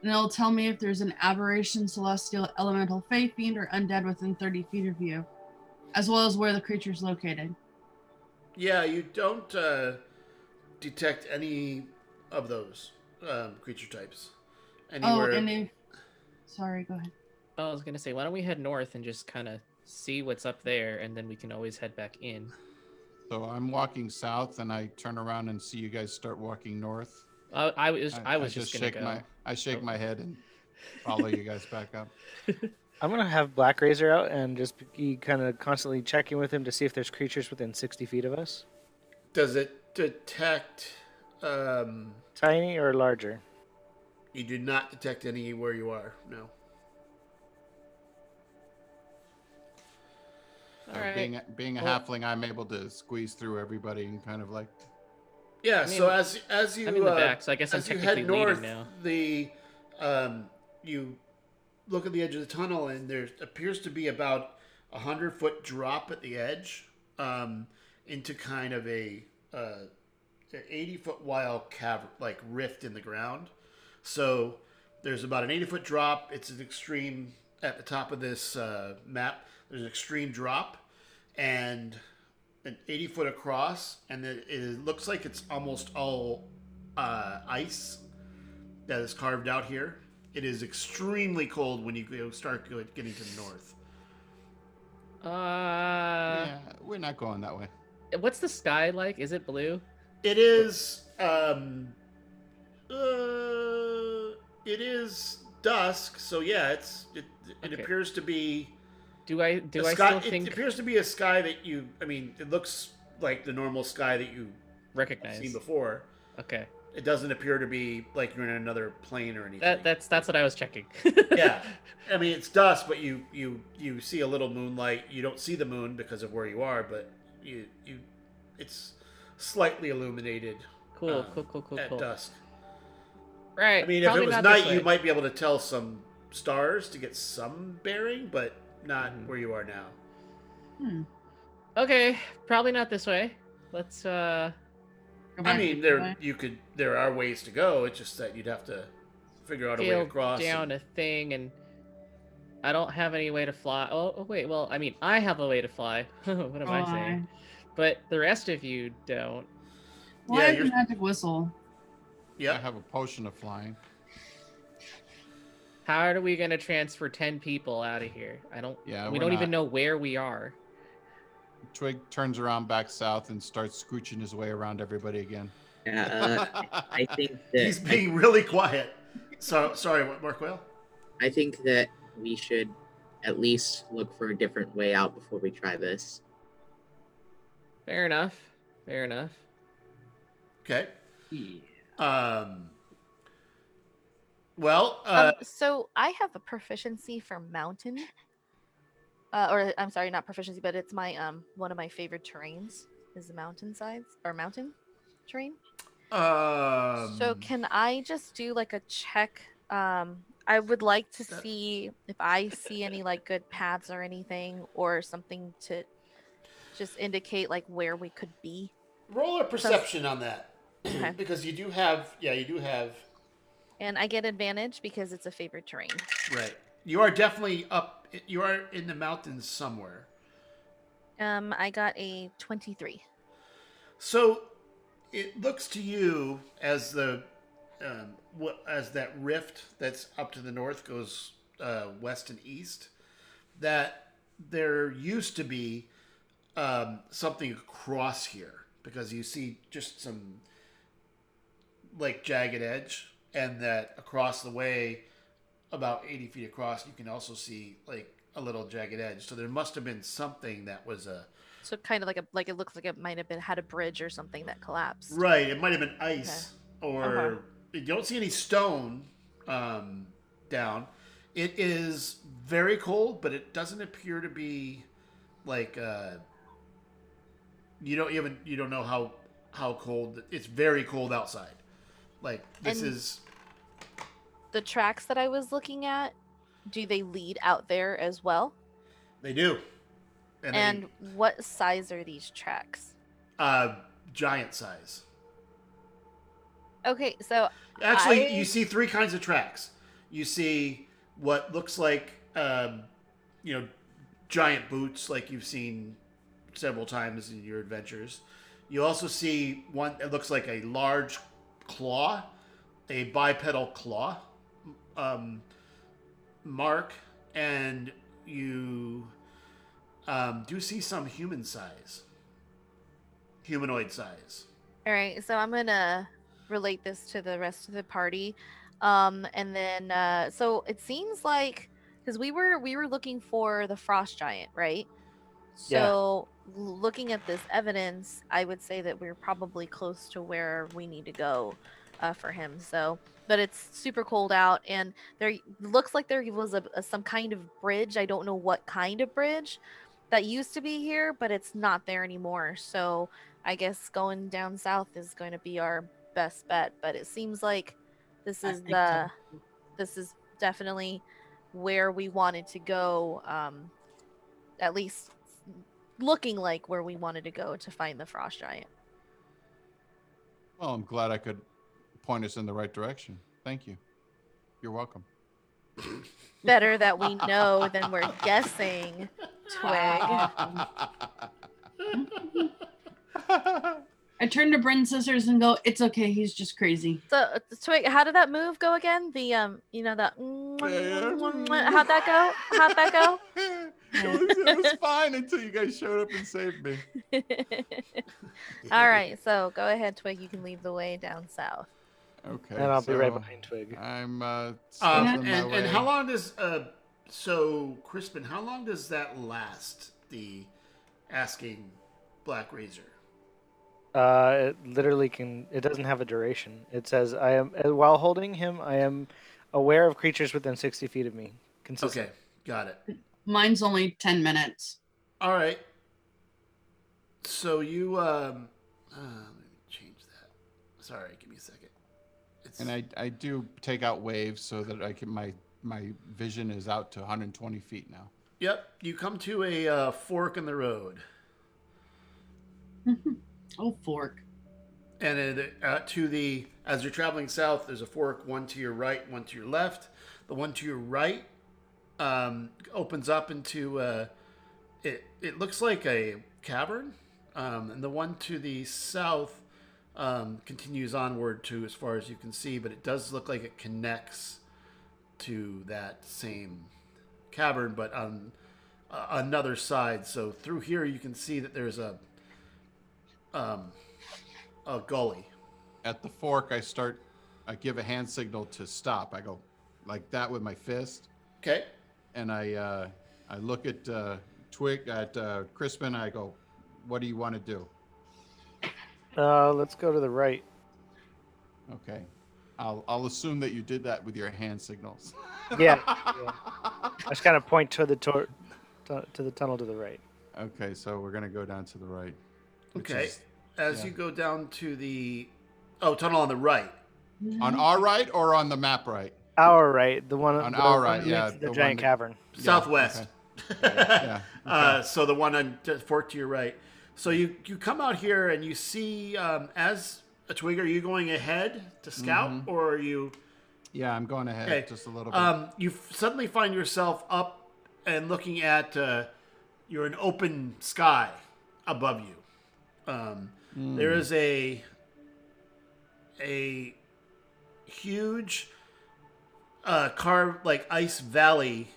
Speaker 5: And it'll tell me if there's an aberration, celestial, elemental, fey, fiend, or undead within 30 feet of you, as well as where the creature's located.
Speaker 1: Yeah, you don't uh, detect any of those um, creature types anywhere.
Speaker 5: Oh, and if sorry, go ahead.
Speaker 3: Oh, I was gonna say, why don't we head north and just kind of see what's up there, and then we can always head back in.
Speaker 6: So I'm walking south, and I turn around and see you guys start walking north.
Speaker 3: I, I was, I, was just, gonna
Speaker 6: shake
Speaker 3: go.
Speaker 6: my I shake
Speaker 3: Oh.
Speaker 6: my head and follow you guys back up.
Speaker 7: I'm gonna have Black Razor out and just be kind of constantly checking with him to see if there's creatures within 60 feet of us.
Speaker 1: Does it detect? Um,
Speaker 7: Tiny or larger?
Speaker 1: you do not detect any where you are. No.
Speaker 3: All
Speaker 6: So
Speaker 3: right.
Speaker 6: Being being a
Speaker 3: Well-
Speaker 6: halfling, I'm able to squeeze through everybody and kind of like
Speaker 1: Yeah. so
Speaker 3: mean,
Speaker 1: as as you
Speaker 3: I'm in the
Speaker 1: uh,
Speaker 3: back, so I guess I'm
Speaker 1: as you head
Speaker 3: technically
Speaker 1: north,
Speaker 3: leading now.
Speaker 1: the um, you look at the edge of the tunnel, and there appears to be about a hundred foot drop at the edge um, into kind of a uh, eighty foot wide cavern, like rift in the ground. So there's about an eighty foot drop. It's an extreme at the top of this uh, map. There's an extreme drop, and an 80 foot across, and it, it looks like it's almost all uh, ice that is carved out here. It is extremely cold when you go start go- getting to the north.
Speaker 3: Uh,
Speaker 6: yeah, we're not going that way.
Speaker 3: what's the sky like? Is it blue?
Speaker 1: It is, um, uh, it is dusk, so yeah, it's it, it
Speaker 3: Okay.
Speaker 1: appears to be
Speaker 3: Do I do
Speaker 1: a
Speaker 3: I
Speaker 1: sky,
Speaker 3: still
Speaker 1: it
Speaker 3: think
Speaker 1: appears to be a sky that you. I mean, it looks like the normal sky that you've seen
Speaker 3: recognize?
Speaker 1: before.
Speaker 3: Okay,
Speaker 1: It doesn't appear to be like you're in another plane or anything.
Speaker 3: that that's that's what I was checking.
Speaker 1: yeah i mean it's dusk but you you you see a little moonlight you don't see the moon because of where you are but you you it's slightly illuminated
Speaker 3: Cool,
Speaker 1: Um,
Speaker 3: cool, cool, cool,
Speaker 1: at
Speaker 3: Oh, cool.
Speaker 1: dusk
Speaker 3: Right.
Speaker 1: i mean if
Speaker 3: probably
Speaker 1: it was
Speaker 3: not this
Speaker 1: night you
Speaker 3: way.
Speaker 1: might be able to tell some stars to get some bearing but not
Speaker 3: Mhm.
Speaker 1: where you are now
Speaker 3: Okay, probably not this way. Let's uh
Speaker 5: Go
Speaker 1: i
Speaker 5: back
Speaker 1: mean
Speaker 5: the
Speaker 1: there
Speaker 5: way.
Speaker 1: you could there are ways to go it's just that you'd have to figure out a way
Speaker 3: scale
Speaker 1: across
Speaker 3: down
Speaker 1: and-
Speaker 3: a thing and I don't have any way to fly. Oh, oh, wait, well, I mean, I have a way to fly. what am I saying? But the rest of you don't.
Speaker 5: Why
Speaker 1: Yeah,
Speaker 5: is
Speaker 1: you're-
Speaker 5: the magic whistle?
Speaker 6: I
Speaker 3: Uh-huh.
Speaker 1: yeah
Speaker 6: have a potion of flying.
Speaker 3: How are we going to transfer 10 people out of here? I don't
Speaker 1: Uh,
Speaker 6: Yeah,
Speaker 3: we
Speaker 6: we're
Speaker 3: don't even know where we are.
Speaker 6: Twig turns around back south and starts scooching his way around everybody again.
Speaker 2: Yeah, uh, I think that
Speaker 1: he's being really quiet so sorry what mark whale
Speaker 2: I think that we should at least look for a different way out before we try this.
Speaker 3: Fair enough. Fair enough.
Speaker 1: okay Um. Well, uh,
Speaker 4: Um, so I have a proficiency for mountain. Uh, or I'm sorry, not proficiency, but it's my um one of my favorite terrains is the mountainsides or mountain terrain.
Speaker 1: um,
Speaker 4: so can I just do like a check? Um, I would like to
Speaker 1: That-
Speaker 4: see if I see any like good paths or anything or something to just indicate like where we could be.
Speaker 1: roll a perception on that
Speaker 4: Okay.
Speaker 1: because you do have, yeah, you do have.
Speaker 4: And I get advantage because it's a favorite terrain.
Speaker 1: Right, you are definitely up. You are in the mountains somewhere.
Speaker 4: Um, I got a 23.
Speaker 1: So it looks to you as the um, wh- as that rift that's up to the north goes uh, west and east that there used to be um, something across here because you see just some like jagged edge and that across the way about 80 feet across you can also see like a little jagged edge so there must have been something that was a
Speaker 4: So kind of like a like it looks like it might have been had a bridge or something that collapsed.
Speaker 1: Right. It might have been ice, or
Speaker 4: Uh-huh.
Speaker 1: you don't see any stone um, down. It is very cold, but it doesn't appear to be like uh, you don't even you don't know how how cold. It's very cold outside. Like this
Speaker 4: And-
Speaker 1: is
Speaker 4: The tracks that I was looking at, do they lead out there as well?
Speaker 1: they do, and, they-
Speaker 4: And what size are these tracks?
Speaker 1: uh, giant size.
Speaker 4: Okay, so
Speaker 1: Actually,
Speaker 4: I-
Speaker 1: you see three kinds of tracks. You see what looks like, um, you know, giant boots, like you've seen several times in your adventures. You also see one. It looks like a large claw, a bipedal claw, um, mark, and you um, do see some human size, humanoid size.
Speaker 4: All right, so I'm gonna relate this to the rest of the party, um, and then uh, so it seems like because we were we were looking for the frost giant, right?
Speaker 7: Yeah.
Speaker 4: So looking at this evidence, I would say that we're probably close to where we need to go uh, for him. So, but it's super cold out, and there looks like there was a, a some kind of bridge. I don't know what kind of bridge that used to be here, but it's not there anymore. So. I guess going down south is going to be our best bet, but it seems like this
Speaker 8: I
Speaker 4: is
Speaker 8: think
Speaker 4: the
Speaker 8: so.
Speaker 4: this is definitely where we wanted to go um at least looking like where we wanted to go to find the frost giant.
Speaker 6: Well, I'm glad I could point us in the right direction. Thank you. You're welcome.
Speaker 4: Better that we know than we're guessing. Twig.
Speaker 5: I turn to Bryn Sisters and go, "It's okay. He's just crazy."
Speaker 4: So uh, Twig, how did that move go again? The um, you know that how'd that go? How'd that go?
Speaker 6: it, was, it was fine until you guys showed up and saved me.
Speaker 4: All right, so go ahead, Twig. You can lead the way down south.
Speaker 6: Okay.
Speaker 7: and I'll be right
Speaker 6: so
Speaker 7: behind Twig.
Speaker 6: I'm uh,
Speaker 1: Um,
Speaker 6: stumbling my
Speaker 1: and, and
Speaker 6: way.
Speaker 1: how long does uh, so Crispin? How long does that last? The asking Black Razor.
Speaker 7: Uh, it literally can. It doesn't have a duration. It says, "I am uh, while holding him, I am aware of creatures within sixty feet of me." Consistent.
Speaker 1: Okay, got it.
Speaker 5: Mine's only ten minutes.
Speaker 1: All right. So you um, uh, let me change that. Sorry, give me a second. It's,
Speaker 6: And I, I do take out waves so that I can my my vision is out to 120 feet now.
Speaker 1: yep, you come to a uh, fork in the road,
Speaker 5: Oh, fork.
Speaker 1: and it, uh, to the as you're traveling south, there's a fork one to your right, one to your left. The one to your right um, opens up into uh, it. It looks like a cavern, um, and the one to the south um, continues onward to as far as you can see. But it does look like it connects to that same cavern, but on uh, another side. So through here, you can see that there's a um, a gully.
Speaker 6: At the fork, I start I give a hand signal to stop. I go like that with my fist,
Speaker 1: Okay.
Speaker 6: and I uh, I look at uh, Twig at uh, Crispin. I go, what do you want to do?
Speaker 7: Uh, let's go to the right.
Speaker 6: Okay. I'll, I'll assume that you did that with your hand signals.
Speaker 7: Yeah. yeah. I just kind of point to the tor- tu- to the tunnel to the right.
Speaker 6: Okay, so we're gonna go down to the right. which
Speaker 1: Okay.
Speaker 6: is
Speaker 1: As
Speaker 6: yeah.
Speaker 1: you go down to the oh tunnel on the right.
Speaker 6: on our right or on the map right?
Speaker 7: Our right, the one
Speaker 6: On
Speaker 7: the
Speaker 6: our
Speaker 7: one
Speaker 6: right,
Speaker 7: next
Speaker 6: yeah,
Speaker 7: to
Speaker 6: the
Speaker 7: the,
Speaker 6: one
Speaker 7: giant
Speaker 6: that-
Speaker 7: cavern.
Speaker 6: Yeah,
Speaker 1: Southwest.
Speaker 6: Yeah,
Speaker 1: Uh, so the one on t- fork to your right. So you you come out here and you see um, as a twig. Are you going ahead to scout
Speaker 6: Mhm.
Speaker 1: or are you?
Speaker 6: Yeah, I'm going ahead
Speaker 1: Okay,
Speaker 6: just a little bit.
Speaker 1: Um, you f- suddenly find yourself up and looking at uh, you're an open sky above you. Um,
Speaker 6: Hmm,
Speaker 1: There is a a huge uh, carved like ice valley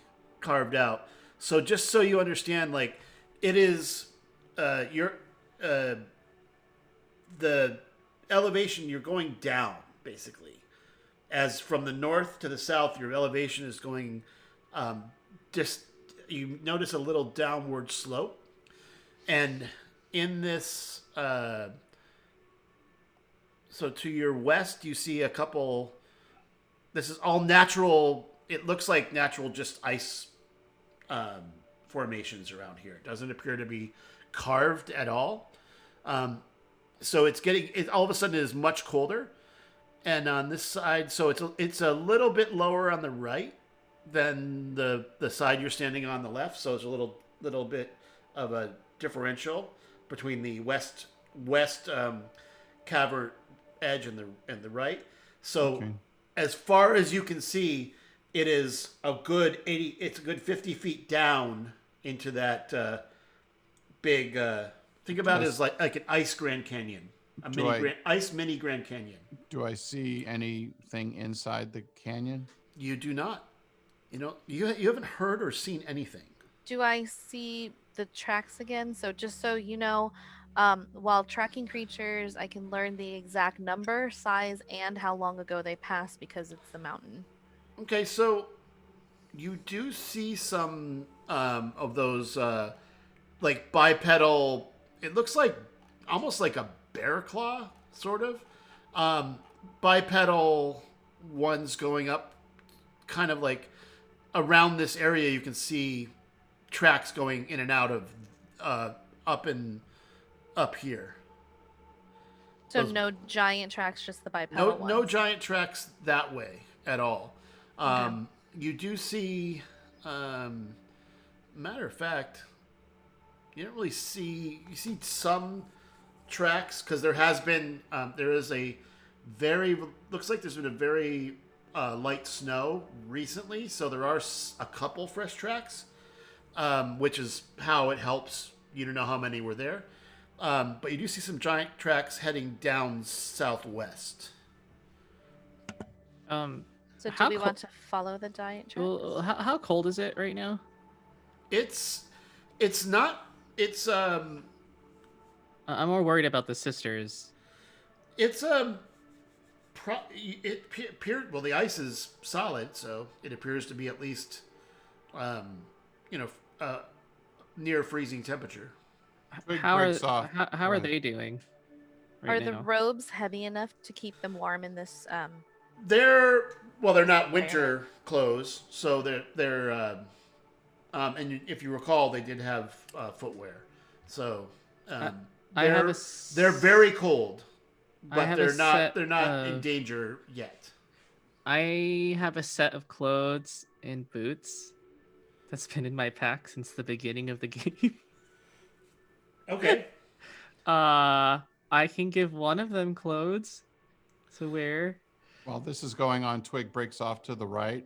Speaker 1: carved out. So just so you understand, like it is uh, your uh, the elevation you're going down basically. As from the north to the south, your elevation is going um, just you notice a little downward slope, and in this. Uh, so to your west, you see a couple. This is all natural. It looks like natural, just ice um, formations around here. It doesn't appear to be carved at all. Um, so it's getting. It all of a sudden it is much colder, and on this side, so it's a, it's a little bit lower on the right than the the side you're standing on the left. So it's a little little bit of a differential between the west west um, cavern edge and the and the right. So
Speaker 6: Okay.
Speaker 1: as far as you can see, it is a good eighty. It's a good fifty feet down into that uh, big uh, Think about it as like like an ice Grand Canyon, a mini
Speaker 6: Joy.
Speaker 1: Grand, ice mini Grand Canyon.
Speaker 6: Do I see anything inside the canyon?
Speaker 1: You do not. You know, you you haven't heard or seen anything.
Speaker 4: Do I see the tracks again? So just so you know, um, while tracking creatures, I can learn the exact number, size, and how long ago they passed because it's the mountain.
Speaker 1: Okay, so you do see some um, of those uh, like bipedal. It looks like almost like a bear claw, sort of um, bipedal ones going up, kind of like around this area. You can see tracks going in and out of uh, up and up here.
Speaker 4: So
Speaker 1: Those-
Speaker 4: no giant tracks, just the bipedal
Speaker 1: no no
Speaker 4: ones.
Speaker 1: giant tracks that way at all um you do see um matter of fact you don't really see you see some tracks because there has been um, there is a very looks like there's been a very uh, light snow recently so there are s- a couple fresh tracks um, which is how it helps you to know how many were there um, but you do see some giant tracks heading down southwest
Speaker 3: Um,
Speaker 4: So do
Speaker 3: How
Speaker 4: we
Speaker 3: co-
Speaker 4: want to follow the giant tracks?
Speaker 3: well, uh, how, how cold is it right now?
Speaker 1: It's it's not it's um
Speaker 3: I- I'm more worried about the sisters.
Speaker 1: it's um pro- it pe- appeared well the ice is solid so it appears to be at least um you know uh near freezing temperature.
Speaker 3: H-
Speaker 6: Twig
Speaker 3: How are
Speaker 6: breaks off.
Speaker 3: how, how are
Speaker 6: Right.
Speaker 3: they doing?
Speaker 4: Are
Speaker 3: Right
Speaker 4: the
Speaker 3: now?
Speaker 4: robes heavy enough to keep them warm in this? Um,
Speaker 1: They're well they're not winter clothes so they're they're um, um and if you recall they did have uh, footwear so um
Speaker 3: I have
Speaker 1: they're-
Speaker 3: a s-
Speaker 1: they're very cold
Speaker 3: I
Speaker 1: but
Speaker 3: have a
Speaker 1: they're not
Speaker 3: set
Speaker 1: they're not in
Speaker 3: of-
Speaker 1: danger yet.
Speaker 3: I have a set of clothes and boots that's been in my pack since the beginning of the game.
Speaker 1: Okay.
Speaker 3: Uh, I can give one of them clothes to wear.
Speaker 6: While this is going on, Twig breaks off to the right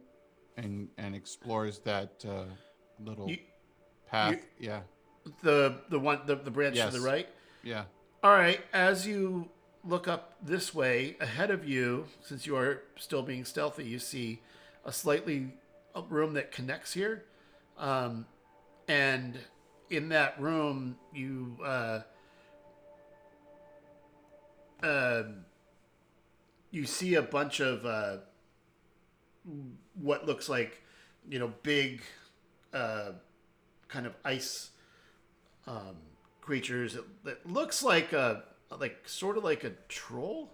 Speaker 6: and and explores that uh, little
Speaker 1: You,
Speaker 6: path. yeah,
Speaker 1: the the one the, the branch
Speaker 6: Yes.
Speaker 1: to the right
Speaker 6: yeah.
Speaker 1: all right as you look up this way ahead of you since you are still being stealthy you see a slightly a room that connects here um, and in that room you uh, um, you see a bunch of uh, what looks like you know big uh, kind of ice um, creatures. It, it looks like a like sort of like a troll.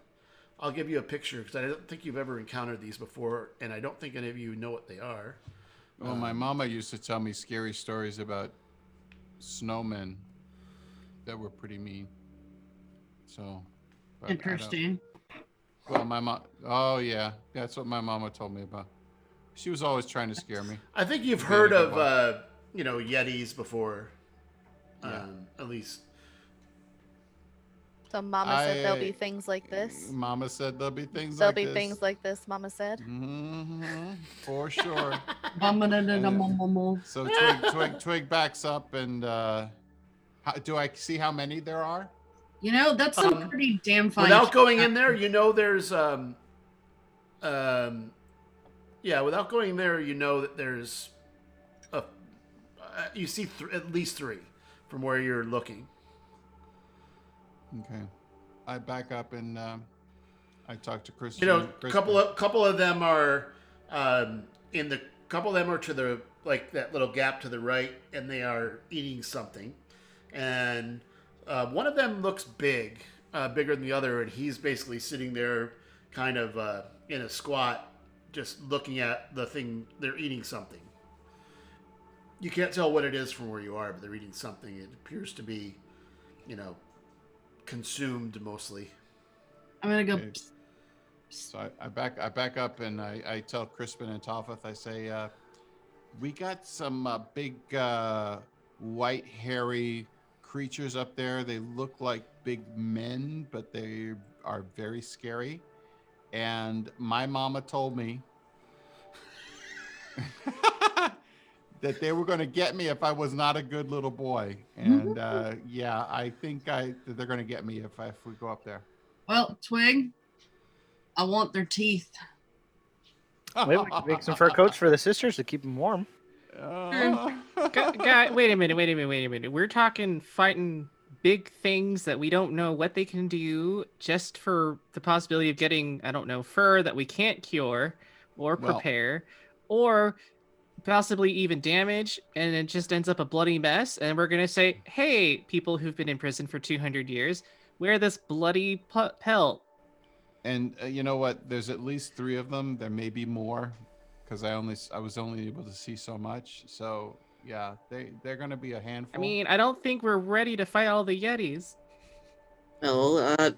Speaker 1: I'll give you a picture because I don't think you've ever encountered these before, and I don't think any of you know what they are.
Speaker 6: Well,
Speaker 1: Um,
Speaker 6: my mama used to tell me scary stories about snowmen that were pretty mean. So but I don't-
Speaker 5: Interesting.
Speaker 6: Well, my mom. Oh yeah, that's what my mama told me about. She was always trying to scare me.
Speaker 1: I think you've
Speaker 6: Yeah,
Speaker 1: heard
Speaker 6: good
Speaker 1: of
Speaker 6: one.
Speaker 1: uh, you know yetis before,
Speaker 6: Yeah.
Speaker 1: um, at least.
Speaker 4: so Mama said there'll
Speaker 6: I-
Speaker 4: be things like this.
Speaker 6: Mama said there'll be things.
Speaker 4: There'll
Speaker 6: like
Speaker 4: be
Speaker 6: this.
Speaker 4: things like this. Mama said.
Speaker 6: hmm for sure.
Speaker 5: Bum-ba-da-da-dum-bum-bum-bum.
Speaker 6: So Twig, Twig, Twig backs up, and uh, how, do I see how many there are?
Speaker 5: You know, that's some
Speaker 1: Um,
Speaker 5: pretty damn fine.
Speaker 1: Without going in there, you know there's um, um, yeah. Without going there, you know that there's a uh, you see th- at least three from where you're looking.
Speaker 6: Okay, I back up and um, I talk to Christian.
Speaker 1: you know, a
Speaker 6: Crispin.
Speaker 1: couple of couple of them are um, in the couple of them are to the like that little gap to the right, and they are eating something, and uh, one of them looks big, uh, bigger than the other, and he's basically sitting there, kind of uh, in a squat, just looking at the thing they're eating something. You can't tell what it is from where you are, but they're eating something. It appears to be, you know, consumed mostly.
Speaker 5: I'm gonna go.
Speaker 6: Okay. So I, I back I back up and I, I tell Crispin and Toffeth, I say, uh, we got some uh, big uh, white hairy creatures up there. They look like big men, but they are very scary. And my mama told me that they were going to get me if I was not a good little boy. And uh, yeah, I think I that they're going to get me if, I, if we go up there.
Speaker 5: Well, Twig, I want their teeth.
Speaker 7: Maybe we can make some fur coats for the sisters to keep them warm.
Speaker 6: Uh,
Speaker 3: Gu- guy, wait a minute, wait a minute, wait a minute. We're talking fighting big things that we don't know what they can do just for the possibility of getting, I don't know, fur that we can't cure or
Speaker 6: Well-
Speaker 3: prepare or possibly even damage and it just ends up a bloody mess and we're going to say, "Hey, people who've been in prison for 200 years, wear this bloody pu- pelt."
Speaker 6: and uh, you know what? There's at least three of them. There may be more, because I only s- I was only able to see so much. So yeah, they they're going to be a handful.
Speaker 3: I mean, I don't think we're ready to fight all the yetis.
Speaker 2: Well, uh,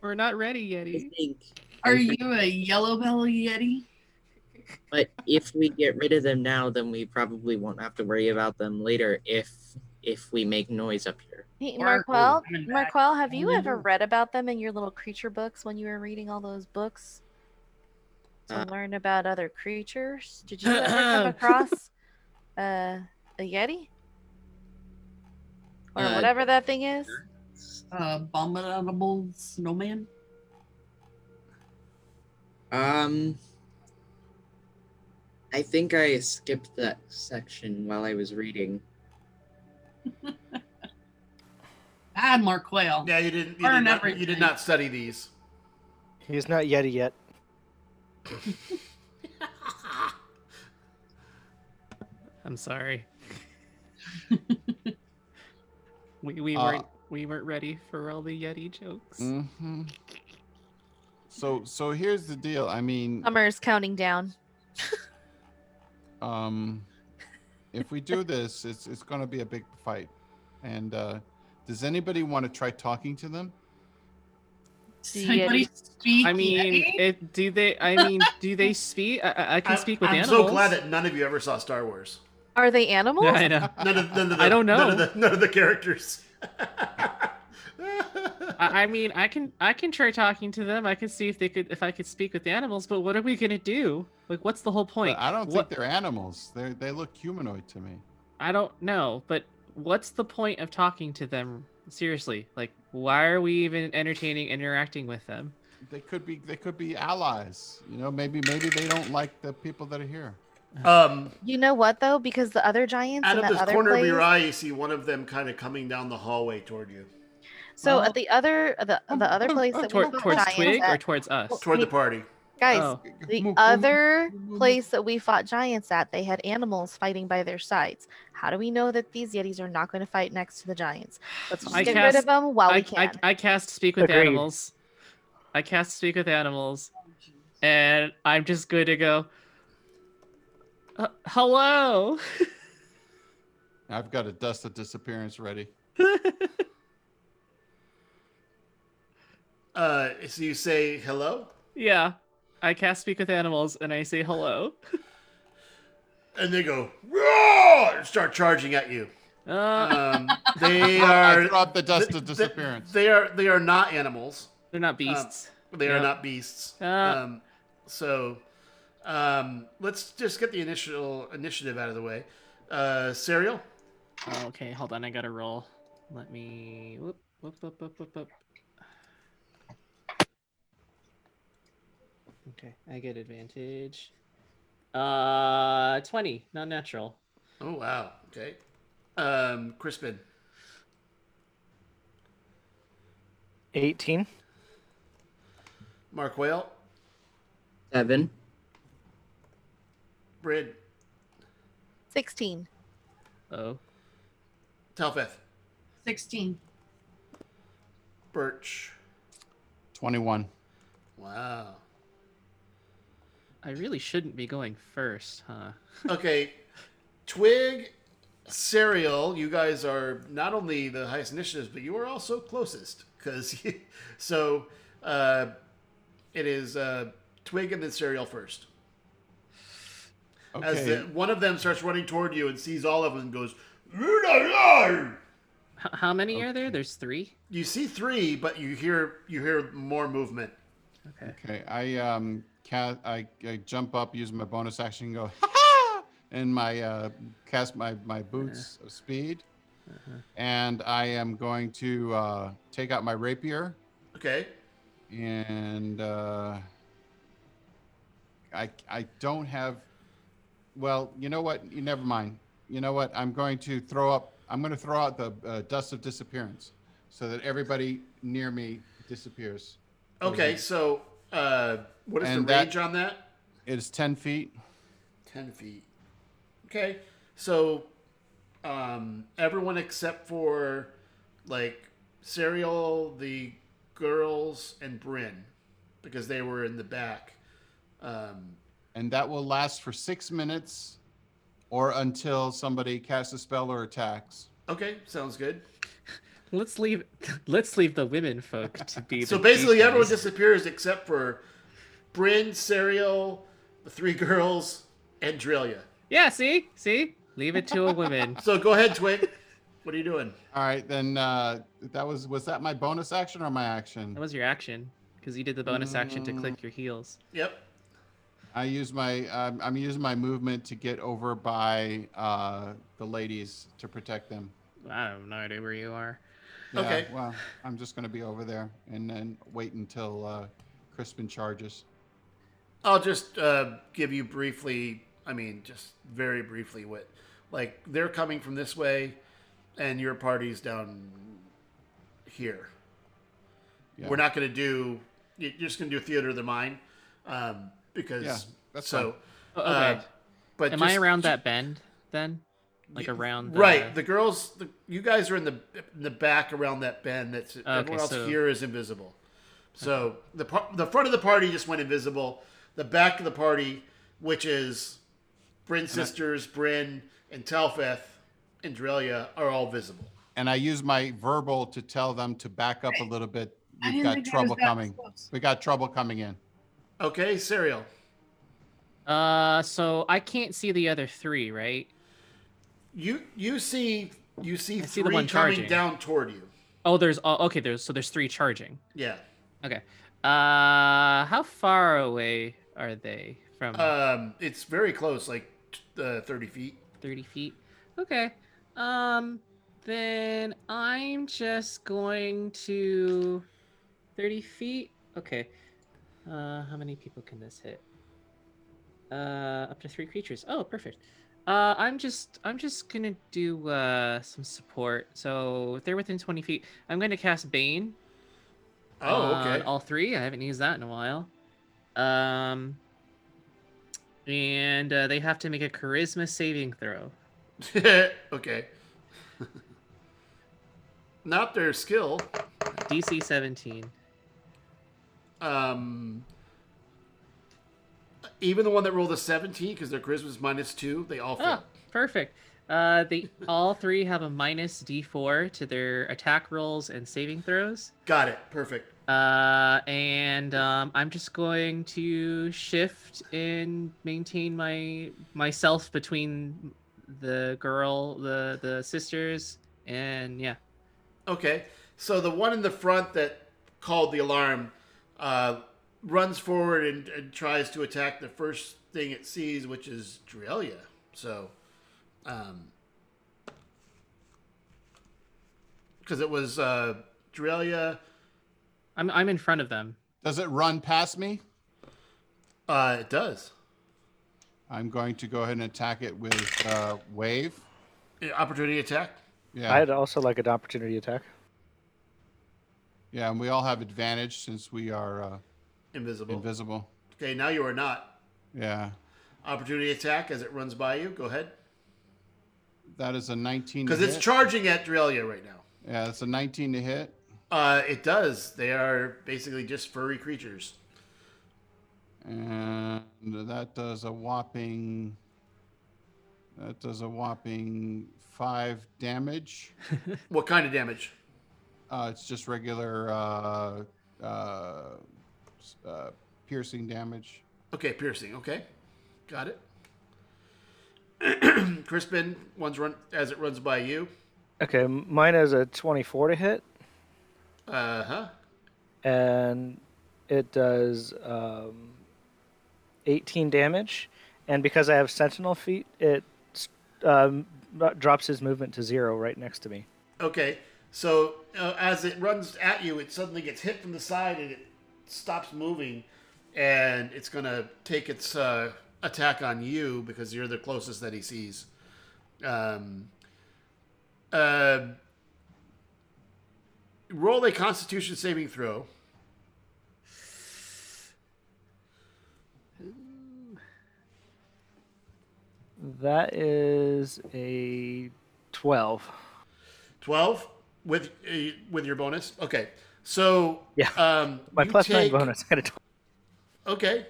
Speaker 3: We're not ready,
Speaker 2: I
Speaker 3: Yeti.
Speaker 2: think.
Speaker 5: Are you a yellow belly yeti?
Speaker 2: But if we get rid of them now, then we probably won't have to worry about them later. If if we make noise up here,
Speaker 4: Hey,
Speaker 5: Oracle
Speaker 4: Marquel,
Speaker 5: coming back.
Speaker 4: Marquel, have you
Speaker 5: Only
Speaker 4: ever
Speaker 5: you.
Speaker 4: read about them in your little creature books when you were reading all those books to
Speaker 2: Uh.
Speaker 4: learn about other creatures? Did you ever come across uh, a yeti or
Speaker 2: Uh,
Speaker 4: whatever that thing is?
Speaker 5: Abominable snowman.
Speaker 2: um, I think I skipped that section while I was reading.
Speaker 5: Bad Mark Quail.
Speaker 1: Yeah, you didn't. You
Speaker 5: Learn
Speaker 1: did not, you
Speaker 5: everything.
Speaker 1: did not study these.
Speaker 7: He's not Yeti yet.
Speaker 3: I'm sorry. we we
Speaker 6: Uh,
Speaker 3: weren't we weren't ready for all the Yeti jokes.
Speaker 6: hmm So so here's the deal. I mean,
Speaker 3: Um,
Speaker 4: Summer's counting down.
Speaker 6: um, if we do this, it's it's going to be a big fight. And uh, does anybody want to try talking to them?
Speaker 5: Does anybody speak
Speaker 3: I mean,
Speaker 5: yeti?
Speaker 3: it, do they? I mean, do they speak? I- I, I can
Speaker 1: I'm-
Speaker 3: speak with
Speaker 1: I'm
Speaker 3: animals.
Speaker 1: so glad that none of you ever saw Star Wars.
Speaker 4: Are they animals?
Speaker 3: I know.
Speaker 1: None of, none of the,
Speaker 3: I don't
Speaker 1: None of
Speaker 3: know.
Speaker 1: the, none of the characters.
Speaker 3: I, I mean, I can I can try talking to them. I can see if they could if I could speak with the animals. But what are we gonna do? Like, what's the whole point?
Speaker 6: I don't think
Speaker 3: What-
Speaker 6: they're animals. They they look humanoid to me.
Speaker 3: I don't know. But what's the point of talking to them? Seriously, like, why are we even entertaining interacting with them?
Speaker 6: They could be they could be allies. You know, maybe maybe they don't like the people that are here.
Speaker 1: um,
Speaker 4: You know what though? Because the other giants
Speaker 1: out
Speaker 4: in
Speaker 1: of
Speaker 4: that
Speaker 1: the
Speaker 4: other
Speaker 1: corner
Speaker 4: place.
Speaker 1: of your eye, you see one of them kind of coming down the hallway toward you,
Speaker 4: so
Speaker 6: Well-
Speaker 4: at the other the
Speaker 3: Oh,
Speaker 4: the other place that we
Speaker 3: Toward,
Speaker 4: fought
Speaker 3: towards
Speaker 4: giants
Speaker 3: Twig or
Speaker 4: at,
Speaker 3: towards us?
Speaker 1: toward the
Speaker 4: Me-
Speaker 1: party.
Speaker 4: guys.
Speaker 3: Oh.
Speaker 4: The
Speaker 6: Move,
Speaker 4: other
Speaker 6: move,
Speaker 3: Mm-hmm.
Speaker 6: move.
Speaker 4: place that we fought giants at, they had animals fighting by their sides. How do we know that these yetis are not going to fight next to the giants? Let's just
Speaker 3: I
Speaker 4: get rid
Speaker 3: cast-
Speaker 4: of them while
Speaker 3: I,
Speaker 4: we
Speaker 3: I,
Speaker 4: can.
Speaker 3: I cast speak with
Speaker 7: Agreed.
Speaker 3: animals. I cast speak with animals, and I'm just going to go. "Uh, hello.
Speaker 6: I've got a dust of disappearance ready.
Speaker 1: Uh, so you say hello,
Speaker 3: yeah, I cast speak with animals, and I say hello.
Speaker 1: and they go roar and start charging at you.
Speaker 3: Uh,
Speaker 1: Um, they
Speaker 6: I
Speaker 1: are
Speaker 6: dropped the dust
Speaker 1: th-
Speaker 6: of
Speaker 1: th-
Speaker 6: disappearance.
Speaker 1: They are they are not animals.
Speaker 3: they're not beasts.
Speaker 1: They
Speaker 3: Yeah.
Speaker 1: are not beasts.
Speaker 3: Uh.
Speaker 1: um, so um, let's just get the initial initiative out of the way. Uh, Serial,
Speaker 3: Oh, okay, hold on, I gotta roll. Let me. Whoop, whoop, whoop, whoop, whoop, whoop. Okay, I get advantage. Uh, twenty, not natural.
Speaker 1: Oh wow. Okay. Um, Crispin,
Speaker 7: 18.
Speaker 1: Mark Whale,
Speaker 2: Seven.
Speaker 1: Brid,
Speaker 4: 16.
Speaker 3: Oh,
Speaker 1: Telfeth,
Speaker 5: 16.
Speaker 1: Birch.
Speaker 6: Twenty-one.
Speaker 1: Wow.
Speaker 3: I really shouldn't be going first, huh?
Speaker 1: Okay. Twig, Serial, you guys are not only the highest initiatives, but you are also closest. Because you, so uh, it is uh, Twig and then Serial first.
Speaker 6: Okay.
Speaker 1: As the, one of them starts running toward you and sees all of them and goes, "You're not alive!"
Speaker 3: H- how many are there? There's three.
Speaker 1: you see three, but you hear you hear more movement.
Speaker 3: Okay.
Speaker 6: Okay, I um, ca- I, I jump up, use my bonus action, and go, ha and my uh, cast my my boots of speed,
Speaker 4: Uh-huh.
Speaker 6: and I am going to uh, take out my rapier
Speaker 1: Okay.
Speaker 6: and uh, I I don't have. Well, you know what? You never mind. You know what? I'm going to throw up. I'm going to throw out the uh, dust of disappearance, so that everybody near me disappears.
Speaker 1: Okay, so uh, what is
Speaker 6: And
Speaker 1: the
Speaker 6: that-
Speaker 1: range on that?
Speaker 6: It is ten feet.
Speaker 1: 10 feet. Okay. So um, everyone except for like Serial, the girls, and Bryn, because they were in the back. Um,
Speaker 6: and that will last for six minutes or until somebody casts a spell or attacks.
Speaker 1: okay, sounds good.
Speaker 3: Let's leave. Let's leave the women folk to be.
Speaker 1: So
Speaker 3: the
Speaker 1: basically,
Speaker 3: deep
Speaker 1: everyone
Speaker 3: guys.
Speaker 1: disappears except for Bryn, Serial, the three girls, and Drillia.
Speaker 3: Yeah. See. See. Leave it to a woman.
Speaker 1: So go ahead, Twig. what are you doing?
Speaker 6: All right, then uh, that was was that my bonus action or my action?
Speaker 3: That was your action because you did the bonus action to
Speaker 1: Mm.
Speaker 3: click your heels.
Speaker 1: Yep.
Speaker 6: I use my um, I'm using my movement to get over by uh, the ladies to protect them.
Speaker 3: I have no idea where you are.
Speaker 1: Okay.
Speaker 6: Well, I'm just gonna be over there and then wait until uh, Crispin charges.
Speaker 1: I'll just uh, give you briefly. I mean, just very briefly. What, like they're coming from this way, and your party's down here.
Speaker 6: Yeah.
Speaker 1: We're not going to do. You're just going to do theater of the mind, um, because
Speaker 6: Yeah, that's
Speaker 1: so.
Speaker 3: Oh,
Speaker 1: uh,
Speaker 3: Okay.
Speaker 1: but
Speaker 3: Am I
Speaker 1: just-
Speaker 3: around that bend then? Like around. The,
Speaker 1: right, the girls, the, you guys are in the in the back around that bend. That's everyone else
Speaker 3: so-
Speaker 1: here is invisible. So the par- the front of the party just went invisible. The back of the party, which is Bryn sisters, Bryn and Telfeth and Drelia, are all visible.
Speaker 6: And I use my verbal to tell them to back up a little bit.
Speaker 5: I
Speaker 6: We've
Speaker 5: didn't
Speaker 6: got
Speaker 5: think I was
Speaker 6: trouble
Speaker 5: that
Speaker 6: coming.
Speaker 5: close.
Speaker 6: We got trouble coming in.
Speaker 1: Okay, Serial.
Speaker 3: Uh. So I can't see the other three, right?
Speaker 1: You you see you see
Speaker 3: I
Speaker 1: three
Speaker 3: see the one
Speaker 1: coming
Speaker 3: charging.
Speaker 1: down toward you.
Speaker 3: Oh, there's. Oh, okay. There's. So there's three charging.
Speaker 1: Yeah.
Speaker 3: Okay. Uh. How far away are they from?
Speaker 1: Um, it's very close, like t- uh, thirty feet.
Speaker 3: 30 feet. Okay. Um then I'm just going to 30 feet. Okay. Uh how many people can this hit? Uh up to 3 creatures. Oh, perfect. Uh I'm just I'm just going to do uh some support. So if they're within 20 feet, I'm going to cast Bane
Speaker 1: Oh,
Speaker 3: on
Speaker 1: okay.
Speaker 3: all three. I haven't used that in a while. Um and uh, they have to make a charisma saving throw.
Speaker 1: okay. Not their skill.
Speaker 3: DC 17.
Speaker 1: Um, even the one that rolled a 17, because their charisma's minus two, they all fail.
Speaker 3: Ah, perfect. Uh, they all three have a minus D4 to their attack rolls and saving throws.
Speaker 1: Got it. Perfect.
Speaker 3: Uh, and um, I'm just going to shift and maintain my myself between the girl, the the sisters, and yeah.
Speaker 1: Okay. So the one in the front that called the alarm uh, runs forward and, and tries to attack the first thing it sees, which is Drelia. So, um, because it was uh, Drelia.
Speaker 3: I'm I'm in front of them.
Speaker 6: Does it run past me?
Speaker 1: Uh, it does.
Speaker 6: I'm going to go ahead and attack it with uh, wave.
Speaker 1: Yeah, Opportunity attack.
Speaker 6: Yeah,
Speaker 7: I'd also like an opportunity attack.
Speaker 6: yeah, and we all have advantage since we are uh,
Speaker 1: Invisible.
Speaker 6: invisible.
Speaker 1: okay, now you are not.
Speaker 6: Yeah,
Speaker 1: Opportunity attack as it runs by you. Go ahead.
Speaker 6: that is a 19. to
Speaker 1: Because it's
Speaker 6: hit.
Speaker 1: charging at Drelia right now.
Speaker 6: yeah, it's a 19 to hit.
Speaker 1: Uh, it does. They are basically just furry creatures.
Speaker 6: And that does a whopping. That does a whopping five damage.
Speaker 1: What kind of damage?
Speaker 6: Uh, it's just regular uh, uh, s- uh, piercing damage.
Speaker 1: Okay, piercing. Okay, got it. Crispin, one's run as it runs by you.
Speaker 7: Okay, m- mine has a 24 to hit,
Speaker 1: Uh huh.
Speaker 7: and it does um, 18 damage, and because I have Sentinel feet, it um, drops his movement to zero right next to me.
Speaker 1: Okay, so uh, as it runs at you, it suddenly gets hit from the side and it stops moving, and it's gonna take its uh, attack on you because you're the closest that he sees. Um, uh, roll a Constitution saving throw.
Speaker 7: That is a twelve.
Speaker 1: 12 with uh, with your bonus okay so
Speaker 7: Yeah.
Speaker 1: um
Speaker 7: My
Speaker 1: you
Speaker 7: plus
Speaker 1: take-
Speaker 7: nine bonus. I got a 12.
Speaker 1: okay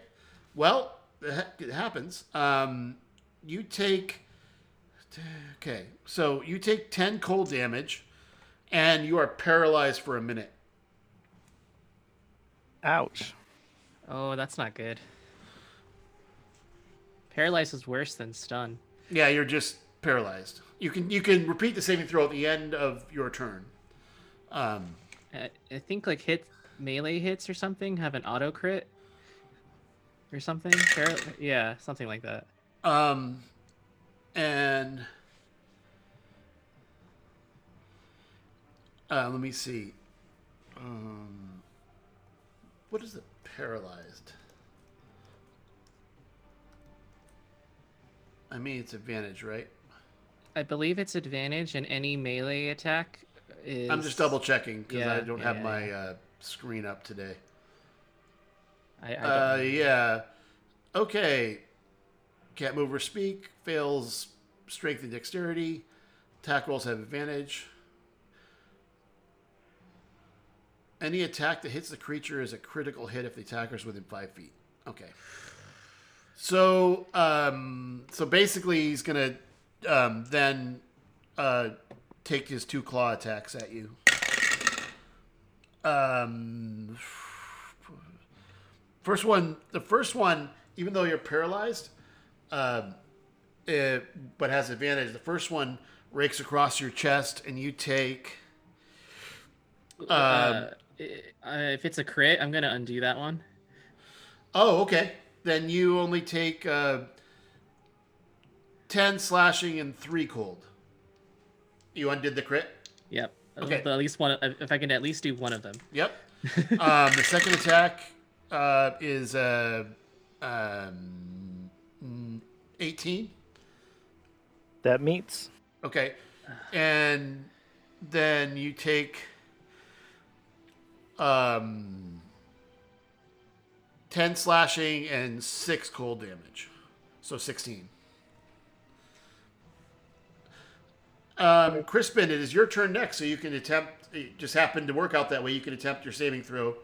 Speaker 1: well the heck- it happens um you take okay so you take 10 cold damage and you are paralyzed for a minute
Speaker 7: Ouch.
Speaker 3: Oh, that's not good. Paralyzed is worse than stun.
Speaker 1: yeah you're just paralyzed you can you can repeat the saving throw at the end of your turn um
Speaker 3: I, I think like hit melee hits or something have an auto crit or something. Paral- yeah, something like that.
Speaker 1: Um, and uh, let me see. Um, what is the paralyzed? I mean, it's advantage, right?
Speaker 3: I believe it's advantage and any melee attack is.
Speaker 1: I'm just double checking because I
Speaker 3: Yeah,
Speaker 1: don't
Speaker 3: yeah,
Speaker 1: have
Speaker 3: yeah,
Speaker 1: my uh, screen up today.
Speaker 3: I, I don't
Speaker 1: Uh,
Speaker 3: know.
Speaker 1: yeah. Okay. Can't move or speak. Fails strength and dexterity. Attack rolls have advantage. Any attack that hits the creature is a critical hit if the attacker is within five feet. Okay. So, um, so basically, he's gonna um, then uh, take his two claw attacks at you. Um, First one, the first one, even though you're paralyzed, um, it, but has advantage. The first one rakes across your chest, and you take. um,
Speaker 3: Uh, i- uh, if it's a crit, I'm gonna undo that one.
Speaker 1: Oh, okay. Then you only take uh, ten slashing and three cold. You undid the crit.
Speaker 3: Yep. I'll
Speaker 1: Okay.
Speaker 3: do At least one. If I can at least do one of them.
Speaker 1: Yep. um, the second attack uh, is uh, um, eighteen.
Speaker 7: That meets.
Speaker 1: Okay. And then you take um 10 slashing and 6 cold damage. So 16. Um, Crispin, it is your turn next, so you can attempt. It just happened to work out that way. You can attempt your saving throw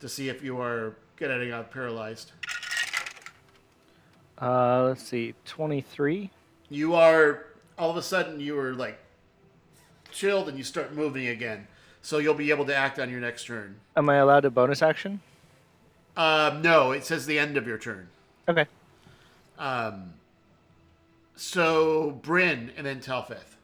Speaker 1: to see if you are getting out paralyzed.
Speaker 7: Uh, let's see, twenty-three.
Speaker 1: you are all of a sudden you are like chilled and you start moving again so you'll be able to act on your next turn
Speaker 7: Am I allowed a bonus action?
Speaker 1: um, no it says the end of your turn
Speaker 7: Okay.
Speaker 1: um, so bryn and then telfeth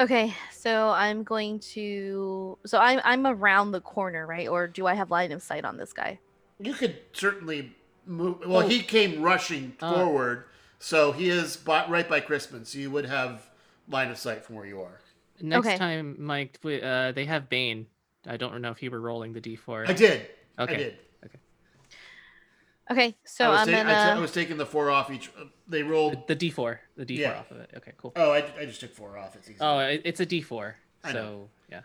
Speaker 4: Okay, so I'm going to. So I'm I'm around the corner, right? Or do I have line of sight on this guy?
Speaker 1: you could certainly move well he came rushing
Speaker 3: Oh. Uh.
Speaker 1: forward so he is by, right by crispin so you would have line of sight from where you are
Speaker 3: Next
Speaker 4: Okay.
Speaker 3: time, Mike, w- uh, they have Bane. I don't know if you were rolling the D4.
Speaker 1: i did i
Speaker 3: Okay.
Speaker 1: did
Speaker 4: Okay, so
Speaker 1: I, was
Speaker 4: I'm
Speaker 1: ta- I
Speaker 4: gonna.
Speaker 1: ta- I was taking the four off each uh, they rolled
Speaker 3: The D4. The D4
Speaker 1: Yeah.
Speaker 3: off of it. Okay, cool.
Speaker 1: oh I, I just took four off it's easy
Speaker 3: Oh, it, it's a D4.
Speaker 1: I
Speaker 3: so,
Speaker 1: know.
Speaker 3: yeah.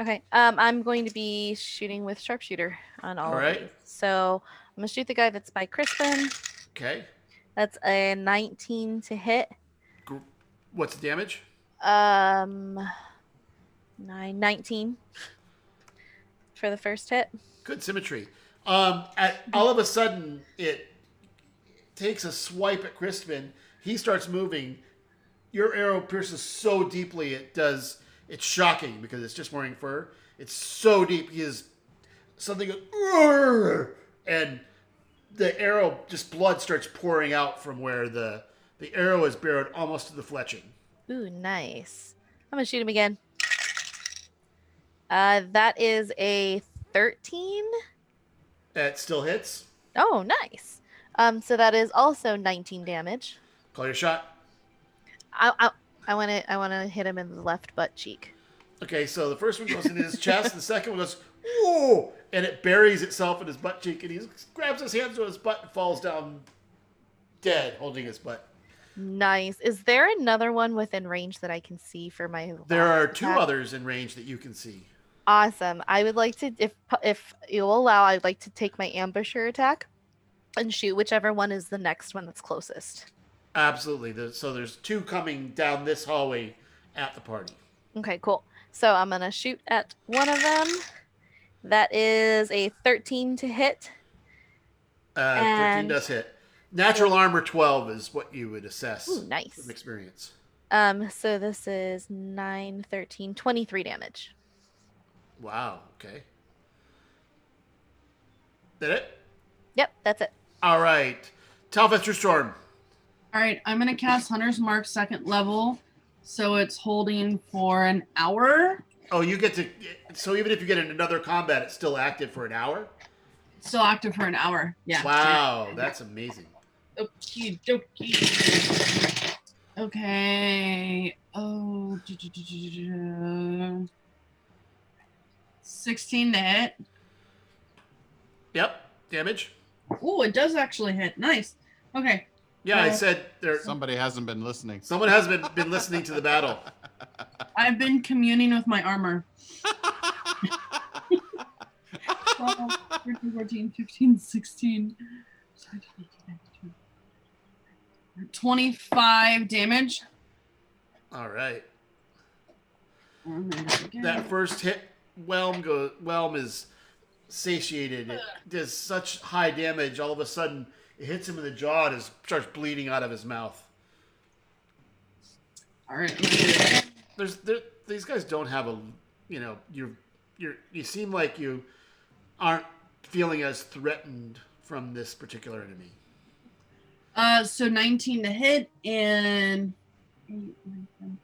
Speaker 4: Okay, um, I'm going to be shooting with sharpshooter on all.
Speaker 1: All
Speaker 4: of
Speaker 1: right.
Speaker 4: these. So I'm gonna shoot the guy that's by Crispin.
Speaker 1: okay
Speaker 4: That's a 19 to hit.
Speaker 1: Gr- what's the damage
Speaker 4: Um, nine, 19 for the first hit.
Speaker 1: Good symmetry. Um, at, all of a sudden, it takes a swipe at Crispin. He starts moving. Your arrow pierces so deeply it does. It's shocking because it's just wearing fur. It's so deep. He is something goes, "Urgh!" and the arrow just blood starts pouring out from where the the arrow is buried almost to the fletching.
Speaker 4: Ooh, nice. I'm gonna shoot him again. Uh, that is a 13.
Speaker 1: That still hits.
Speaker 4: Oh, nice. Um, so that is also 19 damage.
Speaker 1: Call your shot.
Speaker 4: I I, I want to I want to hit him in the left butt cheek.
Speaker 1: Okay, so the first one goes into his chest, the second one goes, whoa, and it buries itself in his butt cheek, and he grabs his hands to his butt and falls down dead, holding his butt.
Speaker 4: Nice. Is there another one within range that I can see for my?
Speaker 1: There
Speaker 4: last
Speaker 1: are two
Speaker 4: attack?
Speaker 1: others in range that you can see.
Speaker 4: Awesome. I would like to, if if you'll allow, I'd like to take my ambusher attack, and shoot whichever one is the next one that's closest.
Speaker 1: Absolutely. There- So there's two coming down this hallway at the party.
Speaker 4: Okay, cool. So I'm gonna shoot at one of them. That is a 13 to hit.
Speaker 1: Uh, 13
Speaker 4: And-
Speaker 1: does hit. Natural armor 12 is what you would assess
Speaker 4: Ooh,
Speaker 1: from
Speaker 4: nice.
Speaker 1: experience.
Speaker 4: Um, so this is 9, 13, 23 damage.
Speaker 1: Wow, okay. Did it?
Speaker 4: Yep, that's it.
Speaker 1: All right. Talvester Storm.
Speaker 5: All right, I'm gonna cast Hunter's Mark second level, so it's holding for an hour.
Speaker 1: Oh, you get to. So even if you get in another combat, it's still active for an hour?
Speaker 5: It's Still active for an hour. Yeah.
Speaker 1: Wow, that's amazing.
Speaker 5: Okie dokie. Okay. Oh. du- du- du- du- du- du. Sixteen to hit.
Speaker 1: Yep. Damage?
Speaker 5: Oh, it does actually hit. Nice. Okay.
Speaker 1: Yeah, I
Speaker 5: Yeah.
Speaker 1: said there.
Speaker 6: Somebody hasn't been listening.
Speaker 1: Someone has been, been listening to the battle.
Speaker 5: I've been communing with my armor. 12, 13, 14, 15, 16, 17, 18, 19, 20. 25 damage.
Speaker 1: All right.
Speaker 5: And then again.
Speaker 1: that first hit whelm go whelm is satiated it does such high damage all of a sudden it hits him in the jaw and is, starts bleeding out of his mouth
Speaker 5: All right. let me do it again.
Speaker 1: there's there, these guys don't have a you know you're you're you seem like you aren't feeling as threatened from this particular enemy
Speaker 5: Uh, so 19 to hit and eight, nine, 10,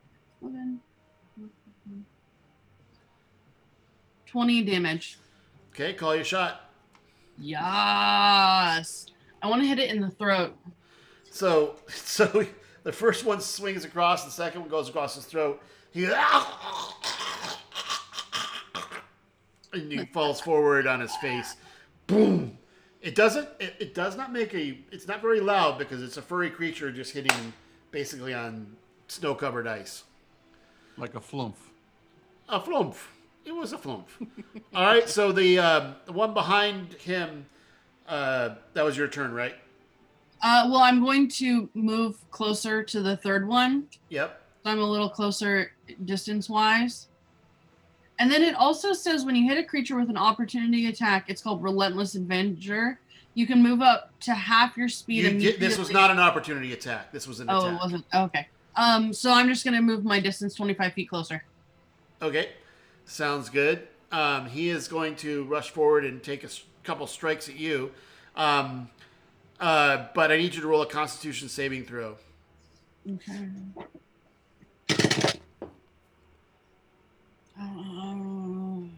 Speaker 5: 11, 20 damage.
Speaker 1: okay call your shot
Speaker 5: Yes. I want to hit it in the throat.
Speaker 1: so so the first one swings across the second one goes across his throat he and he falls forward on his face. Boom! It doesn't. It, it does not make a. It's not very loud because it's a furry creature just hitting basically on snow-covered ice.
Speaker 6: Like a floof.
Speaker 1: A flump. It was a flump. All right. So the um, the one behind him. Uh, that was your turn, right?
Speaker 5: Uh, well, I'm going to move closer to the third one.
Speaker 1: Yep.
Speaker 5: So I'm a little closer distance wise. And then it also says when you hit a creature with an opportunity attack, it's called Relentless Avenger. You can move up to half your speed.
Speaker 1: You did, this was
Speaker 5: immediately.
Speaker 1: not an opportunity attack. This was an
Speaker 5: Oh, it
Speaker 1: attack.
Speaker 5: wasn't. Okay. Um, so I'm just gonna move my distance 25 feet closer.
Speaker 1: Okay, sounds good. Um, he is going to rush forward and take a s- couple strikes at you. Um, uh, but I need you to roll a Constitution saving throw.
Speaker 5: Okay. Um,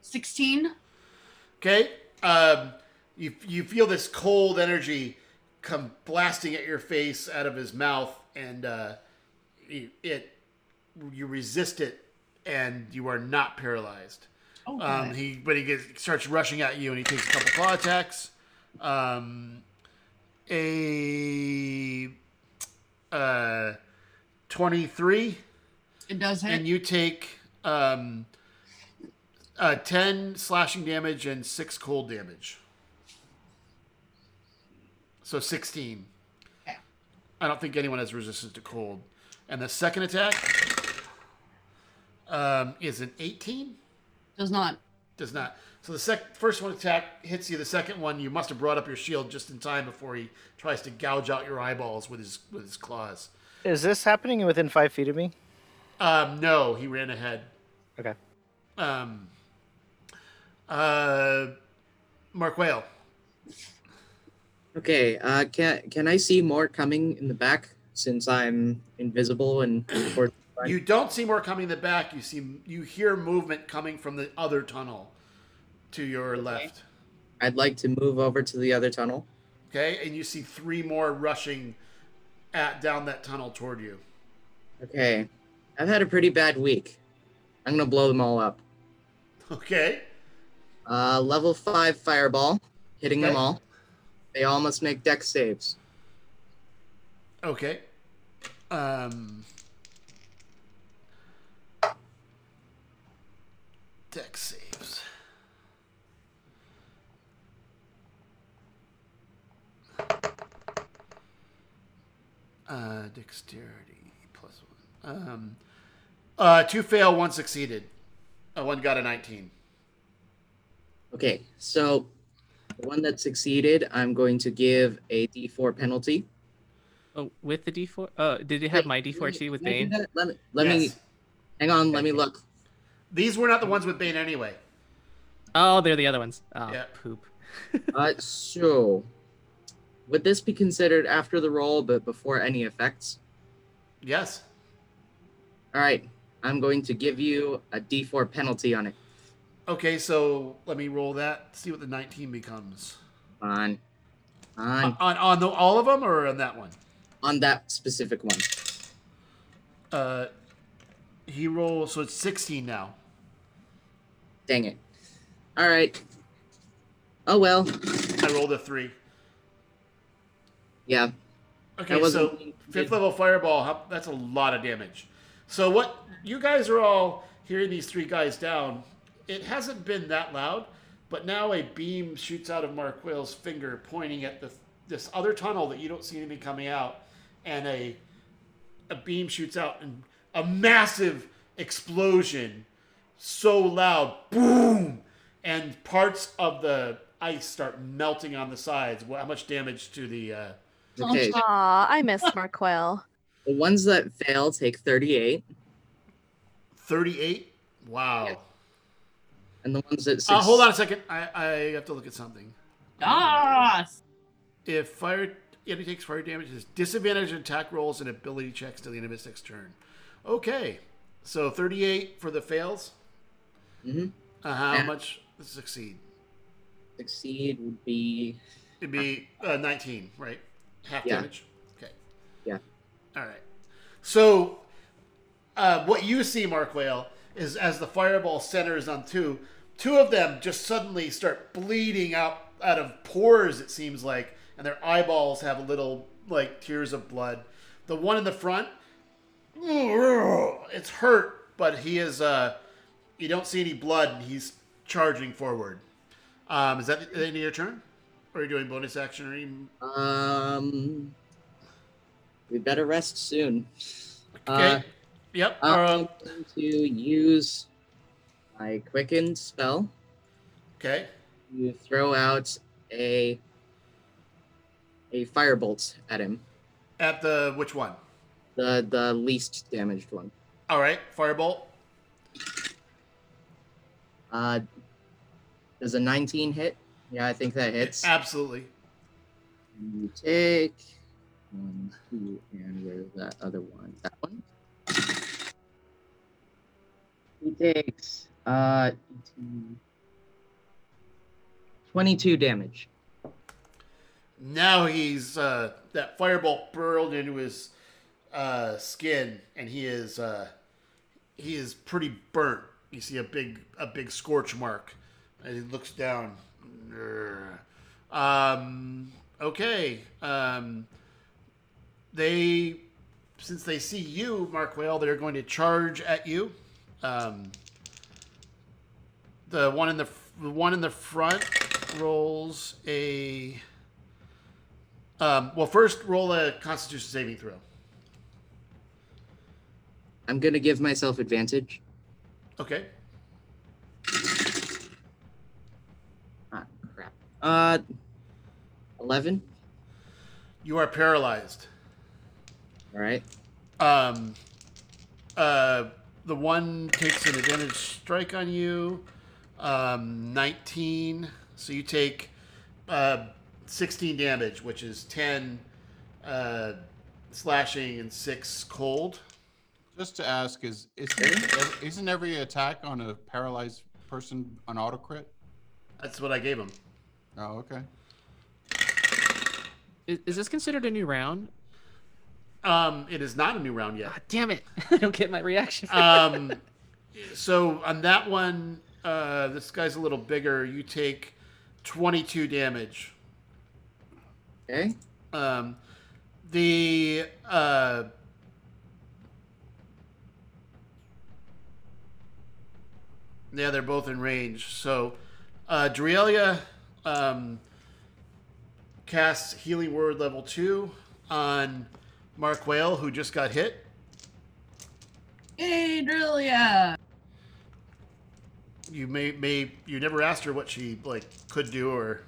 Speaker 5: Sixteen.
Speaker 1: Okay, um, you you feel this cold energy come blasting at your face out of his mouth, and uh, you, it you resist it, and you are not paralyzed.
Speaker 5: Oh,
Speaker 1: Um,
Speaker 5: good.
Speaker 1: he but he gets, starts rushing at you, and he takes a couple claw attacks. Um, a uh, twenty-three,
Speaker 5: it does hit.
Speaker 1: and you take um, uh, ten slashing damage and six cold damage. So sixteen.
Speaker 5: Okay.
Speaker 1: I don't think anyone has resistance to cold. And the second attack um, is an eighteen.
Speaker 5: does not.
Speaker 1: Does not. So the sec- first one attack hits you. The second one, you must have brought up your shield just in time before he tries to gouge out your eyeballs with his with his claws.
Speaker 7: Is this happening within five feet of me?
Speaker 1: Um, no, he ran ahead.
Speaker 7: Okay.
Speaker 1: Um, uh, Mark Whale.
Speaker 2: Okay, uh, can can I see more coming in the back since I'm invisible and or-
Speaker 1: You don't see more coming in the back. You see you hear movement coming from the other tunnel to your left.
Speaker 2: I'd like to move over to the other tunnel.
Speaker 1: Okay, and you see three more rushing at down that tunnel toward you.
Speaker 2: Okay. I've had a pretty bad week. I'm gonna blow them all up.
Speaker 1: Okay,
Speaker 2: Uh, level five fireball, hitting them
Speaker 1: Okay.
Speaker 2: all. They all must make deck saves.
Speaker 1: okay. Um, deck saves. Uh, dexterity plus one. Um, uh, two fail, one succeeded. Uh, one got a nineteen.
Speaker 2: Okay, so the one that succeeded, I'm going to give a D4 penalty.
Speaker 3: Oh, with the D4? Uh, did it have my D4 too with Bane?
Speaker 2: Let me, let me
Speaker 1: Yes.
Speaker 2: hang on. Let me look.
Speaker 1: These were not the ones with Bane anyway.
Speaker 3: Oh, they're the other ones. Oh,
Speaker 1: Yeah.
Speaker 3: poop.
Speaker 2: Uh, so, would this be considered after the roll, but before any effects?
Speaker 1: Yes.
Speaker 2: All right, I'm going to give you a D4 penalty on it.
Speaker 1: Okay, so let me roll that. See what the nineteen becomes.
Speaker 2: On, on,
Speaker 3: Uh,
Speaker 1: On on, on the, all of them or on that one?
Speaker 2: on that specific one.
Speaker 1: Uh, he rolls so it's sixteen now.
Speaker 2: Dang it. All right. Oh well.
Speaker 1: I rolled a three.
Speaker 2: Yeah.
Speaker 1: Okay,
Speaker 2: That wasn't
Speaker 1: so
Speaker 2: being
Speaker 1: fifth
Speaker 2: good.
Speaker 1: level fireball. How, that's a lot of damage. So what you guys are all hearing these three guys down. It hasn't been that loud, but now a beam shoots out of Mark Whale's finger, pointing at the this other tunnel that you don't see anything coming out, and a a beam shoots out and a massive explosion, so loud, boom, and parts of the ice start melting on the sides. Well, how much damage to the uh,
Speaker 2: Okay.
Speaker 4: Aw, I miss Marquel.
Speaker 2: The ones that fail take 38,
Speaker 1: 38 wow
Speaker 2: Yeah. and the ones that
Speaker 1: uh,
Speaker 2: succeed.
Speaker 1: hold on a second I, I have to look at something
Speaker 5: Yes.
Speaker 1: if fire enemy takes fire damage it's disadvantage on attack rolls and ability checks till the end of its next turn okay so 38 for the fails
Speaker 2: Mhm.
Speaker 1: uh, how
Speaker 2: Yeah.
Speaker 1: much succeed
Speaker 2: Succeed would be
Speaker 1: it'd be uh, 19 right half
Speaker 2: Yeah.
Speaker 1: damage okay
Speaker 2: Yeah.
Speaker 1: all right so uh, what you see mark whale is as the fireball centers on two two of them just suddenly start bleeding out out of pores it seems like and their eyeballs have little like tears of blood the one in the front it's hurt but he is uh you don't see any blood and he's charging forward um is that the end of your turn are you doing bonus action or you...
Speaker 2: um. We better rest soon.
Speaker 1: Okay.
Speaker 2: Uh,
Speaker 1: yep.
Speaker 2: I'm
Speaker 1: Um,
Speaker 2: going to use my quickened spell
Speaker 1: okay.
Speaker 2: to throw out a a firebolt at him.
Speaker 1: At the which one?
Speaker 2: The the least damaged one.
Speaker 1: All right. Firebolt.
Speaker 2: Uh, does a 19 hit? Yeah, I think that hits.
Speaker 1: Uh, Absolutely.
Speaker 2: You take one, two, and where's that other one? That one. He takes uh 18, 22 damage.
Speaker 1: Now he's uh, that firebolt burrowed into his uh, skin, and he is uh, he is pretty burnt. You see a big a big scorch mark, and he looks down. Grr. Um, okay. Um, they since they see you, Mark Whale, they're going to charge at you. Um, the one in the f- the one in the front rolls a um, well, first roll a Constitution saving throw.
Speaker 2: I'm gonna give myself advantage.
Speaker 1: Okay.
Speaker 2: Ah, crap. Uh, 11.
Speaker 1: You are paralyzed.
Speaker 2: All right.
Speaker 1: Um, uh, the one takes an advantage strike on you. Um, 19. So you take uh, 16 damage, which is 10 uh, slashing and 6 cold.
Speaker 6: Just to ask, is isn't, ev- isn't every attack on a paralyzed person an auto crit?
Speaker 1: That's what I gave him.
Speaker 6: Oh, okay.
Speaker 3: Is, is this considered a new round?
Speaker 1: Um, it is not a new round yet.
Speaker 3: God damn it! I don't get my reaction.
Speaker 1: Um, so on that one, uh, this guy's a little bigger. You take 22 damage.
Speaker 2: Okay.
Speaker 1: Um, the uh, yeah, they're both in range. So, uh, Drelia um, casts Healing Word level two on Mark Whale, who just got hit.
Speaker 5: Hey, Drilia!
Speaker 1: You may may you never asked her what she like could do or.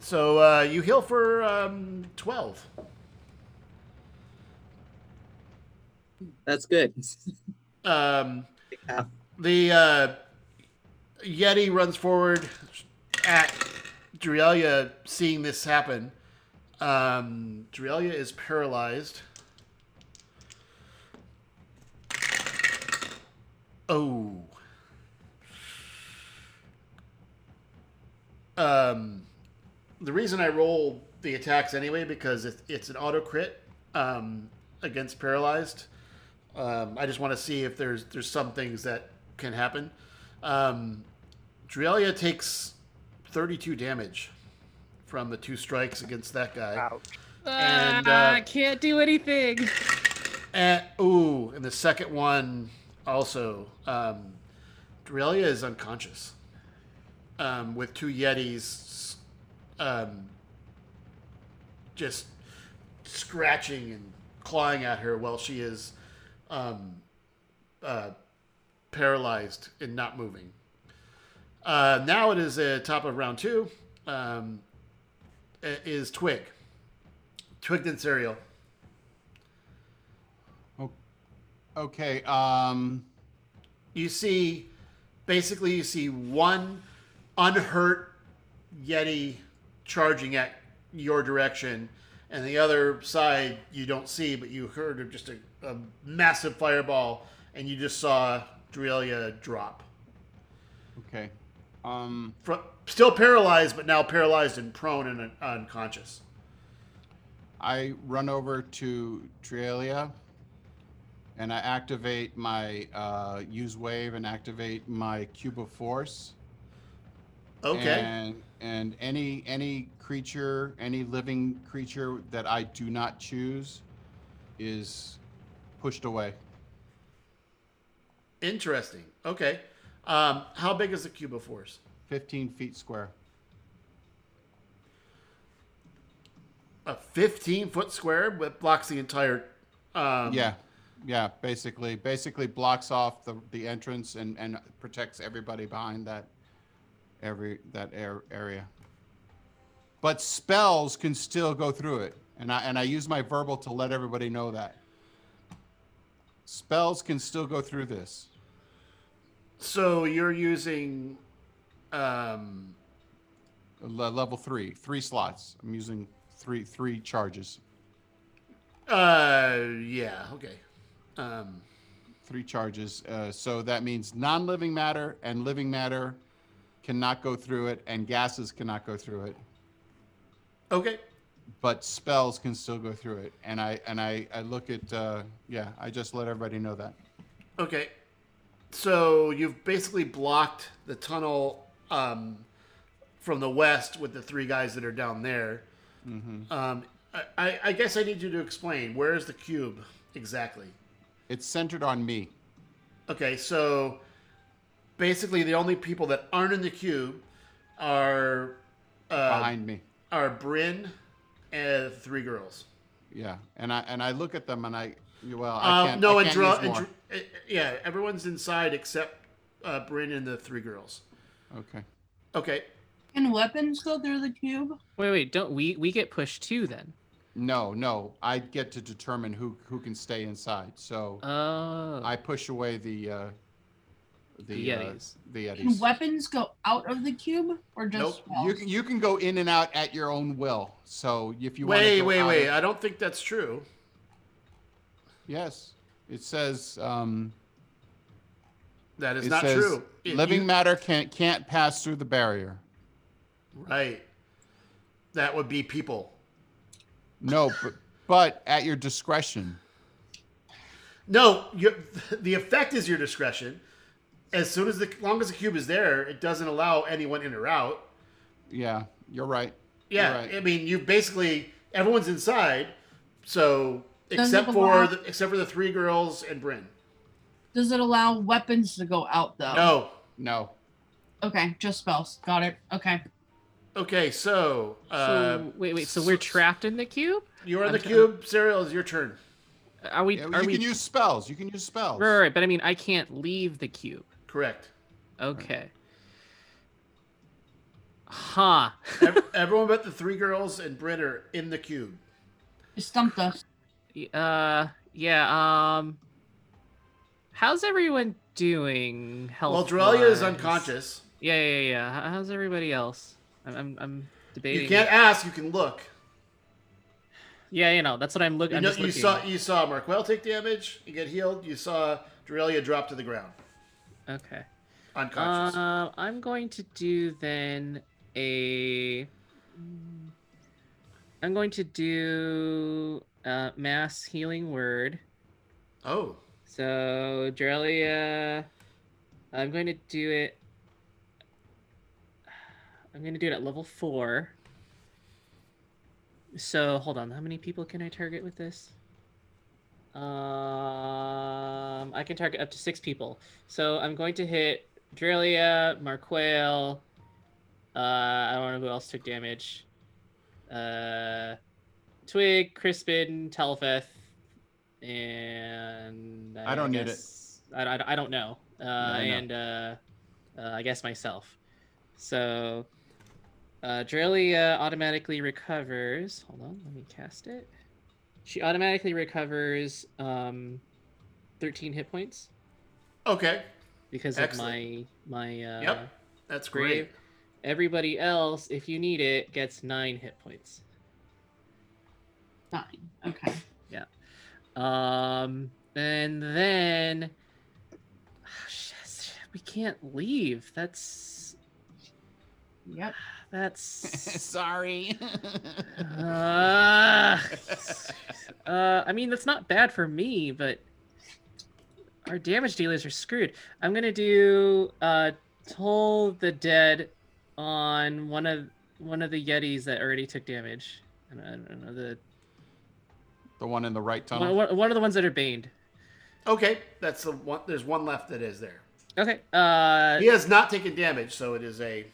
Speaker 1: So uh, you heal for um, twelve.
Speaker 2: That's good.
Speaker 1: Um,
Speaker 2: Yeah.
Speaker 1: The uh, Yeti runs forward at Drelia, seeing this happen. Um, Drelia is paralyzed. Oh. Um, the reason I roll the attacks anyway because it, it's an auto crit um, against paralyzed. Um, I just want to see if there's there's some things that can happen. Um, Drelia takes 32 damage from the two strikes against that guy.
Speaker 7: Ouch.
Speaker 1: and,
Speaker 3: Ah,
Speaker 1: uh,
Speaker 3: I can't do anything.
Speaker 1: And, Eh, ooh, and the second one also. Um, Drelia is unconscious um, with two Yetis um, just scratching and clawing at her while she is um, uh, paralyzed and not moving. Uh, now it is uh, top of round two. Um, it is Twig. Twig and cereal.
Speaker 6: Okay. Um.
Speaker 1: you see basically you see one unhurt yeti charging at your direction and the other side you don't see but you heard of just a, a massive fireball and you just saw Drelia drop
Speaker 6: Okay. Um.
Speaker 1: Fr still paralyzed but now paralyzed and prone and un- unconscious
Speaker 6: I run over to Trelia and I activate my uh, use wave and activate my cube of force.
Speaker 1: okay
Speaker 6: And, and any any creature, any living creature that I do not choose is pushed away.
Speaker 1: interesting okay um, how big is the cube of force
Speaker 6: 15 feet square.
Speaker 1: a 15 foot square that blocks the entire um,
Speaker 6: yeah. Yeah, basically basically blocks off the, the entrance and, and protects everybody behind that every that air, area. But spells can still go through it. And I and I use my verbal to let everybody know that. Spells can still go through this.
Speaker 1: So you're using, um,
Speaker 6: uh, Le- level 3, 3 slots. I'm using 3 3 charges.
Speaker 1: uh, yeah, okay. Um,
Speaker 6: three charges. Uh, so that means non-living matter and living matter cannot go through it, and gases cannot go through it.
Speaker 1: okay.
Speaker 6: But spells can still go through it. And I and I I look at uh, yeah. I just let everybody know that.
Speaker 1: Okay. So you've basically blocked the tunnel, um, from the west with the three guys that are down there.
Speaker 6: hmm
Speaker 1: Um, I- I, I guess I need you to explain where is the cube exactly?
Speaker 6: It's centered on me.
Speaker 1: Okay, so basically the only people that aren't in the cube are, uh,
Speaker 6: behind me.
Speaker 1: are Bryn and the three girls.
Speaker 6: Yeah. And I and I look at them and I well I
Speaker 1: Um,
Speaker 6: can't.
Speaker 1: no,
Speaker 6: I
Speaker 1: and
Speaker 6: can't
Speaker 1: draw.
Speaker 6: use
Speaker 1: And,
Speaker 6: more.
Speaker 1: dr- uh, yeah, everyone's inside except uh, Bryn and the three girls.
Speaker 6: okay.
Speaker 1: Okay.
Speaker 5: Can weapons go through the cube?
Speaker 3: Wait, wait, don't we we get pushed too then?
Speaker 6: No, no. I get to determine who who can stay inside. So
Speaker 3: Oh,
Speaker 6: I push away the. Uh, the,
Speaker 3: The
Speaker 6: uh,
Speaker 3: Yetis.
Speaker 6: the
Speaker 5: Can
Speaker 6: Yetis.
Speaker 5: weapons go out of the cube or just
Speaker 1: Nope.
Speaker 5: spells?
Speaker 6: You can, you can go in and out at your own will. So if you want
Speaker 1: wait,
Speaker 6: to
Speaker 1: wait, wait. I don't think that's true.
Speaker 6: yes, it says um,
Speaker 1: That is
Speaker 6: it
Speaker 1: not
Speaker 6: says
Speaker 1: true. It-
Speaker 6: living
Speaker 1: you-
Speaker 6: matter can't can't pass through the barrier.
Speaker 1: Right. That would be people.
Speaker 6: No, but, but at your discretion.
Speaker 1: No, you, the effect is your discretion. As soon as the long as the cube is there, it doesn't allow anyone in or out.
Speaker 6: Yeah, you're right.
Speaker 1: Yeah,
Speaker 6: Right.
Speaker 1: I mean, you basically everyone's inside, so
Speaker 5: Doesn't
Speaker 1: except for
Speaker 5: belong-
Speaker 1: the, except for the three girls and Bryn.
Speaker 5: Does it allow weapons to go out though?
Speaker 1: No.
Speaker 6: No.
Speaker 5: Okay, just spells. Got it. Okay.
Speaker 1: Okay, so, uh,
Speaker 3: so wait, wait. So we're trapped in the cube?
Speaker 1: you're on
Speaker 3: I'm
Speaker 1: the
Speaker 3: tr-
Speaker 1: cube. Serial is your turn.
Speaker 3: Are we?
Speaker 6: Yeah,
Speaker 3: are
Speaker 6: you
Speaker 3: we?
Speaker 6: can use spells. You can use spells.
Speaker 3: Right, right, but I mean, I can't leave the cube.
Speaker 1: Correct.
Speaker 3: Okay. Huh.
Speaker 1: Ev- Everyone but the three girls and Bryn are in the cube.
Speaker 5: It stumped us.
Speaker 3: Y- Uh, yeah. Um, how's everyone doing? Health.
Speaker 1: Well, Drelia is unconscious.
Speaker 3: Yeah, yeah, yeah, yeah. H- How's everybody else? I'm, I'm, I'm debating.
Speaker 1: You can't ask. You can look.
Speaker 3: Yeah, you know, that's what I'm looking.
Speaker 1: You,
Speaker 3: I'm
Speaker 1: know,
Speaker 3: just
Speaker 1: you
Speaker 3: looking.
Speaker 1: saw you saw Marquel take damage and get healed. You saw Dorelia drop to the ground
Speaker 3: Okay.
Speaker 1: unconscious.
Speaker 3: Um, I'm going to do then a. I'm going to do uh, mass healing word.
Speaker 1: oh,
Speaker 3: So Drelia, I'm going to do it. I'm going to do it at level four. So hold on, how many people can I target with this? Um, I can target up to six people. So I'm going to hit Drelia, Marquale. Uh, I don't know who else took damage. Uh, Twig, Crispin, Telfeth, and
Speaker 6: I don't need it.
Speaker 3: it. I, I, I don't know. Uh,
Speaker 6: I know.
Speaker 3: and uh, uh, I guess myself. So uh, Drelia automatically recovers. Hold on, let me cast it. She automatically recovers um, 13 hit points
Speaker 1: okay,
Speaker 3: because
Speaker 1: Excellent.
Speaker 3: of my my uh,
Speaker 1: Yep. that's great.
Speaker 3: Grave. Everybody else, if you need it, gets nine hit points.
Speaker 5: Nine. Okay.
Speaker 3: Um, and then Ah, shit, shit, we can't leave. That's
Speaker 5: Yep.
Speaker 3: that's.
Speaker 6: Sorry.
Speaker 3: uh, uh, I mean, that's not bad for me, but our damage dealers are screwed. I'm gonna do uh, toll the dead on one of one of the yetis that already took damage. I don't, I don't know the
Speaker 6: the one in the right
Speaker 3: one,
Speaker 6: tunnel.
Speaker 3: one, one of the ones that are baned.
Speaker 1: Okay, that's the one. There's one left that is there.
Speaker 3: Okay. Uh,
Speaker 1: He has not taken damage, so it is a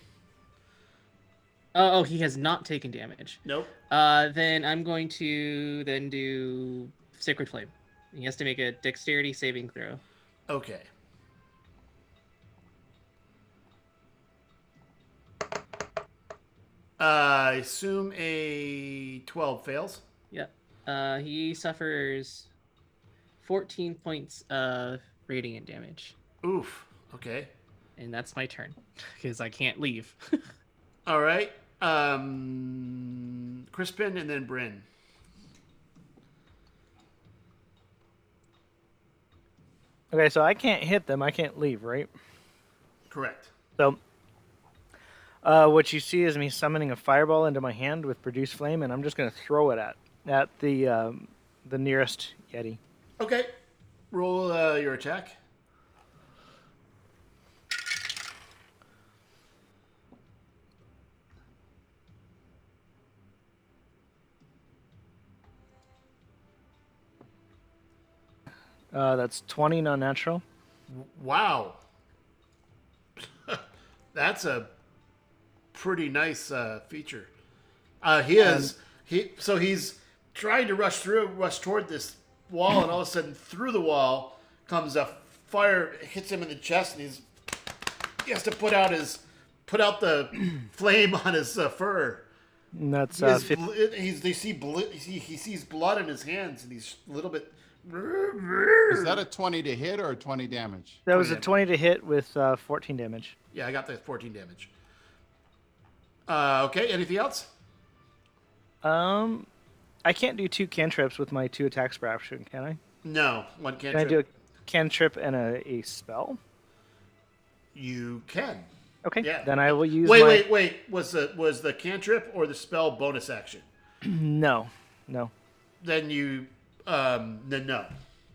Speaker 3: oh, oh, he has not taken damage.
Speaker 1: nope.
Speaker 3: Uh, then I'm going to then do Sacred Flame. He has to make a dexterity saving throw.
Speaker 1: Okay, Uh, I assume a twelve fails.
Speaker 3: Uh, he suffers 14 points of radiant damage.
Speaker 1: Oof. Okay.
Speaker 3: And that's my turn because I can't leave.
Speaker 1: All right. Um, Crispin and then Bryn.
Speaker 7: Okay, so I can't hit them. I can't leave, right?
Speaker 1: Correct.
Speaker 7: So, uh, what you see is me summoning a fireball into my hand with produce flame, and I'm just going to throw it at at the um, the nearest yeti.
Speaker 1: Okay. Roll uh, your attack.
Speaker 7: Uh, that's 20 non-natural.
Speaker 1: Wow. That's a pretty nice uh, feature. Uh, he is he so he's trying to rush through, rush toward this wall, and all of a sudden through the wall comes a fire, hits him in the chest, and he's he has to put out his put out the flame on his uh, fur.
Speaker 7: And that's
Speaker 1: He
Speaker 7: uh,
Speaker 1: is
Speaker 7: 50
Speaker 1: bl- he's, they see bl- he, he sees blood in his hands, and he's a little bit.
Speaker 6: Is that a 20 to hit or 20 damage?
Speaker 7: That was a
Speaker 1: damage.
Speaker 7: 20 to hit with uh, 14 damage.
Speaker 1: Yeah, I got the 14 damage. Uh, okay, anything else?
Speaker 7: Um, I can't do two cantrips with my two attacks per action, can I?
Speaker 1: No, one cantrip.
Speaker 7: Can I do a cantrip and a, a spell?
Speaker 1: You can.
Speaker 7: Okay.
Speaker 1: Yeah.
Speaker 7: Then I will use.
Speaker 1: Wait,
Speaker 7: my...
Speaker 1: wait, wait. Was the was the cantrip or the spell bonus action?
Speaker 7: No, no.
Speaker 1: Then you, um, then no.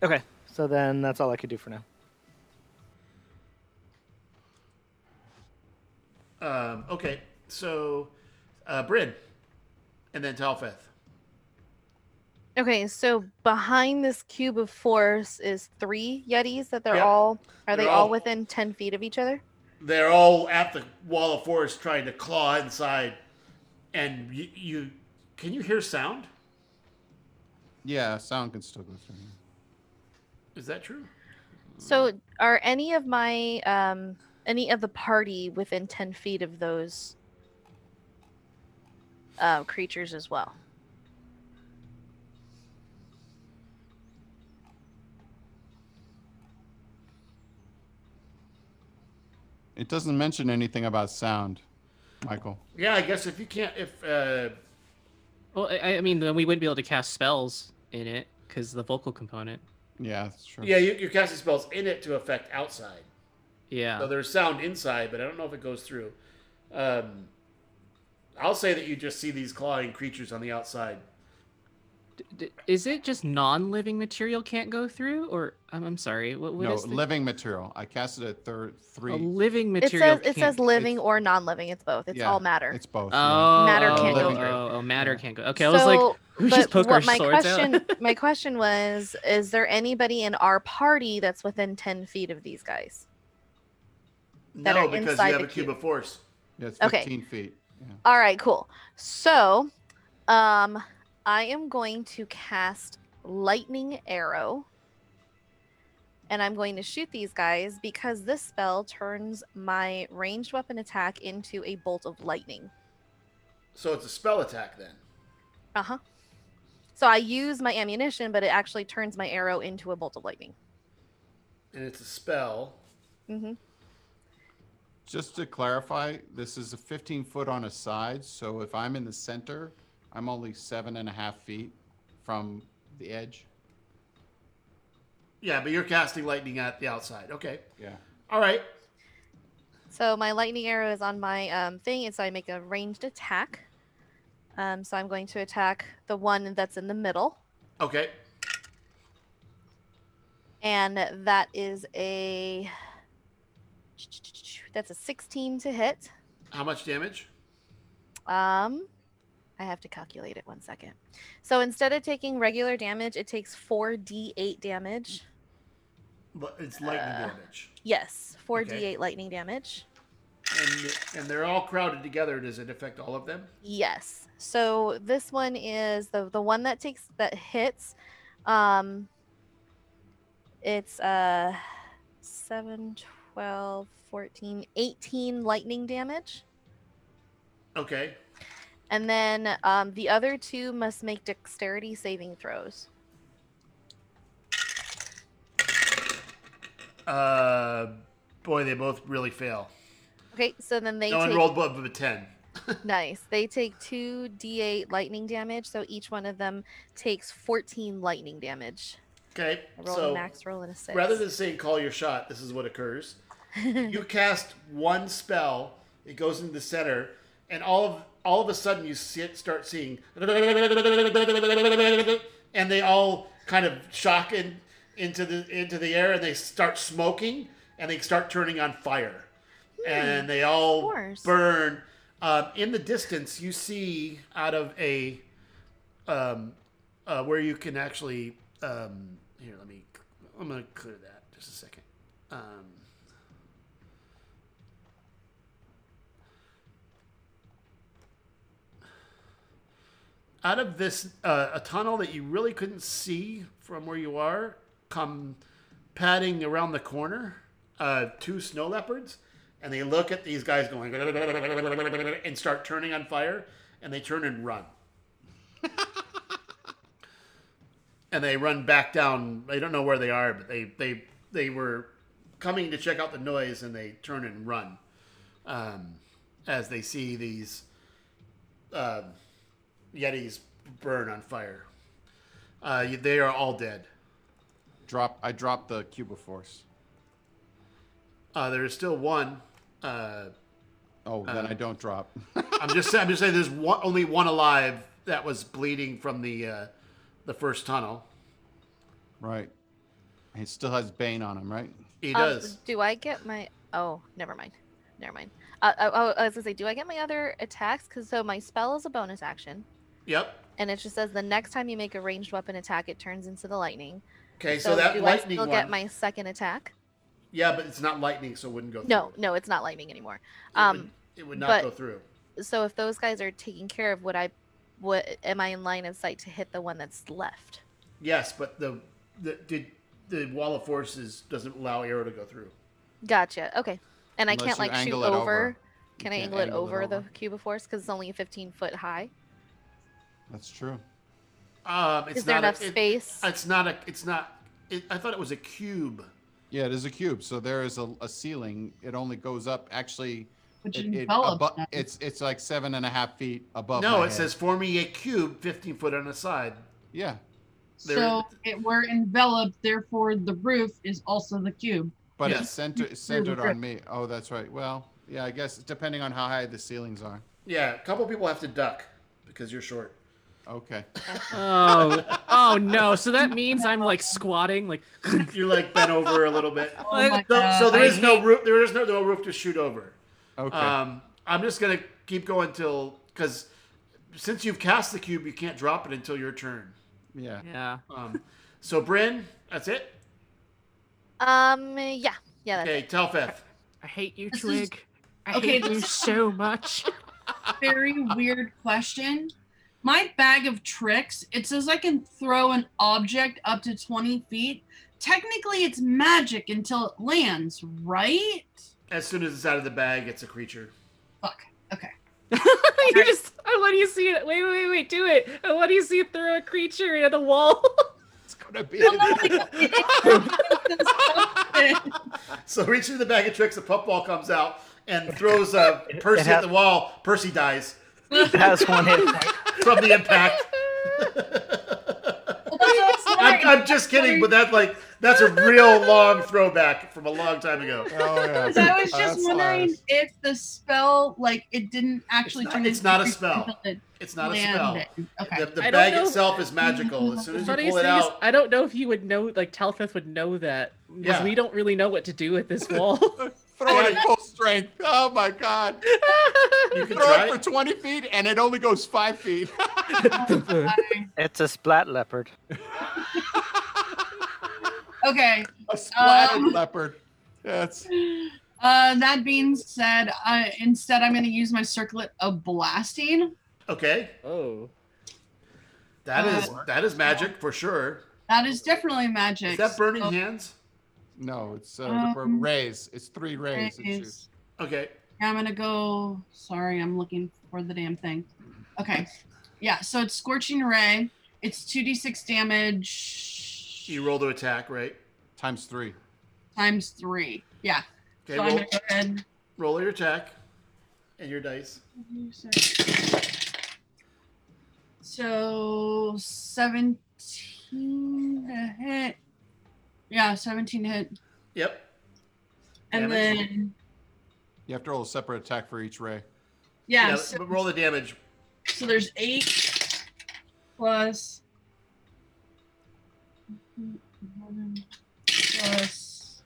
Speaker 7: Okay. So then that's all I could do for now.
Speaker 1: Um, okay, so uh, Bryn, and then Talfeth.
Speaker 4: Okay, so behind this cube of force is three Yetis that they're
Speaker 1: Yep.
Speaker 4: all are they
Speaker 1: They're
Speaker 4: all
Speaker 1: all-
Speaker 4: within ten feet of each other?
Speaker 1: They're all at the wall of forest trying to claw inside, and you, you can you hear sound?
Speaker 6: Yeah, sound can still go through.
Speaker 1: Is that true?
Speaker 4: So are any of my um any of the party within ten feet of those uh, creatures as well?
Speaker 6: It doesn't mention anything about sound, Michael.
Speaker 1: Yeah, I guess if you can't, if uh,
Speaker 3: Well, I, I mean, then we wouldn't be able to cast spells in it because the vocal component.
Speaker 6: Yeah, sure.
Speaker 1: yeah, you, you're casting spells in it to affect outside.
Speaker 3: Yeah.
Speaker 1: So there's sound inside, but I don't know if it goes through. Um, I'll say that you just see these clawing creatures on the outside.
Speaker 3: D- d- is it just non-living material can't go through, or I'm, I'm sorry, what, what
Speaker 6: no,
Speaker 3: is the-
Speaker 6: living material. I casted a third three.
Speaker 3: a living
Speaker 4: It
Speaker 3: material?
Speaker 4: says it says
Speaker 3: can't-
Speaker 4: living
Speaker 6: it's-
Speaker 4: or non-living. It's both. It's
Speaker 6: yeah,
Speaker 4: all matter.
Speaker 6: It's both. yeah.
Speaker 3: Oh,
Speaker 4: Matter
Speaker 3: oh,
Speaker 4: can't
Speaker 3: oh,
Speaker 4: go
Speaker 3: oh,
Speaker 4: through.
Speaker 3: Oh, oh, matter can't go. Okay, I was like, we
Speaker 4: but
Speaker 3: just poke our
Speaker 4: what my
Speaker 3: swords
Speaker 4: question,
Speaker 3: out.
Speaker 4: my question was: Is there anybody in our party that's within ten feet of these guys? That
Speaker 1: no,
Speaker 4: are
Speaker 1: because you
Speaker 4: inside
Speaker 1: have
Speaker 4: the
Speaker 1: a cube
Speaker 4: cube.
Speaker 1: of force.
Speaker 6: Yeah, it's
Speaker 4: okay.
Speaker 6: 15 feet. Yeah.
Speaker 4: All right, cool. So, um, I am going to cast lightning arrow, and I'm going to shoot these guys because this spell turns my ranged weapon attack into a bolt of lightning.
Speaker 1: So it's a spell attack then.
Speaker 4: Uh huh. So I use my ammunition, but it actually turns my arrow into a bolt of lightning.
Speaker 1: and it's a spell.
Speaker 4: Mm-hmm.
Speaker 6: Just to clarify, this is a 15 foot on a side. So if I'm in the center, I'm only seven and a half feet from the edge.
Speaker 1: Yeah, but you're casting lightning at the outside. Okay.
Speaker 6: Yeah.
Speaker 1: All right.
Speaker 4: So my lightning arrow is on my um, thing, and so I make a ranged attack. Um, so I'm going to attack the one that's in the middle,
Speaker 1: Okay.
Speaker 4: and that is a that's a 16 to hit.
Speaker 1: How much damage?
Speaker 4: Um, I have to calculate it one second. So instead of taking regular damage, it takes 4d8 damage.
Speaker 1: But it's lightning
Speaker 4: Uh.
Speaker 1: damage.
Speaker 4: Yes, 4d8
Speaker 1: Okay.
Speaker 4: lightning damage.
Speaker 1: And, and they're all crowded together. Does it affect all of them?
Speaker 4: Yes. So this one is the the one that takes that hits. Um it's uh 7 12 14 18 lightning damage.
Speaker 1: Okay.
Speaker 4: And then um, the other two must make dexterity saving throws.
Speaker 1: Uh, boy, they both really fail.
Speaker 4: Okay, so then they
Speaker 1: no one
Speaker 4: take
Speaker 1: rolled above a 10.
Speaker 4: nice. They take 2 d8 lightning damage, so each one of them takes 14 lightning damage.
Speaker 1: Okay.
Speaker 4: I rolled
Speaker 1: So
Speaker 4: a max roll and a 6.
Speaker 1: rather than saying call your shot, this is what occurs. you cast one spell, it goes into the center, and all of all of a sudden you sit, start seeing, and they all kind of shock in, into the into the air, and they start smoking, and they start turning on fire, and they all
Speaker 4: Spores.
Speaker 1: burn. Um, in the distance, you see out of a um, uh, where you can actually um, here. Let me. I'm gonna clear that just a second. Um, out of this uh, a tunnel that you really couldn't see from where you are, come padding around the corner, uh, two snow leopards, and they look at these guys going and start turning on fire, and they turn and run. and they run back down. I don't know where they are, but they they they were coming to check out the noise, and they turn and run um, as they see these um yetis burn on fire. Uh, you- they are all dead.
Speaker 6: Drop. I dropped the cube of force.
Speaker 1: Uh, there is still one uh,
Speaker 6: Oh, then
Speaker 3: Uh,
Speaker 6: I don't drop.
Speaker 1: I'm just I'm just saying there's one, only one alive that was bleeding from the uh, the first tunnel.
Speaker 6: right. He still has Bane on him, right?
Speaker 1: He
Speaker 4: Um,
Speaker 1: does.
Speaker 4: do I get my? Oh, never mind. Never mind. Uh, I, I, I was gonna say, do I get my other attacks? Because so my spell is a bonus action,
Speaker 1: Yep.
Speaker 4: and it just says the next time you make a ranged weapon attack, it turns into the lightning.
Speaker 1: Okay, so, that
Speaker 4: do
Speaker 1: lightning
Speaker 4: I still
Speaker 1: one.
Speaker 4: get my second attack?
Speaker 1: yeah, but it's not lightning, so it wouldn't go. Through.
Speaker 4: No, no, it's not lightning anymore.
Speaker 1: It would,
Speaker 4: Um,
Speaker 1: it would not
Speaker 4: but-
Speaker 1: go through.
Speaker 4: so if those guys are taken care of, would I? What am I in line of sight to hit the one that's left?
Speaker 1: Yes, but the the the, the wall of forces doesn't allow arrow to go through.
Speaker 4: Gotcha. Okay. And I
Speaker 6: Unless
Speaker 4: can't
Speaker 6: you
Speaker 4: like shoot
Speaker 6: angle
Speaker 4: over.
Speaker 6: it over.
Speaker 4: Can I
Speaker 6: can't
Speaker 4: angle it
Speaker 6: angle it
Speaker 4: over, the
Speaker 6: over.
Speaker 4: cube of force? Because it's only 15 foot high.
Speaker 6: That's true.
Speaker 1: Um, it's
Speaker 4: Is there
Speaker 1: not
Speaker 4: enough
Speaker 1: a, it-
Speaker 4: space?
Speaker 1: it's not a. It's not. It, I thought it was a cube.
Speaker 6: Yeah, it is a cube, so there is a, a ceiling. It only goes up. Actually,
Speaker 5: Which
Speaker 6: it, it,
Speaker 5: envelops
Speaker 6: abo-
Speaker 5: them.
Speaker 6: it's it's like seven and a half feet above.
Speaker 1: no, it
Speaker 6: my head.
Speaker 1: says for me a cube, 15 foot on a side.
Speaker 6: Yeah,
Speaker 1: there-
Speaker 5: so it, we're enveloped, therefore the roof is also the cube.
Speaker 6: but
Speaker 1: Yeah.
Speaker 6: it's centered centered on me. Oh, that's right. Well, yeah, I guess depending on how high the ceilings are.
Speaker 1: Yeah, a couple people have to duck because you're short.
Speaker 6: Okay.
Speaker 3: Oh, oh no! So that means I'm like squatting, like
Speaker 1: You're like bent over a little bit.
Speaker 5: Oh my
Speaker 1: So,
Speaker 5: God.
Speaker 1: so there
Speaker 3: I
Speaker 1: is no
Speaker 3: hate-
Speaker 1: roof. There is no, no roof to shoot over.
Speaker 6: Okay.
Speaker 1: Um, I'm just gonna keep going till because since you've cast the cube, you can't drop it until your turn.
Speaker 6: yeah.
Speaker 3: yeah.
Speaker 1: Um, so Bryn, that's it.
Speaker 4: Um, yeah. Yeah, that's
Speaker 1: Okay, Telfeth.
Speaker 3: I hate you,
Speaker 5: This is-
Speaker 3: Twig. I
Speaker 5: okay,
Speaker 3: hate you so much.
Speaker 5: very weird question. My bag of tricks, it says I can throw an object up to 20 feet. Technically, it's magic until it lands, right?
Speaker 1: As soon as it's out of the bag, it's a creature.
Speaker 3: you just I let you see it. Wait, wait, wait! Do it. I let you see it through a creature into the wall.
Speaker 6: It's gonna be.
Speaker 1: So reach into the bag of tricks, a pup ball comes out and throws uh, Percy at
Speaker 7: has-
Speaker 1: the wall. Percy dies
Speaker 7: It has one hit point.
Speaker 1: from the impact. I'm, I'm just kidding, but that like that's a real long throwback from a long time ago.
Speaker 6: Oh yeah.
Speaker 5: Because I was
Speaker 6: Oh,
Speaker 5: just
Speaker 6: that's
Speaker 5: wondering
Speaker 6: hilarious.
Speaker 5: if the spell, like, it didn't actually
Speaker 1: not-
Speaker 5: turn
Speaker 1: it's not a
Speaker 5: into
Speaker 1: spell.
Speaker 5: until it
Speaker 1: It's not a spell.
Speaker 5: landed. Okay.
Speaker 1: The, the
Speaker 3: I don't
Speaker 1: bag
Speaker 3: know-
Speaker 1: itself is magical. As soon as you
Speaker 3: Funny
Speaker 1: pull it
Speaker 3: thing is,
Speaker 1: out,
Speaker 3: I don't know if you would know, like Telfeth would know that, because
Speaker 1: Yeah.
Speaker 3: we don't really know what to do with this wall.
Speaker 6: Throw it at full strength. Oh my god.
Speaker 1: you can
Speaker 6: Throw
Speaker 1: try
Speaker 6: it for
Speaker 1: it.
Speaker 6: 20 feet and it only goes five feet.
Speaker 7: It's a splat leopard.
Speaker 5: Okay.
Speaker 6: a splattered
Speaker 5: Um.
Speaker 6: leopard. That's
Speaker 5: Uh, that being said, uh, instead, I'm going to use my circlet of blasting.
Speaker 1: Okay,
Speaker 3: oh,
Speaker 1: that is
Speaker 5: Uh,
Speaker 1: that is magic for sure.
Speaker 5: That is definitely magic.
Speaker 1: Is that burning
Speaker 3: Oh.
Speaker 5: so-
Speaker 1: hands?
Speaker 6: no, it's uh,
Speaker 5: Um,
Speaker 6: the bur- rays. It's three rays. that shoot.
Speaker 5: Raise.
Speaker 1: Okay,
Speaker 5: I'm gonna go. Sorry, I'm looking for the damn thing. Okay, yeah. So it's scorching ray. It's two d six damage
Speaker 1: you roll to attack, right?
Speaker 6: times three.
Speaker 5: times three. Yeah.
Speaker 1: Okay,
Speaker 5: so I'm
Speaker 1: roll,
Speaker 5: gonna go ahead.
Speaker 1: roll your attack and your dice.
Speaker 5: So seventeen to hit. Yeah, seventeen to hit,
Speaker 1: Yep.
Speaker 5: and
Speaker 1: Damage.
Speaker 5: then
Speaker 6: You have to roll a separate attack for each ray.
Speaker 5: yeah.
Speaker 1: Yeah,
Speaker 5: so,
Speaker 1: but roll the damage.
Speaker 5: so there's eight plus. plus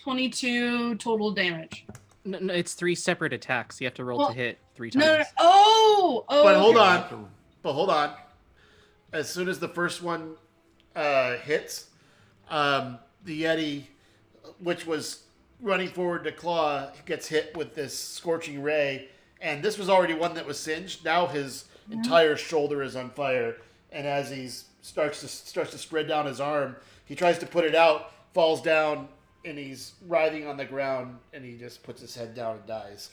Speaker 5: 22 total damage.
Speaker 3: no, no, it's three separate attacks. You have to roll
Speaker 5: Well,
Speaker 3: to hit three
Speaker 5: No,
Speaker 3: times.
Speaker 5: no, no. Oh, oh.
Speaker 1: But hold
Speaker 5: okay.
Speaker 1: on. But hold on. As soon as the first one uh, hits, um, the Yeti, which was running forward to claw, gets hit with this scorching ray. And this was already one that was singed. Now his entire shoulder is on fire. And as he starts to starts to spread down his arm, he tries to put it out, falls down, and he's writhing on the ground. And he just puts his head down and dies.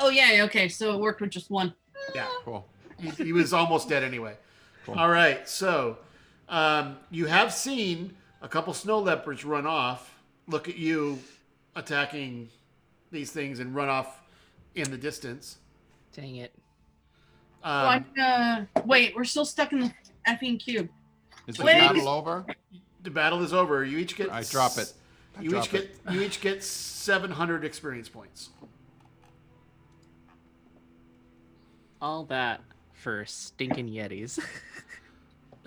Speaker 5: Oh, yeah. Okay. So it worked with just one.
Speaker 1: Yeah.
Speaker 6: Cool.
Speaker 1: he, he was almost dead anyway.
Speaker 6: Cool.
Speaker 1: All right, so um, you have seen a couple snow leopards run off, look at you attacking these things, and run off in the distance.
Speaker 3: Dang it!
Speaker 5: Oh,
Speaker 1: Um,
Speaker 5: I'm gonna- wait, we're still stuck in the effing cube.
Speaker 6: Is the
Speaker 5: Wait.
Speaker 6: battle over?
Speaker 1: the battle is over. You each get.
Speaker 6: I drop it.
Speaker 1: You each
Speaker 6: Drop
Speaker 1: get
Speaker 6: it.
Speaker 1: you each get 700 experience points.
Speaker 3: All that for stinking Yetis.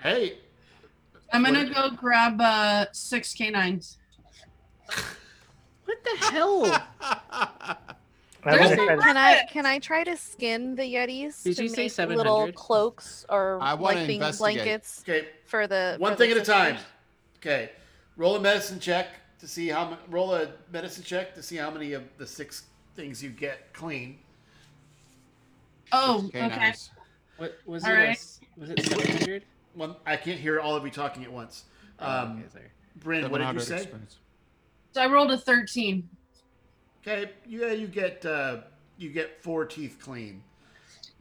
Speaker 1: Hey,
Speaker 5: I'm gonna go grab uh six canines.
Speaker 3: what the hell?
Speaker 7: I'm
Speaker 3: There's
Speaker 7: gonna
Speaker 3: a-
Speaker 7: try to-
Speaker 4: Can I can I try to skin the Yetis
Speaker 3: Did
Speaker 4: to
Speaker 3: you say
Speaker 4: make little
Speaker 3: 700?
Speaker 4: cloaks or
Speaker 6: I wanna
Speaker 4: like being
Speaker 6: investigate.
Speaker 4: blankets
Speaker 1: okay,
Speaker 4: for the
Speaker 1: one
Speaker 4: for the
Speaker 1: thing at a
Speaker 4: sisters?
Speaker 1: time. Okay, roll a medicine check to see how mu- roll a medicine check to see how many of the six things you get clean.
Speaker 5: Oh, okay.
Speaker 6: Canines.
Speaker 3: What was
Speaker 5: All
Speaker 3: it? a
Speaker 5: right.
Speaker 3: s- was it 700?
Speaker 1: One, I can't hear all of you talking at once. Um,
Speaker 3: Oh, okay, sorry.
Speaker 1: Bryn, what did you
Speaker 6: 700
Speaker 1: say?
Speaker 6: experience.
Speaker 5: So I rolled a thirteen.
Speaker 1: Okay, yeah, you get uh, you get four teeth clean.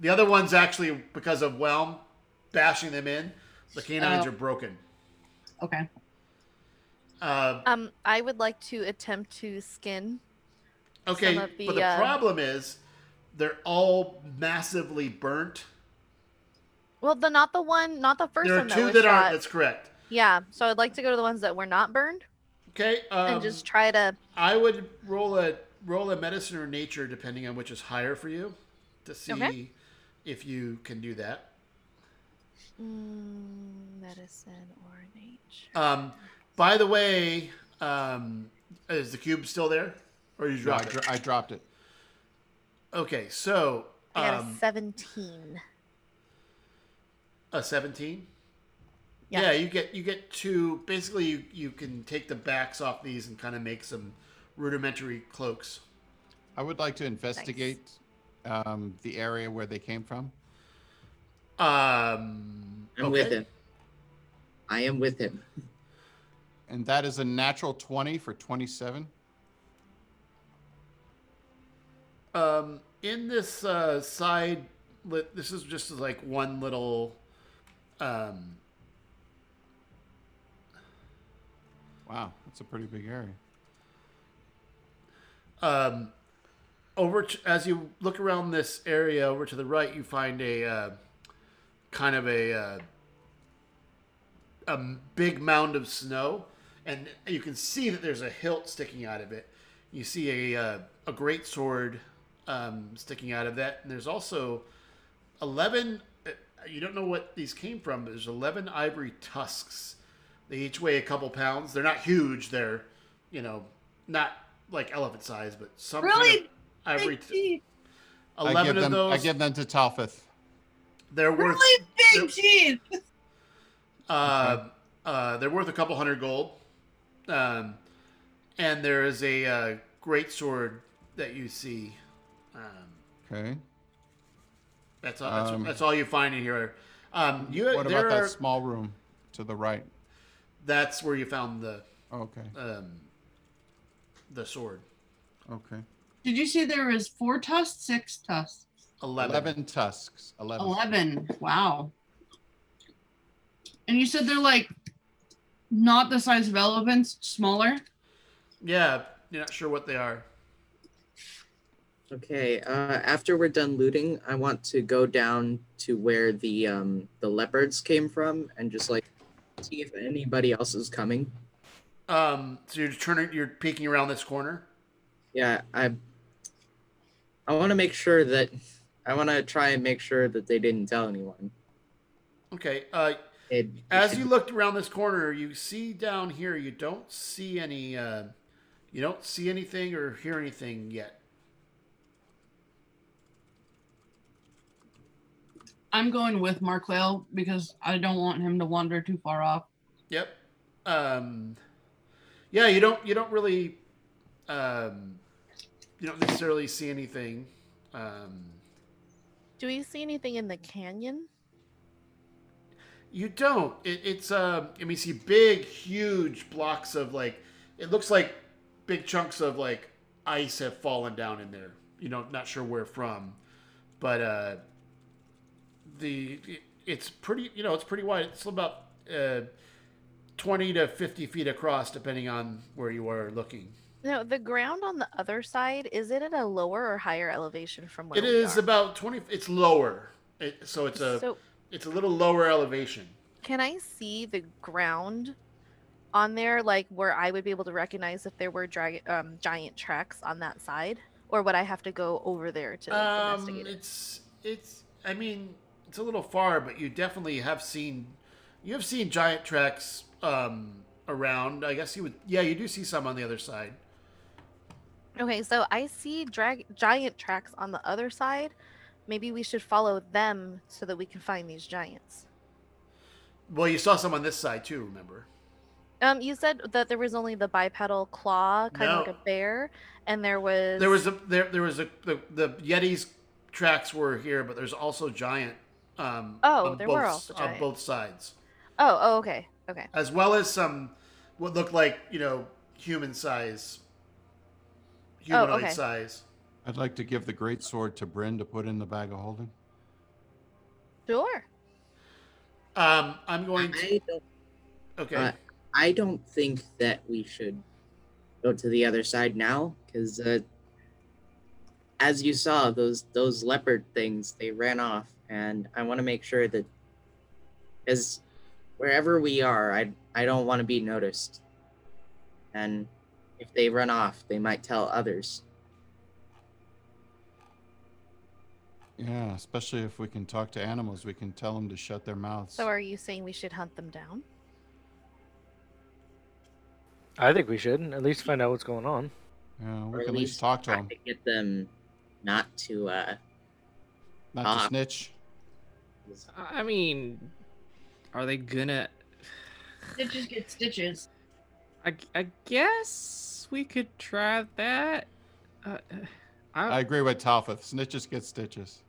Speaker 1: The other ones actually because of whelm bashing them in, the canines
Speaker 5: Oh.
Speaker 1: are broken.
Speaker 5: Okay.
Speaker 1: Uh,
Speaker 4: Um, I would like to attempt to skin.
Speaker 1: okay,
Speaker 4: Some of the,
Speaker 1: but the
Speaker 4: uh,
Speaker 1: problem is they're all massively burnt.
Speaker 4: Well, the not the one, not the first
Speaker 1: there are
Speaker 4: one that
Speaker 1: two
Speaker 4: was
Speaker 1: that
Speaker 4: shot.
Speaker 1: aren't. That's correct.
Speaker 4: Yeah, so I'd like to go to the ones that were not burned
Speaker 1: Okay, um,
Speaker 4: and just try to.
Speaker 1: I would roll a roll a medicine or nature depending on which is higher for you to see
Speaker 4: Okay.
Speaker 1: if you can do that.
Speaker 4: Mm, medicine or nature.
Speaker 1: Um, by the way, um, is the cube still there, or you
Speaker 6: No, I,
Speaker 1: dropped
Speaker 6: dro-
Speaker 1: it?
Speaker 6: I dropped it.
Speaker 1: Okay, so
Speaker 4: I got a
Speaker 1: um,
Speaker 4: 17.
Speaker 1: a seventeen.
Speaker 4: Yeah.
Speaker 1: Yeah. you get you get two. Basically, you, you can take the backs off these and kind of make some rudimentary cloaks.
Speaker 6: I would like to investigate um, the area where they came from.
Speaker 1: Um,
Speaker 2: I'm with him. I am with him.
Speaker 6: And that is a natural 20 for 27.
Speaker 1: Um, in this uh, side, li- this is just like one little. Um,
Speaker 6: Wow, that's a pretty big area.
Speaker 1: um, over t as you look around this area over to the right you find a uh, kind of a uh, a m- big mound of snow and you can see that there's a hilt sticking out of it you see a, uh, a great sword um, sticking out of that and there's also 11 uh, you don't know what these came from but there's 11 ivory tusks they each weigh a couple pounds they're not huge they're you know not like elephant size but some kind of
Speaker 5: Really?
Speaker 1: ivory
Speaker 5: big
Speaker 1: t-
Speaker 5: teeth.
Speaker 6: I give
Speaker 1: Eleven of
Speaker 6: them,
Speaker 1: those.
Speaker 6: I give them to Talfith.
Speaker 1: they're worth.
Speaker 5: Really big
Speaker 1: Nope.
Speaker 5: teeth.
Speaker 1: Uh, uh, they're worth a couple hundred gold. Um, and there is a uh, great sword that you see. Um,
Speaker 6: Okay.
Speaker 1: that's all. That's,
Speaker 6: Um,
Speaker 1: that's all you find in here. Um, you.
Speaker 6: What
Speaker 1: there
Speaker 6: about
Speaker 1: are-
Speaker 6: that small room to the right?
Speaker 1: that's where you found the
Speaker 6: Okay.
Speaker 1: um, the sword.
Speaker 6: Okay.
Speaker 5: Did you say there was four tusks, six tusks?
Speaker 1: 11.
Speaker 6: 11 tusks. 11.
Speaker 5: 11. Wow. And you said they're like not the size of elephants, smaller.
Speaker 1: Yeah, you're not sure what they are.
Speaker 2: Okay. Uh, after we're done looting, I want to go down to where the um, the leopards came from and just like see if anybody else is coming.
Speaker 1: Um, so you're turning. You're peeking around this corner.
Speaker 2: Yeah, I I want to make sure that I want to try and make sure that they didn't tell anyone.
Speaker 1: Okay. Uh,
Speaker 2: It,
Speaker 1: As you looked around this corner, you see down here. You don't see any. Uh, you don't see anything or hear anything yet.
Speaker 5: I'm going with Mark Whale because I don't want him to wander too far off.
Speaker 1: Yep. Um, yeah, you don't. You don't really. Um, you don't necessarily see anything. Um,
Speaker 4: Do we see anything in the canyon?
Speaker 1: you don't. It, it's. Um, I mean, you see big, huge blocks of like. It looks like big chunks of like ice have fallen down in there. You know, not sure where from, but uh, the it- it's pretty. You know, it's pretty wide. It's about uh, twenty to fifty feet across, depending on where you are looking.
Speaker 4: No, the ground on the other side is it at a lower or higher elevation from where
Speaker 1: It
Speaker 4: we
Speaker 1: is
Speaker 4: are?
Speaker 1: about twenty. It's lower, it, so it's a
Speaker 4: so
Speaker 1: it's a little lower elevation.
Speaker 4: can I see the ground on there, like where I would be able to recognize if there were drag- um, giant tracks on that side, or would I have to go over there to
Speaker 1: Um,
Speaker 4: investigate it?
Speaker 1: it's it's. I mean, it's a little far, but you definitely have seen, you have seen giant tracks um, around. I guess you would. Yeah, you do see some on the other side.
Speaker 4: Okay, so I see drag giant tracks on the other side. Maybe we should follow them so that we can find these giants.
Speaker 1: Well, you saw some on this side too. Remember?
Speaker 4: Um, you said that there was only the bipedal claw, kind of like
Speaker 1: No.
Speaker 4: a bear, and there was
Speaker 1: There was a there there was a the, the Yeti's tracks were here, but there's also giant. Um,
Speaker 4: Oh,
Speaker 1: on
Speaker 4: there
Speaker 1: both,
Speaker 4: were also
Speaker 1: on
Speaker 4: giant.
Speaker 1: both sides,
Speaker 4: oh, oh, okay, okay.
Speaker 1: as well as some what looked like you know human size, humanoid
Speaker 4: Oh, okay.
Speaker 1: size.
Speaker 6: I'd like to give the great sword to Bryn to put in the bag of holding.
Speaker 4: Sure.
Speaker 1: Um, I'm going to
Speaker 2: I don't,
Speaker 1: okay.
Speaker 2: uh, I don't think that we should go to the other side now, because uh, as you saw, those those leopard things they ran off, and I want to make sure that as wherever we are, I I don't want to be noticed, and if they run off, they might tell others.
Speaker 6: Yeah, especially if we can talk to animals, we can tell them to shut their mouths.
Speaker 4: So are you saying we should hunt them down?
Speaker 7: I think we should at least find out what's going on.
Speaker 6: yeah,
Speaker 2: or
Speaker 6: we can at least talk to
Speaker 2: try
Speaker 6: them,
Speaker 2: to get them not to uh,
Speaker 6: not
Speaker 2: Ah.
Speaker 6: to snitch.
Speaker 3: I mean, are they gonna?
Speaker 5: Stitches get stitches.
Speaker 3: I, I guess we could try that. Uh,
Speaker 6: I
Speaker 3: I,
Speaker 6: agree with Talfith. Snitches get stitches.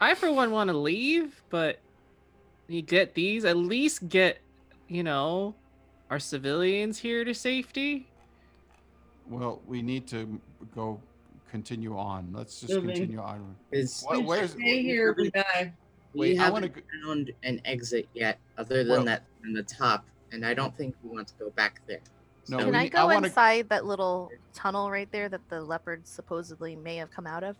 Speaker 3: I for one want to leave, but you get these. At least get you know our civilians here to safety.
Speaker 6: Well, we need to go continue on. Let's just
Speaker 5: Moving.
Speaker 6: continue on.
Speaker 2: Is
Speaker 6: What,
Speaker 5: We
Speaker 6: where's
Speaker 5: Stay here, we die.
Speaker 2: We
Speaker 6: Wait, I
Speaker 2: haven't
Speaker 6: wanna go-
Speaker 2: found an exit yet, other than
Speaker 6: Well-
Speaker 2: that on the top, and I don't think we want to go back there.
Speaker 6: No,
Speaker 2: So-
Speaker 4: Can
Speaker 6: we
Speaker 4: I
Speaker 6: need-
Speaker 4: go
Speaker 6: I wanna-
Speaker 4: inside that little tunnel right there that the leopard supposedly may have come out of?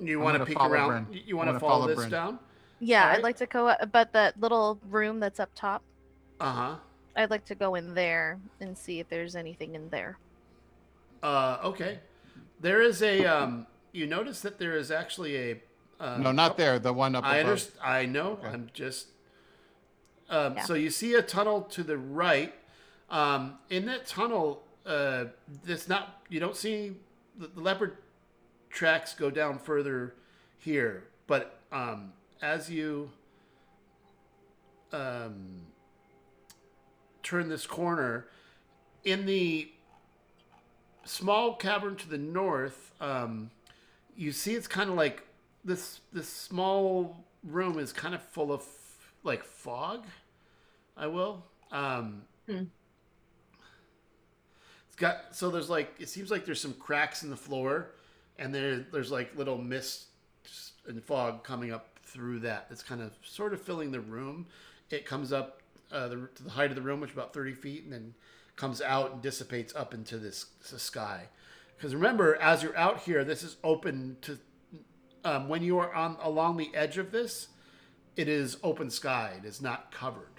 Speaker 1: You
Speaker 6: I'm
Speaker 1: want to
Speaker 6: gonna
Speaker 1: peek
Speaker 6: follow
Speaker 1: around?
Speaker 6: Bryn.
Speaker 1: You- You want to
Speaker 6: wanna
Speaker 1: follow,
Speaker 6: follow
Speaker 1: this
Speaker 6: Bryn.
Speaker 1: down?
Speaker 4: Yeah,
Speaker 1: Alright.
Speaker 4: I'd like to go, uh, but that little room that's up top,
Speaker 1: Uh
Speaker 4: I'd like to go in there and see if there's anything in there.
Speaker 1: huh. Uh, okay. There is a. Um, you notice that there is actually a. Uh,
Speaker 6: No, not there. The one up
Speaker 1: I
Speaker 6: above.
Speaker 1: understand. I know.
Speaker 6: Okay.
Speaker 1: I'm just. Um,
Speaker 4: Yeah.
Speaker 1: So you see a tunnel to the right. Um, in that tunnel, uh, it's not. You don't see the, the leopard tracks go down further here, but um, as you um, turn this corner, in the small cavern to the north, um, you see it's kind of like this this small room is kind of full of like fog i will um
Speaker 5: Hmm.
Speaker 1: it's got so there's like it seems like there's some cracks in the floor and there there's like little mist and fog coming up through that it's kind of sort of filling the room it comes up uh, the, to the height of the room which is about 30 feet and then comes out and dissipates up into this, this sky because remember as you're out here this is open to um, when you are on along the edge of this, it is open sky. It is not covered.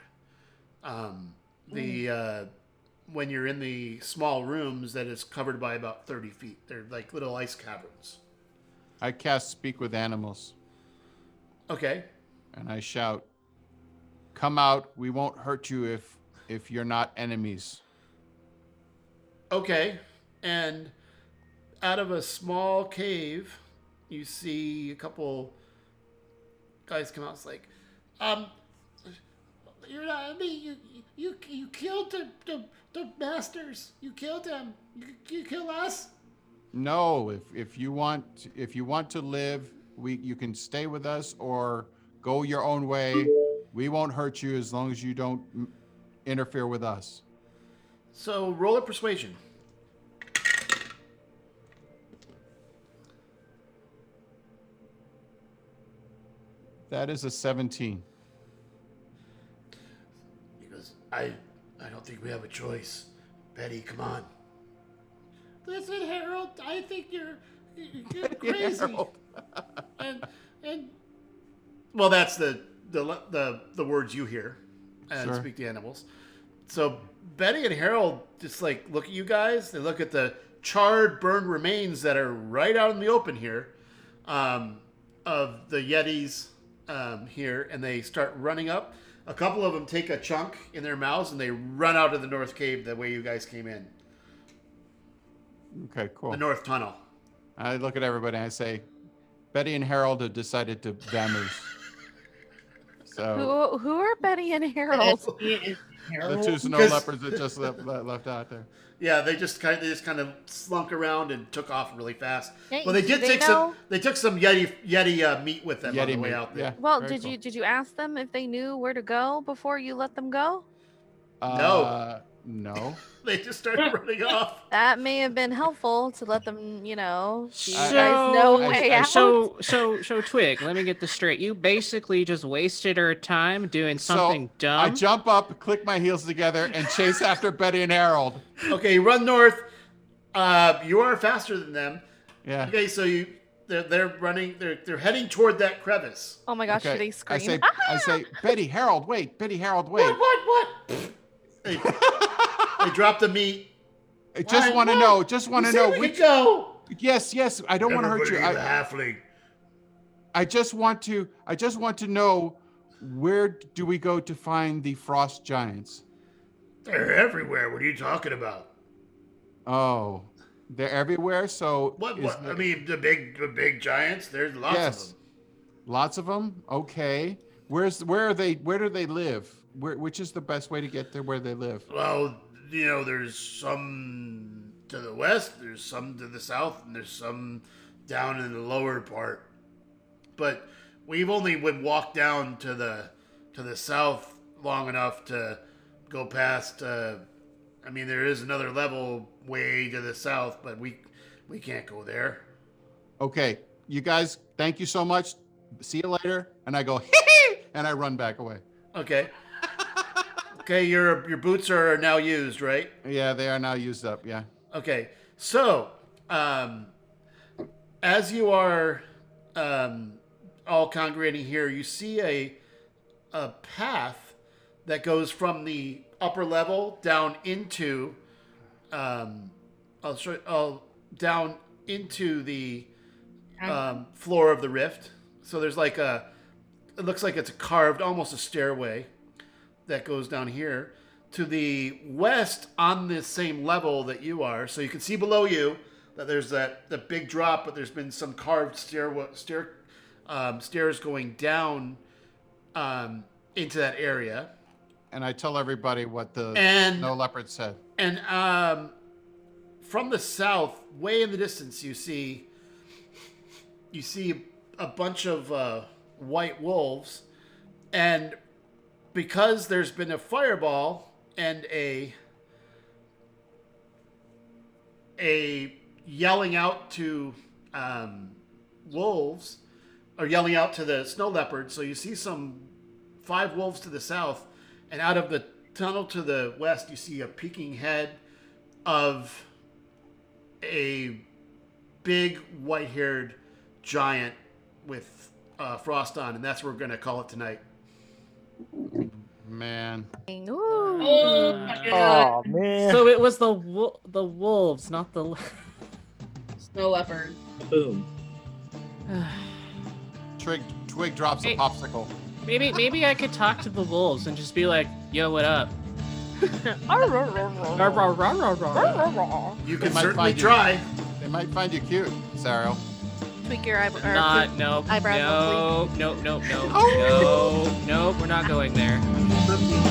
Speaker 1: Um, the uh, when you're in the small rooms, that is covered by about thirty feet. They're like little ice caverns.
Speaker 6: I cast Speak with Animals,
Speaker 1: Okay.
Speaker 6: and I shout, "Come out! We won't hurt you if if you're not enemies."
Speaker 1: Okay. And out of a small cave, you see a couple guys come out. It's like, um, you're not me. You you you killed the the, the masters. You killed them. You, you kill us.
Speaker 6: No, if if you want if you want to live, we you can stay with us or go your own way. We won't hurt you as long as you don't m- interfere with us.
Speaker 1: So roll a persuasion.
Speaker 6: That is a 17.
Speaker 1: He goes, I I don't think we have a choice. Betty, come on. Listen, Harold. I think you're you're crazy. and and well, that's the the the, the words you hear and
Speaker 6: Sure.
Speaker 1: speak to animals. So Betty and Harold just like look at you guys. They look at the charred, burned remains that are right out in the open here um, of the Yetis um, here, and they start running up. A couple of them take a chunk in their mouths and they run out of the north cave the way you guys came in,
Speaker 6: Okay, cool.
Speaker 1: the north tunnel.
Speaker 6: I look at everybody and I say, Betty and Harold have decided to vamoose. so
Speaker 4: Who, who are Betty and Harold?
Speaker 6: the two snow
Speaker 1: Because-
Speaker 6: leopards that just left, left, left out there.
Speaker 1: Yeah, they just kind of, they just kind of slunk around and took off really fast.
Speaker 4: Hey,
Speaker 1: Well, they
Speaker 4: do
Speaker 1: did
Speaker 4: they
Speaker 1: take
Speaker 4: know?
Speaker 1: some. They took some yeti yeti uh, meat with them on the
Speaker 6: Yeti
Speaker 1: way
Speaker 6: meat,
Speaker 1: out there.
Speaker 6: yeah,
Speaker 4: Well,
Speaker 6: very
Speaker 4: did
Speaker 6: cool.
Speaker 4: you did you ask them if they knew where to go before you let them go?
Speaker 1: No.
Speaker 6: Uh, no.
Speaker 1: They just started running off.
Speaker 4: That may have been helpful to let them, you know, so you
Speaker 3: So-
Speaker 4: guys know
Speaker 6: I-
Speaker 4: way
Speaker 6: I-
Speaker 4: out.
Speaker 3: So, so, so, Twig, let me get this straight. You basically just wasted our time doing
Speaker 6: So,
Speaker 3: something
Speaker 6: I
Speaker 3: dumb.
Speaker 6: jump up, click my heels together, and chase after Betty and Harold.
Speaker 1: Okay, run north. Uh, you are faster than them.
Speaker 6: Yeah.
Speaker 1: Okay, so you they're, they're running. They're they're heading toward that crevice.
Speaker 4: oh my gosh,
Speaker 6: Okay,
Speaker 4: should they
Speaker 6: I
Speaker 4: scream?
Speaker 6: say, I say, Betty, Harold, wait, Betty, Harold, wait.
Speaker 1: What what what? they, they drop the meat.
Speaker 6: I just
Speaker 1: Why?
Speaker 6: want to
Speaker 1: What?
Speaker 6: know. Just want to know
Speaker 1: we
Speaker 6: which.
Speaker 1: could go.
Speaker 6: Yes, yes. I don't want to hurt you. I,
Speaker 1: halfling.
Speaker 6: I just want to. I just want to know where do we go to find the frost giants?
Speaker 1: They're everywhere. What are you talking about?
Speaker 6: Oh, they're everywhere. So
Speaker 1: What?
Speaker 6: is
Speaker 1: what I
Speaker 6: there-
Speaker 1: mean, the big the big giants. There's lots
Speaker 6: Yes.
Speaker 1: of them.
Speaker 6: lots of them. Okay. Where's where are they? Where do they live? Where, which is the best way to get to where they live?
Speaker 1: Well, you know, there's some to the west, there's some to the south, and there's some down in the lower part. But we've only would walk down to the to the south long enough to go past. Uh, I mean, there is another level way to the south, but we we can't go there.
Speaker 6: Okay, you guys. Thank you so much. See you later. And I go, and I run back away.
Speaker 1: Okay. okay, your your boots are now used, right?
Speaker 6: Yeah, they are now used up. Yeah.
Speaker 1: Okay, so um, as you are um, all congregating here, you see a a path that goes from the upper level down into um, I'll show, I'll, down into the um, floor of the rift. So there's like a, it looks like it's a carved, almost a stairway that goes down here to the west on the same level that you are. So you can see below you that there's that the big drop, but there's been some carved stair stair um, stairs going down um, into that area.
Speaker 6: And I tell everybody what the
Speaker 1: And
Speaker 6: no leopard said.
Speaker 1: and um, from the south, way in the distance, you see you see a bunch of uh, white wolves, and because there's been a fireball and a a yelling out to um, wolves or yelling out to the snow leopard, so you see some five wolves to the south, and out of the tunnel to the west, you see a peeking head of a big white haired giant with uh, frost on, and that's what we're going to call it tonight.
Speaker 6: Man.
Speaker 4: Ooh.
Speaker 5: Oh,
Speaker 3: Uh,
Speaker 7: Oh man.
Speaker 3: so it was the wo- the wolves, not the.
Speaker 5: Snow leopard.
Speaker 2: Boom.
Speaker 6: Twig, Twig drops a
Speaker 3: Hey.
Speaker 6: popsicle.
Speaker 3: maybe maybe I could talk to the wolves and just be like, "Yo, what up?" Rah, rah, rah, rah, rah.
Speaker 1: You
Speaker 6: They
Speaker 1: can
Speaker 6: might
Speaker 1: certainly
Speaker 6: find you.
Speaker 1: try.
Speaker 6: They might find you cute, Sarah.
Speaker 4: Tweak your eyebrow. or
Speaker 3: Not no
Speaker 4: Eyebrow
Speaker 3: Oh. no no no no no no. We're not going there.
Speaker 1: Let me-